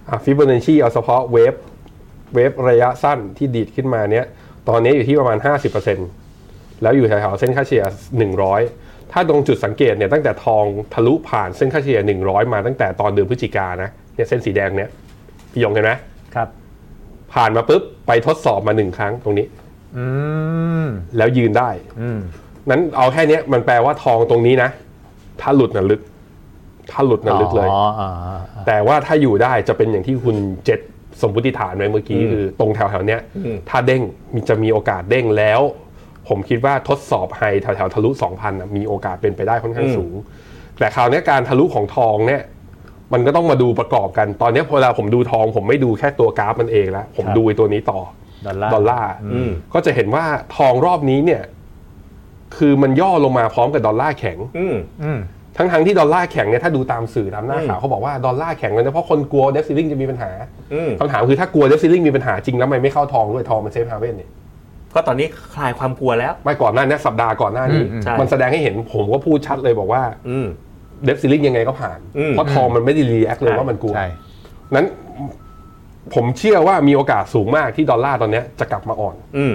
Speaker 3: อ่ะฟิบนัชชีเอาเฉพาะเวฟเวฟระยะสั้นที่ดีดขึ้นมาเนี้ยตอนนี้อยู่ที่ประมาณ 50%แล้วอยู่แถวๆเส้นค่าเฉลี่ย100 ถ้าตรงจุดสังเกตเนี่ยตั้งแต่ทองทะลุผ่านเส้นค่าเฉลี่ย100 มาตั้งแต่ตอนเดือนพฤศจิกานะเนี่ยเส้นสีแดงเนี้ยพี่ยงเห็นไหม
Speaker 2: ครับ
Speaker 3: ผ่านมาปุ๊บ ไปทดสอบมาหนึ่งครั้งตรงนี้
Speaker 2: อืม
Speaker 3: แล้วยืนได้
Speaker 2: อืม
Speaker 3: นั้นเอาแค่เนี้ยมันแปลว่าทองตรงนี้นะ ถ้าหลุดน่ะลึก ถ้าหลุดน่ะลึกเลย
Speaker 2: อ๋ออ๋ออ๋อ
Speaker 3: แต่ว่าถ้าอยู่ได้จะเป็นอย่างที่คุณเจษสมมติฐานไว้เมื่อกี้คือตรงแถวแถวๆเนี้ยถ้าเด้งมีจะมีโอกาสเด้งแล้ว ผมคิดว่าทดสอบไฮแถวแถวๆทะลุ 2,000น่ะมีโอกาสเป็นไปได้ค่อนข้างสูง แต่คราวเนี้ยการทะลุของทองเนี่ย มันก็ต้องมาดูประกอบกันตอนเนี้ยพอเวลาผมดูทองผมไม่ดูแค่ตัวกราฟมันเองแล้วผมดูไอ้ตัวนี้ต่อ
Speaker 2: ดอลลาร์
Speaker 3: ดอลลาร์ก็จะเห็นว่าทองรอบนี้เนี่ย คือมันย่อลงมาพร้อมกับดอลลาร์แข็ง
Speaker 5: อืม
Speaker 2: อืม
Speaker 3: ทั้งทั้งๆที่ดอลลาร์แข็งเนี่ยถ้าดูตามสื่อตามหน้าข่าวเขาบอกว่าดอลลาร์แข็งเลยนะเพราะคนกลัวเดฟซิลิงจะมีปัญหา
Speaker 5: อืม
Speaker 3: คำถามคือถ้ากลัวเดฟซิลิงมีปัญหาจริงแล้วทำไมไม่เข้าทองด้วยทองมันเซฟฮาเว่นเนี่ย
Speaker 5: ก็ตอนนี้คลายความกลัวแล้ว
Speaker 3: ไม่ก่อนหน้านี้สัปดาห์ก่อนหน้านี้
Speaker 2: อืม
Speaker 5: ใช่
Speaker 3: มันแสดงให้เห็นผมก็พูดชัดเลยบอกว่า
Speaker 5: อืม
Speaker 3: เดฟซิลิงยังไงก็ผ่าน
Speaker 5: อืม
Speaker 3: เพราะทองมันไม่ได้รีแอคเลยว่ามันกลัว
Speaker 2: ใช่
Speaker 3: นั้นผมเชื่อว่ามีโอกาสสูงมากที่ดอลลาร์ตอนเนี้ยจะกลับมาอ่อน
Speaker 5: อืม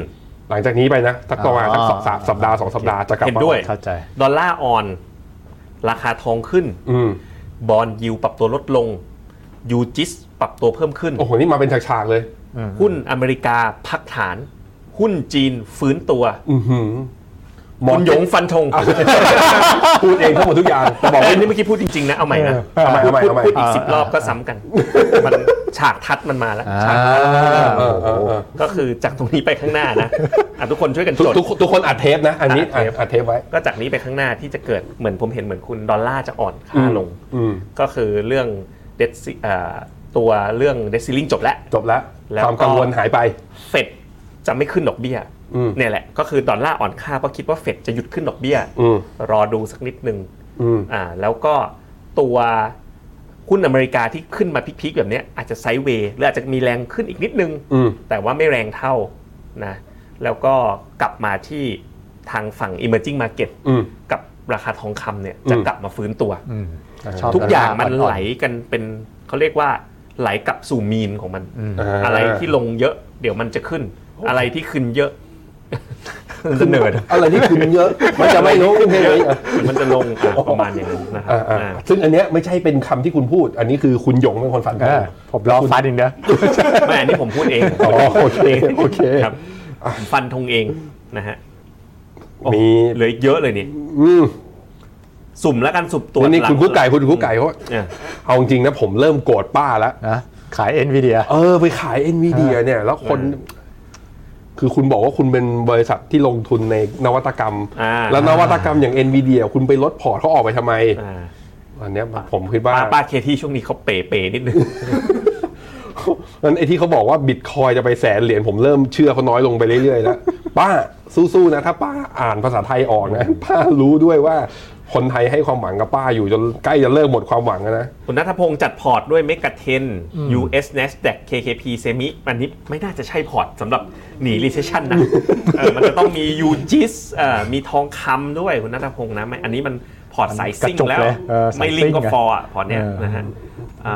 Speaker 3: หลังจากนี้ไปนะสักประมาณ
Speaker 2: อ๋อ
Speaker 3: สักสองสามสัปดาห์สองสัปดาห์จะกลับ
Speaker 5: เห็น
Speaker 3: มา
Speaker 5: ด้วย
Speaker 2: เข้าใจ
Speaker 5: ดอลลาร์อ่อน ราคาทองขึ้น
Speaker 3: อืม
Speaker 5: บอลยิวปรับตัวลดลง ยูจิสปรับตัวเพิ่มขึ้น
Speaker 3: โอ้โห นี่มาเป็นฉากๆเลย
Speaker 5: หุ้นอเมริกาพักฐาน หุ้นจีนฟื้นตัว
Speaker 3: อือหือหมอ
Speaker 5: คุณหยงฟันธง
Speaker 3: พูดเองทั้งหมดทุกอย่างแต่บบ อ
Speaker 5: อก ก
Speaker 3: ว่า
Speaker 5: ว่า
Speaker 3: นี่
Speaker 5: นี่เมื่อกี้พูดจริง ๆ นะ เอาใหม่นะ
Speaker 3: ทำไมทำไม
Speaker 5: พูด
Speaker 3: ทำไม
Speaker 5: พูดอีกสิบรอบก็ซ้ำกัน มันฉากทัดมันมาแล้ว
Speaker 2: อ่า
Speaker 3: เออเออเออ
Speaker 5: ก็คือจากตรงนี้ไปข้างหน้า นะอ่ะทุกคนช่วยกัน
Speaker 3: ทุก
Speaker 5: จด
Speaker 3: ทุกทุกคนอัดเทปนะ อันนี้
Speaker 5: อั
Speaker 3: อั
Speaker 5: ด
Speaker 3: ด
Speaker 5: เทป
Speaker 3: อัดเทปไว้
Speaker 5: ก็จากนี้ไปข้างหน้าที่จะเกิดเหมือนผมเห็นเหมือนคุณดอลลาร์จะอ่อน
Speaker 3: อื
Speaker 5: ค่าม ลง
Speaker 3: อืม
Speaker 5: ก็คือเรื่องเดซิตัวเรื่องเดซิลิงจบแล้ว
Speaker 3: จบแล้ว
Speaker 5: แล้ว
Speaker 3: ความกังวล
Speaker 5: ก็
Speaker 3: หายไป
Speaker 5: เฟดจะไม่ขึ้นดอกเบี้ย
Speaker 3: อืม
Speaker 5: เนี่ยแหละ ก็คือดอลลาร์อ่อนค่าเพราะคิดว่าเฟดจะหยุดขึ้นดอกเบี้ย
Speaker 3: อืม
Speaker 5: รอดูสักนิดนึง
Speaker 3: อืม
Speaker 5: อ่าแล้วก็ตัวหุ้นอเมริกาที่ขึ้นมาพีคๆแบบเนี้ยอาจจะไซด์เวย์หรืออาจจะมีแรงขึ้นอีกนิดนึง
Speaker 3: อืม
Speaker 5: แต่ว่าไม่แรงเท่านะแล้วก็กลับมาที่ทางฝั่ง emerging market
Speaker 3: อืม
Speaker 5: กับราคาทองคำเนี่ย
Speaker 3: อืม
Speaker 5: จะกลับมาฟื้นตัว
Speaker 2: อืม
Speaker 3: ชอบ
Speaker 5: ทุกอย่างมัน
Speaker 2: อ่อๆ
Speaker 5: ไหลกันเป็นเขาเรียกว่าไหลกลับสู่มีนของมัน อะไรที่ลงเยอะเดี๋ยวมันจะขึ้น อะไรที่ขึ้นเยอะเสนอนะ
Speaker 3: อะไรที่คุณ เยอะ มันจะไม่รู้เพลงนี้อ่ะ
Speaker 5: เดี๋ยวมันจะลงอ่ะประมาณอย่างนั้นนะครับ
Speaker 3: อ่ะอ่ะ
Speaker 5: อ่ะ
Speaker 3: ซึ่งอันเนี้ยไม่ใช่เป็นคำที่คุณพูด อันนี้คือคุณหยงเป็นคนฟันธ
Speaker 2: เอง อผมรอฟันอีกเด้อ
Speaker 5: ไม่อันนี้ผมพูดเอง
Speaker 3: อ๋อโอเคโอเค
Speaker 5: ครับผมฟันธงเองนะฮะ
Speaker 3: มี
Speaker 5: เหลืออีกเยอะเลยนี่
Speaker 3: อืม
Speaker 5: สุ่มแล้วกันสุ่มตัว
Speaker 3: วันนี้
Speaker 5: หลัก
Speaker 3: คุณกู้ไก่คุณกู้ไก่เขา
Speaker 5: อ่ะ
Speaker 3: เอาจริงๆนะผมเริ่มโกรธป้าแล้ว
Speaker 2: นะขายเอ็นวีเดีย
Speaker 3: เออ ไปขาย NVIDIA เนี่ย แล้วคน คือคุณบอกว่าคุณเป็นบริษัทที่ลงทุนในนวัตกรรม
Speaker 5: อ่า
Speaker 3: แล้วนวัตกรรมอย่าง NVIDIA คุณไปลดพอร์ตเขาออกไปทำไม
Speaker 5: อ่า
Speaker 3: อันเนี้ยผมคิดว่า
Speaker 5: ป้าป้าเคที่ช่วงนี้เขาเป๋ๆนิดนึง
Speaker 3: นั้นไอ้ที่เขาบอกว่าบิตคอยจะไปแสนเหรียญผมเริ่มเชื่อเขาน้อยลงไปเรื่อยๆแล้ว ป้าสู้ๆนะ ถ้าป้าอ่านภาษาไทยออกนะ ป้ารู้ด้วยว่าคนไทยให้ความหวังกับป้าอยู่จนใกล้จะเลิกหมดความหวังแล้วนะ
Speaker 5: คุณนัทพงศ์จัดพอร์ตด้วยเมกะเทน US Nasdaq KKP เซมิอันนี้ไม่น่าจะใช่พอร์ตสำหรับหนีรีเซชชันนะ เออมันจะต้องมียูจิสเอ่อมีทองคำด้วยคุณนัทพงศ์นะไม่อันนี้มันพอร์ตสายซิ่ง
Speaker 2: กระจก
Speaker 5: แล้ว
Speaker 2: เลยเออสาย
Speaker 5: ไม่ลิงก์ก็
Speaker 2: ซิ่งอะ
Speaker 5: ฟอร์อะพอร์ตเนี้ย
Speaker 2: เออ
Speaker 5: นะฮะอ่า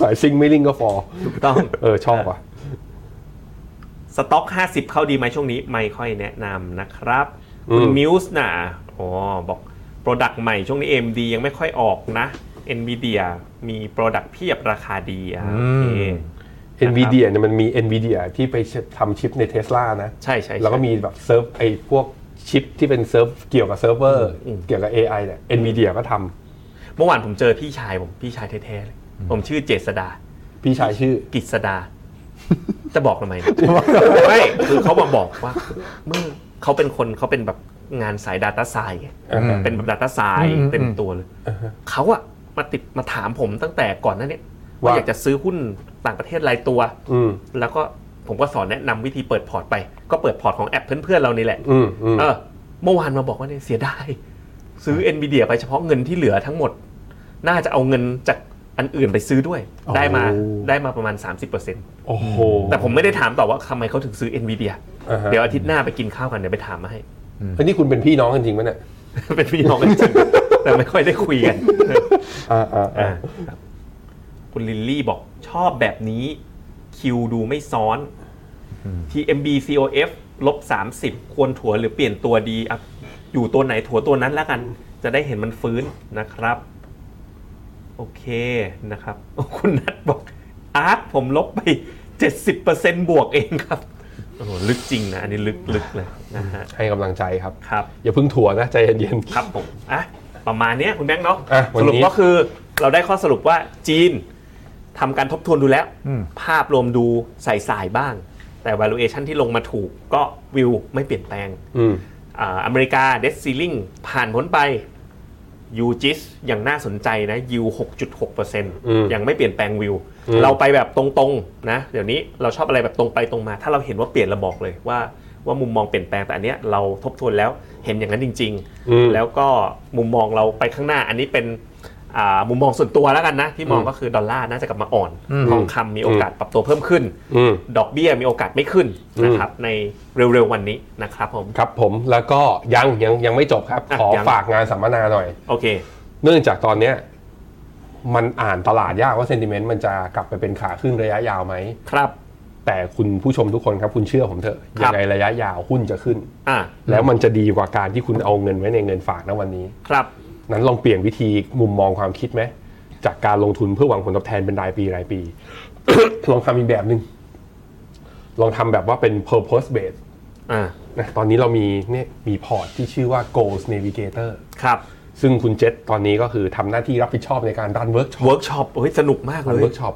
Speaker 3: สายซิงไม่ลิงก็ฟอ
Speaker 5: ถูกต้อง
Speaker 3: เออชอบอ่ะ
Speaker 5: สต็อก 50 เข้าดีไหมช่วงนี้ ไม่ค่อยแนะนำนะครับ คุณ
Speaker 3: อืม
Speaker 5: มิวส์น่ะอ๋อบอก โปรดักต์ใหม่ช่วงนี้ AMD ยังไม่ค่อยออกนะ NVIDIA มีโปรดักต์เพียบราคาดีอ่ะโอเค
Speaker 3: NVIDIA เนี่ยมันมี NVIDIA ที่ไปทำชิปในเทสลานะ
Speaker 5: ใช่ใช่ใช่
Speaker 3: แล้วก็มีแบบเซิร์ฟไอ้พวกชิปที่เป็นเซิร์ฟเกี่ยวกับเซิร์ฟเวอร์เกี่ยวกับ AI เนี่ย NVIDIA ก็ท
Speaker 5: เมื่อวานผมเจอพี่ชายผมพี่ชายแท้ๆเลย ผมชื่อเจษดา
Speaker 3: ำพี่ชายชื่อ
Speaker 5: กิษ ดา จะบอกทำไมไม่คือเขามาบอกว่าเมื่อเขาเป็นคนเขาเป็นแบบงานสาย Data s c i e n c e
Speaker 3: อืม
Speaker 5: เป็นแบบ Data s c i e n c e เต็มตัวเลยเขาอะมาติดมาถามผมตั้งแต่ก่อนหนั้นเนี่ยว่าอยากจะซื้อหุ้นต่างประเทศรายตัว
Speaker 3: อืม
Speaker 5: แล้วก็ผมก็สอนแนะนำวิธีเปิดพอร์ตไป ก็เปิดพอร์ตของแอปเพื่อนๆเรานี่แหละ
Speaker 3: อืมอืม
Speaker 5: เออเมื่อวานมาบอกว่าเนี่ยเสียดายซื้อ NVIDIA ไปเฉพาะเงินที่เหลือทั้งหมด น่าจะเอาเงินจากอันอื่นไปซื้อด้วย ได้มาได้มาประมาณ 30%
Speaker 3: โอ้โห
Speaker 5: แต่ผมไม่ได้ถามต่อว่าทำไมเขาถึงซื้อ NVIDIA
Speaker 3: อ่าฮะ
Speaker 5: เดี๋ยวอาทิตย์หน้าไปกินข้าวกัน เดี๋ยวไปถามมาให้
Speaker 3: อันนี้คุณเป็นพี่น้องกันจริงไหมเนี่ย
Speaker 5: เป็นพี่น้องกันจริง แต่ไม่ค่อยได้คุยกัน
Speaker 3: อ่าอ่า
Speaker 5: อ่าครับคุณลิลลี่บอกชอบแบบนี้ คิวดูไม่ซ้อน TMB COF ลบ30 ควรถั่วหรือเปลี่ยนตัวดีอ่ะอยู่ตัวไหนถั่วตัวนั้นแล้วกัน จะได้เห็นมันฟื้นนะครับ โอเคนะครับโอ้คุณนัทบอก อาร์ตผมลบไป 70%บวกเองครับโอ้โหลึกจริงนะ อันนี้ลึกลึกเลยนะฮะ
Speaker 3: ให้กำลังใจครับ
Speaker 5: ครับ
Speaker 3: อย่าเพึ่งถั่วนะ ใจเย็น
Speaker 5: ครับผม อ่ะ ประมาณเนี้ยคุณแบงค์เนาะ
Speaker 3: อ่ะวัน
Speaker 5: ส
Speaker 3: นี้
Speaker 5: รุปก็คือเราได้ข้อสรุปว่าจีนทำการทบทวนดูแล้ว ภาพรวมดูใส่สายๆบ้าง แต่ valuation ที่ลงมาถูกก็วิวไม่เปลี่ยนแปลง
Speaker 3: ๆอืม
Speaker 5: อ่าอเมริกา debt ceiling ผ่านพ้นไปยูจิสอย่างน่าสนใจนะยิว
Speaker 3: ม
Speaker 5: 6.6%ยังไม่เปลี่ยนแปลงวิว เราไปแบบตรงๆนะ เดี๋ยวนี้เราชอบอะไรแบบตรงไปตรงมา ถ้าเราเห็นว่าเปลี่ยนเราบอกเลยว่าว่ามุมมองเปลี่ยนแปลงแต่อันเนี้ยเราทบทวนแล้วเห็นอย่างนั้นจริง
Speaker 3: อืม
Speaker 5: ๆ แล้วก็มุมมองเราไปข้างหน้า อันนี้เป็นอ่ามุมมองส่วนตัวแล้วกันนะ ที่มองก็คือดอลลาร์น่าจะกลับมาอ่อนทองคำมีโอกาสปรับตัวเพิ่มขึ้น
Speaker 3: อืม
Speaker 5: ดอกเบี้ยมีโอกาสไม่ขึ้นนะครับในเร็วๆวันนี้นะครับผม
Speaker 3: ครับผมแล้วก็ยังยังยังไม่จบครับ
Speaker 5: อ่ะ
Speaker 3: ขอ
Speaker 5: ยัง
Speaker 3: ฝากงานสัมมนาหน่อย
Speaker 5: โอเค
Speaker 3: เนื่องจากตอนเนี้ยมันอ่านตลาดยากว่าเซนติเมนต์มันจะกลับไปเป็นขาขึ้นระยะยาวไหม
Speaker 5: ครับ
Speaker 3: แต่คุณผู้ชมทุกคนครับ คุณเชื่อผมเถอะ
Speaker 5: ครั
Speaker 3: ยั
Speaker 5: บ
Speaker 3: งไงระยะยาวหุ้นจะขึ้น
Speaker 5: อ่า
Speaker 3: แล้วมันจะดีกว่าการที่คุณเอาเงินไว้ในเงินฝากนะวันนี้
Speaker 5: ครับ
Speaker 3: นั้นลองเปลี่ยนวิธีมุมมองความคิดไหมจากการลงทุนเพื่อหวังผลตอบแทนเป็นรายปีรายปี ลองทำอีกแบบหนึ่งลองทำแบบว่าเป็น purpose based
Speaker 5: อ่า
Speaker 3: นะตอนนี้เรามีเนี่ยมีพอร์ตที่ชื่อว่า Goals Navigator
Speaker 5: ครับ
Speaker 3: ซึ่งคุณเจษตอนนี้ก็คือทำหน้าที่รับผิดชอบในการรันเวิร์กช็อป
Speaker 5: เวิร์กช็อปเฮ้ยสนุกมาก
Speaker 3: รั
Speaker 5: เล
Speaker 3: น
Speaker 5: ย
Speaker 3: เวิร์กช็อป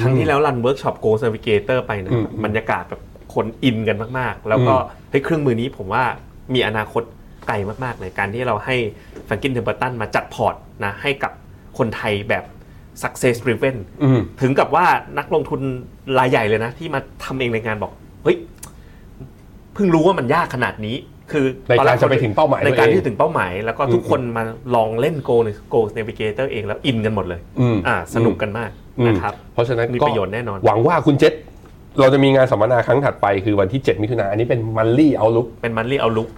Speaker 5: ครั้งที่แล้วรันเวิร์กช็อปโกลเซอร์วิเกเตอร์ไปนะ
Speaker 3: อืม
Speaker 5: บรรยากาศแบบคนอินกันมาก ๆ แล้วก็
Speaker 3: อืม
Speaker 5: เฮ้ยเครื่องมือนี้ผมว่ามีอนาคตไกลมาก ๆ เลยการที่เราให้แฟรงกินเทมเปอร์ตันมาจัดพอร์ตนะให้กับคนไทยแบบ success driven
Speaker 3: อืม
Speaker 5: ถึงกับว่านักลงทุนรายใหญ่เลยนะ ที่มาทำเองในงานบอก เฮ้ยเพิ่งรู้ว่ามันยากขนาดนี้ คือ
Speaker 3: ในการ
Speaker 5: ตอแ
Speaker 3: จะไปถึงเป้าหมาย
Speaker 5: ในการ
Speaker 3: ตัวเอง
Speaker 5: ที่ถึงเป้าหมาย แล้วก็ทุก
Speaker 3: อืม
Speaker 5: คนมาลองเล่นโกนโกสเนวิเกเตอร์เองแล้วอินกันหมดเลย
Speaker 3: อืม
Speaker 5: อ่า สนุกกันมากนะครับ
Speaker 3: เพราะฉะนั้น
Speaker 5: มี
Speaker 3: ก็
Speaker 5: ประโยชน์แน่นอน
Speaker 3: หวังว่าคุณเจษเราจะมีงานสัมมนาครั้งถัดไปคือวันที่ 7 มิถุนายนอันนี้เป็นมันลี่เอาลุก
Speaker 5: เป็นมันลี่เอาลุก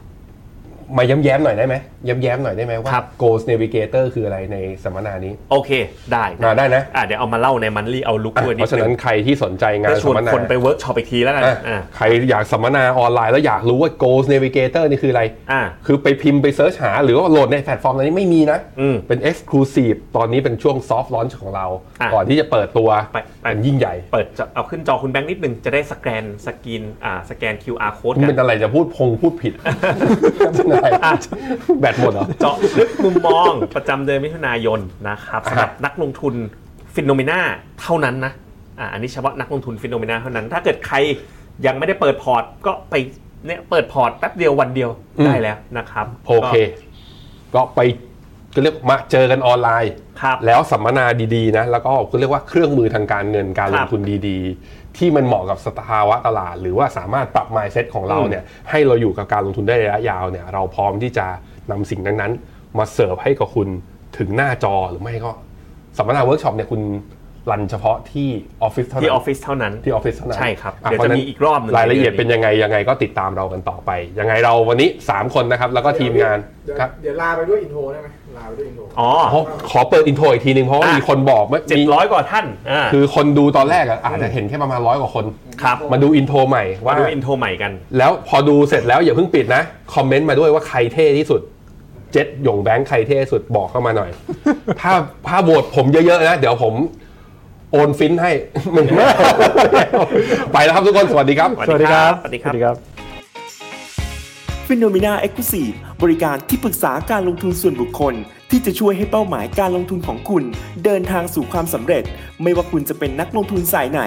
Speaker 3: มาย้ำแย้มๆหน่อยได้ไหมย้ำแย้มๆหน่อยได้ไหมว่า
Speaker 5: ครับ
Speaker 3: Goals Navigator คืออะไรในสัมมนานี้
Speaker 5: โอเค ได้
Speaker 3: อ่าได้นะ
Speaker 5: อ่ะเดี๋ยวเอามาเล่าในมันลี่เอาลุก
Speaker 3: อ่ะ
Speaker 5: ด้วยนิ
Speaker 3: เพ
Speaker 5: ด
Speaker 3: ราะฉะ
Speaker 5: นึ
Speaker 3: นั้น
Speaker 5: ง
Speaker 3: ใครที่สนใจงาน
Speaker 5: จะช
Speaker 3: สัม
Speaker 5: วน
Speaker 3: มนา
Speaker 5: คนไปเวิร์กช็อปอีกทีแล้วกัน
Speaker 3: อ่ะ
Speaker 5: อ่ะ
Speaker 3: ใครอยากสัมมนาออนไลน์แล้วอยากรู้ว่า Goals Navigator นี่คืออะไร
Speaker 5: อ่ะ
Speaker 3: คือไปพิมพ์ไปเซิร์ชหา หรือว่าโหลดในแพลตฟอร์มตอนนี้ไม่มีนะ
Speaker 5: อืม
Speaker 3: เป็น Exclusive ตอนนี้เป็นช่วง Soft Launch ของเรา
Speaker 5: อ่ะ
Speaker 3: ก่อนที่จะเปิดตัว
Speaker 5: ไปไป
Speaker 3: มันยิ่งใหญ่
Speaker 5: เปิดจอเอาขึ้นจอคุณแบงค์นิดนึง จะได้สแกนสกินอ่าสแกน QR code
Speaker 3: มัน
Speaker 5: กั
Speaker 3: เป็น นอะไรจะพูดพงพูด ผิด เป็นอะไรแบตหมดเหรอ
Speaker 5: เจาะ ลึกมุมมองประจำเดือนมิถุนายนนะครับสำหรับนักลงทุนฟินโนเมนาเท่านั้นนะอ่าอันนี้เฉพาะนักลงทุนฟินโนเมนาเท่านั้น ถ้าเกิดใครยังไม่ได้เปิดพอร์ต ก็ไปเนี่ยเปิดพอร์ตแป๊บเดียววันเดียวได้แล้วนะครับ
Speaker 3: โอเค ก็ไป ก็เรียกมาเจอกันออนไลน์
Speaker 5: ครับ
Speaker 3: แล้วสัมมนาดีๆนะแล้วก็ก็เรียกว่าเครื่องมือทางการเงินการล
Speaker 5: ครั
Speaker 3: ง
Speaker 5: บ
Speaker 3: ทุนดีๆ ที่มันเหมาะกับสภาวะตลาด หรือว่าสามารถปรับ mindset ของเราเนี่ยให้เราอยู่กับการลงทุนได้ระยะยาวเนี่ยเราพร้อมที่จะนำสิ่งนั้นๆ มาเสิร์ฟให้กับคุณถึงหน้าจอหรือไม่ก็สัมมนาเวิร์กช็อปเนี่ยคุณรันเฉพาะที่ออฟฟิศเท่านั้น
Speaker 5: ที่ออฟฟิศเท่านั้น
Speaker 3: ที่ออฟฟิศเท่านั้น
Speaker 5: ใช่ครับ
Speaker 3: อ่
Speaker 5: เดี๋ยวจะ
Speaker 3: พาฉ
Speaker 5: มีอีกรอบหนึ่ง
Speaker 3: รายละเอียดเป็นยังไงยังไงก็ติดตามเรากันต่อไป ยังไงเราวันนี้ 3 คนนะครับ แล้วก็ทีมงาน
Speaker 8: เดี๋ยว
Speaker 3: ครับ
Speaker 8: เดี๋ยวลาไปด้วยอินโทรได้ไหมลาไปด้วยอินโทร
Speaker 5: อ๋อ
Speaker 3: อ๋อขอเปิดอินโทรอีกทีหนึ่งเพราะว่า
Speaker 5: อ่ะ
Speaker 3: มีคนบอกว่า
Speaker 5: เจ็ด
Speaker 3: มี
Speaker 5: ร้อยกว่าท่านอ่า
Speaker 3: คือคนดูตอนแรกอะอาจจะเห็นแค่ประมาณร้อยกว่าคน
Speaker 5: ครับ
Speaker 3: มาดูอินโทรใหม่
Speaker 5: มา
Speaker 3: ว่า
Speaker 5: ดูอินโทรใหม่กัน
Speaker 3: แล้วพอดูเสร็จแล้วอย่าเพิ่งปิดนะ คอมเมนต์มาด้วยว่าใครเท่ที่สุด เจ็ดหยงแบงค์ใครเท่สุดบอกเข้ามา หน่อย ถ้าถ้าโหวตผมเยอะๆนะ เดี๋ยวผมโอนฟินให้ ไปแล้วครับทุกคนสวัสดีครับ
Speaker 5: สวัสดีครับ สวัสดีครับ
Speaker 2: ครับ
Speaker 9: h e n o m e n a e x c l u s i v e บริการที่ปรึกษาการลงทุนส่วนบุคคล ที่จะช่วยให้เป้าหมายการลงทุนของคุณ เดินทางสู่ความสำเร็จ ไม่ว่าคุณจะเป็นนักลงทุนสายไหน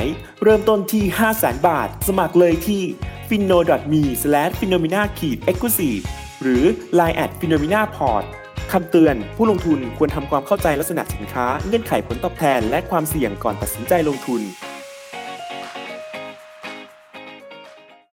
Speaker 9: เริ่มต้นที่ 5 0 0 0 0 0 บาท สมัครเลยที่ f i n o m e p h e n o m e n a e x c l u s i v e หรือ line at p h e n o m e n a p o r t คำเตือน ผู้ลงทุนควรทำความเข้าใจลักษณะสินค้า เงื่อนไขผลตอบแทน และความเสี่ยงก่อนตัดสินใจลงทุน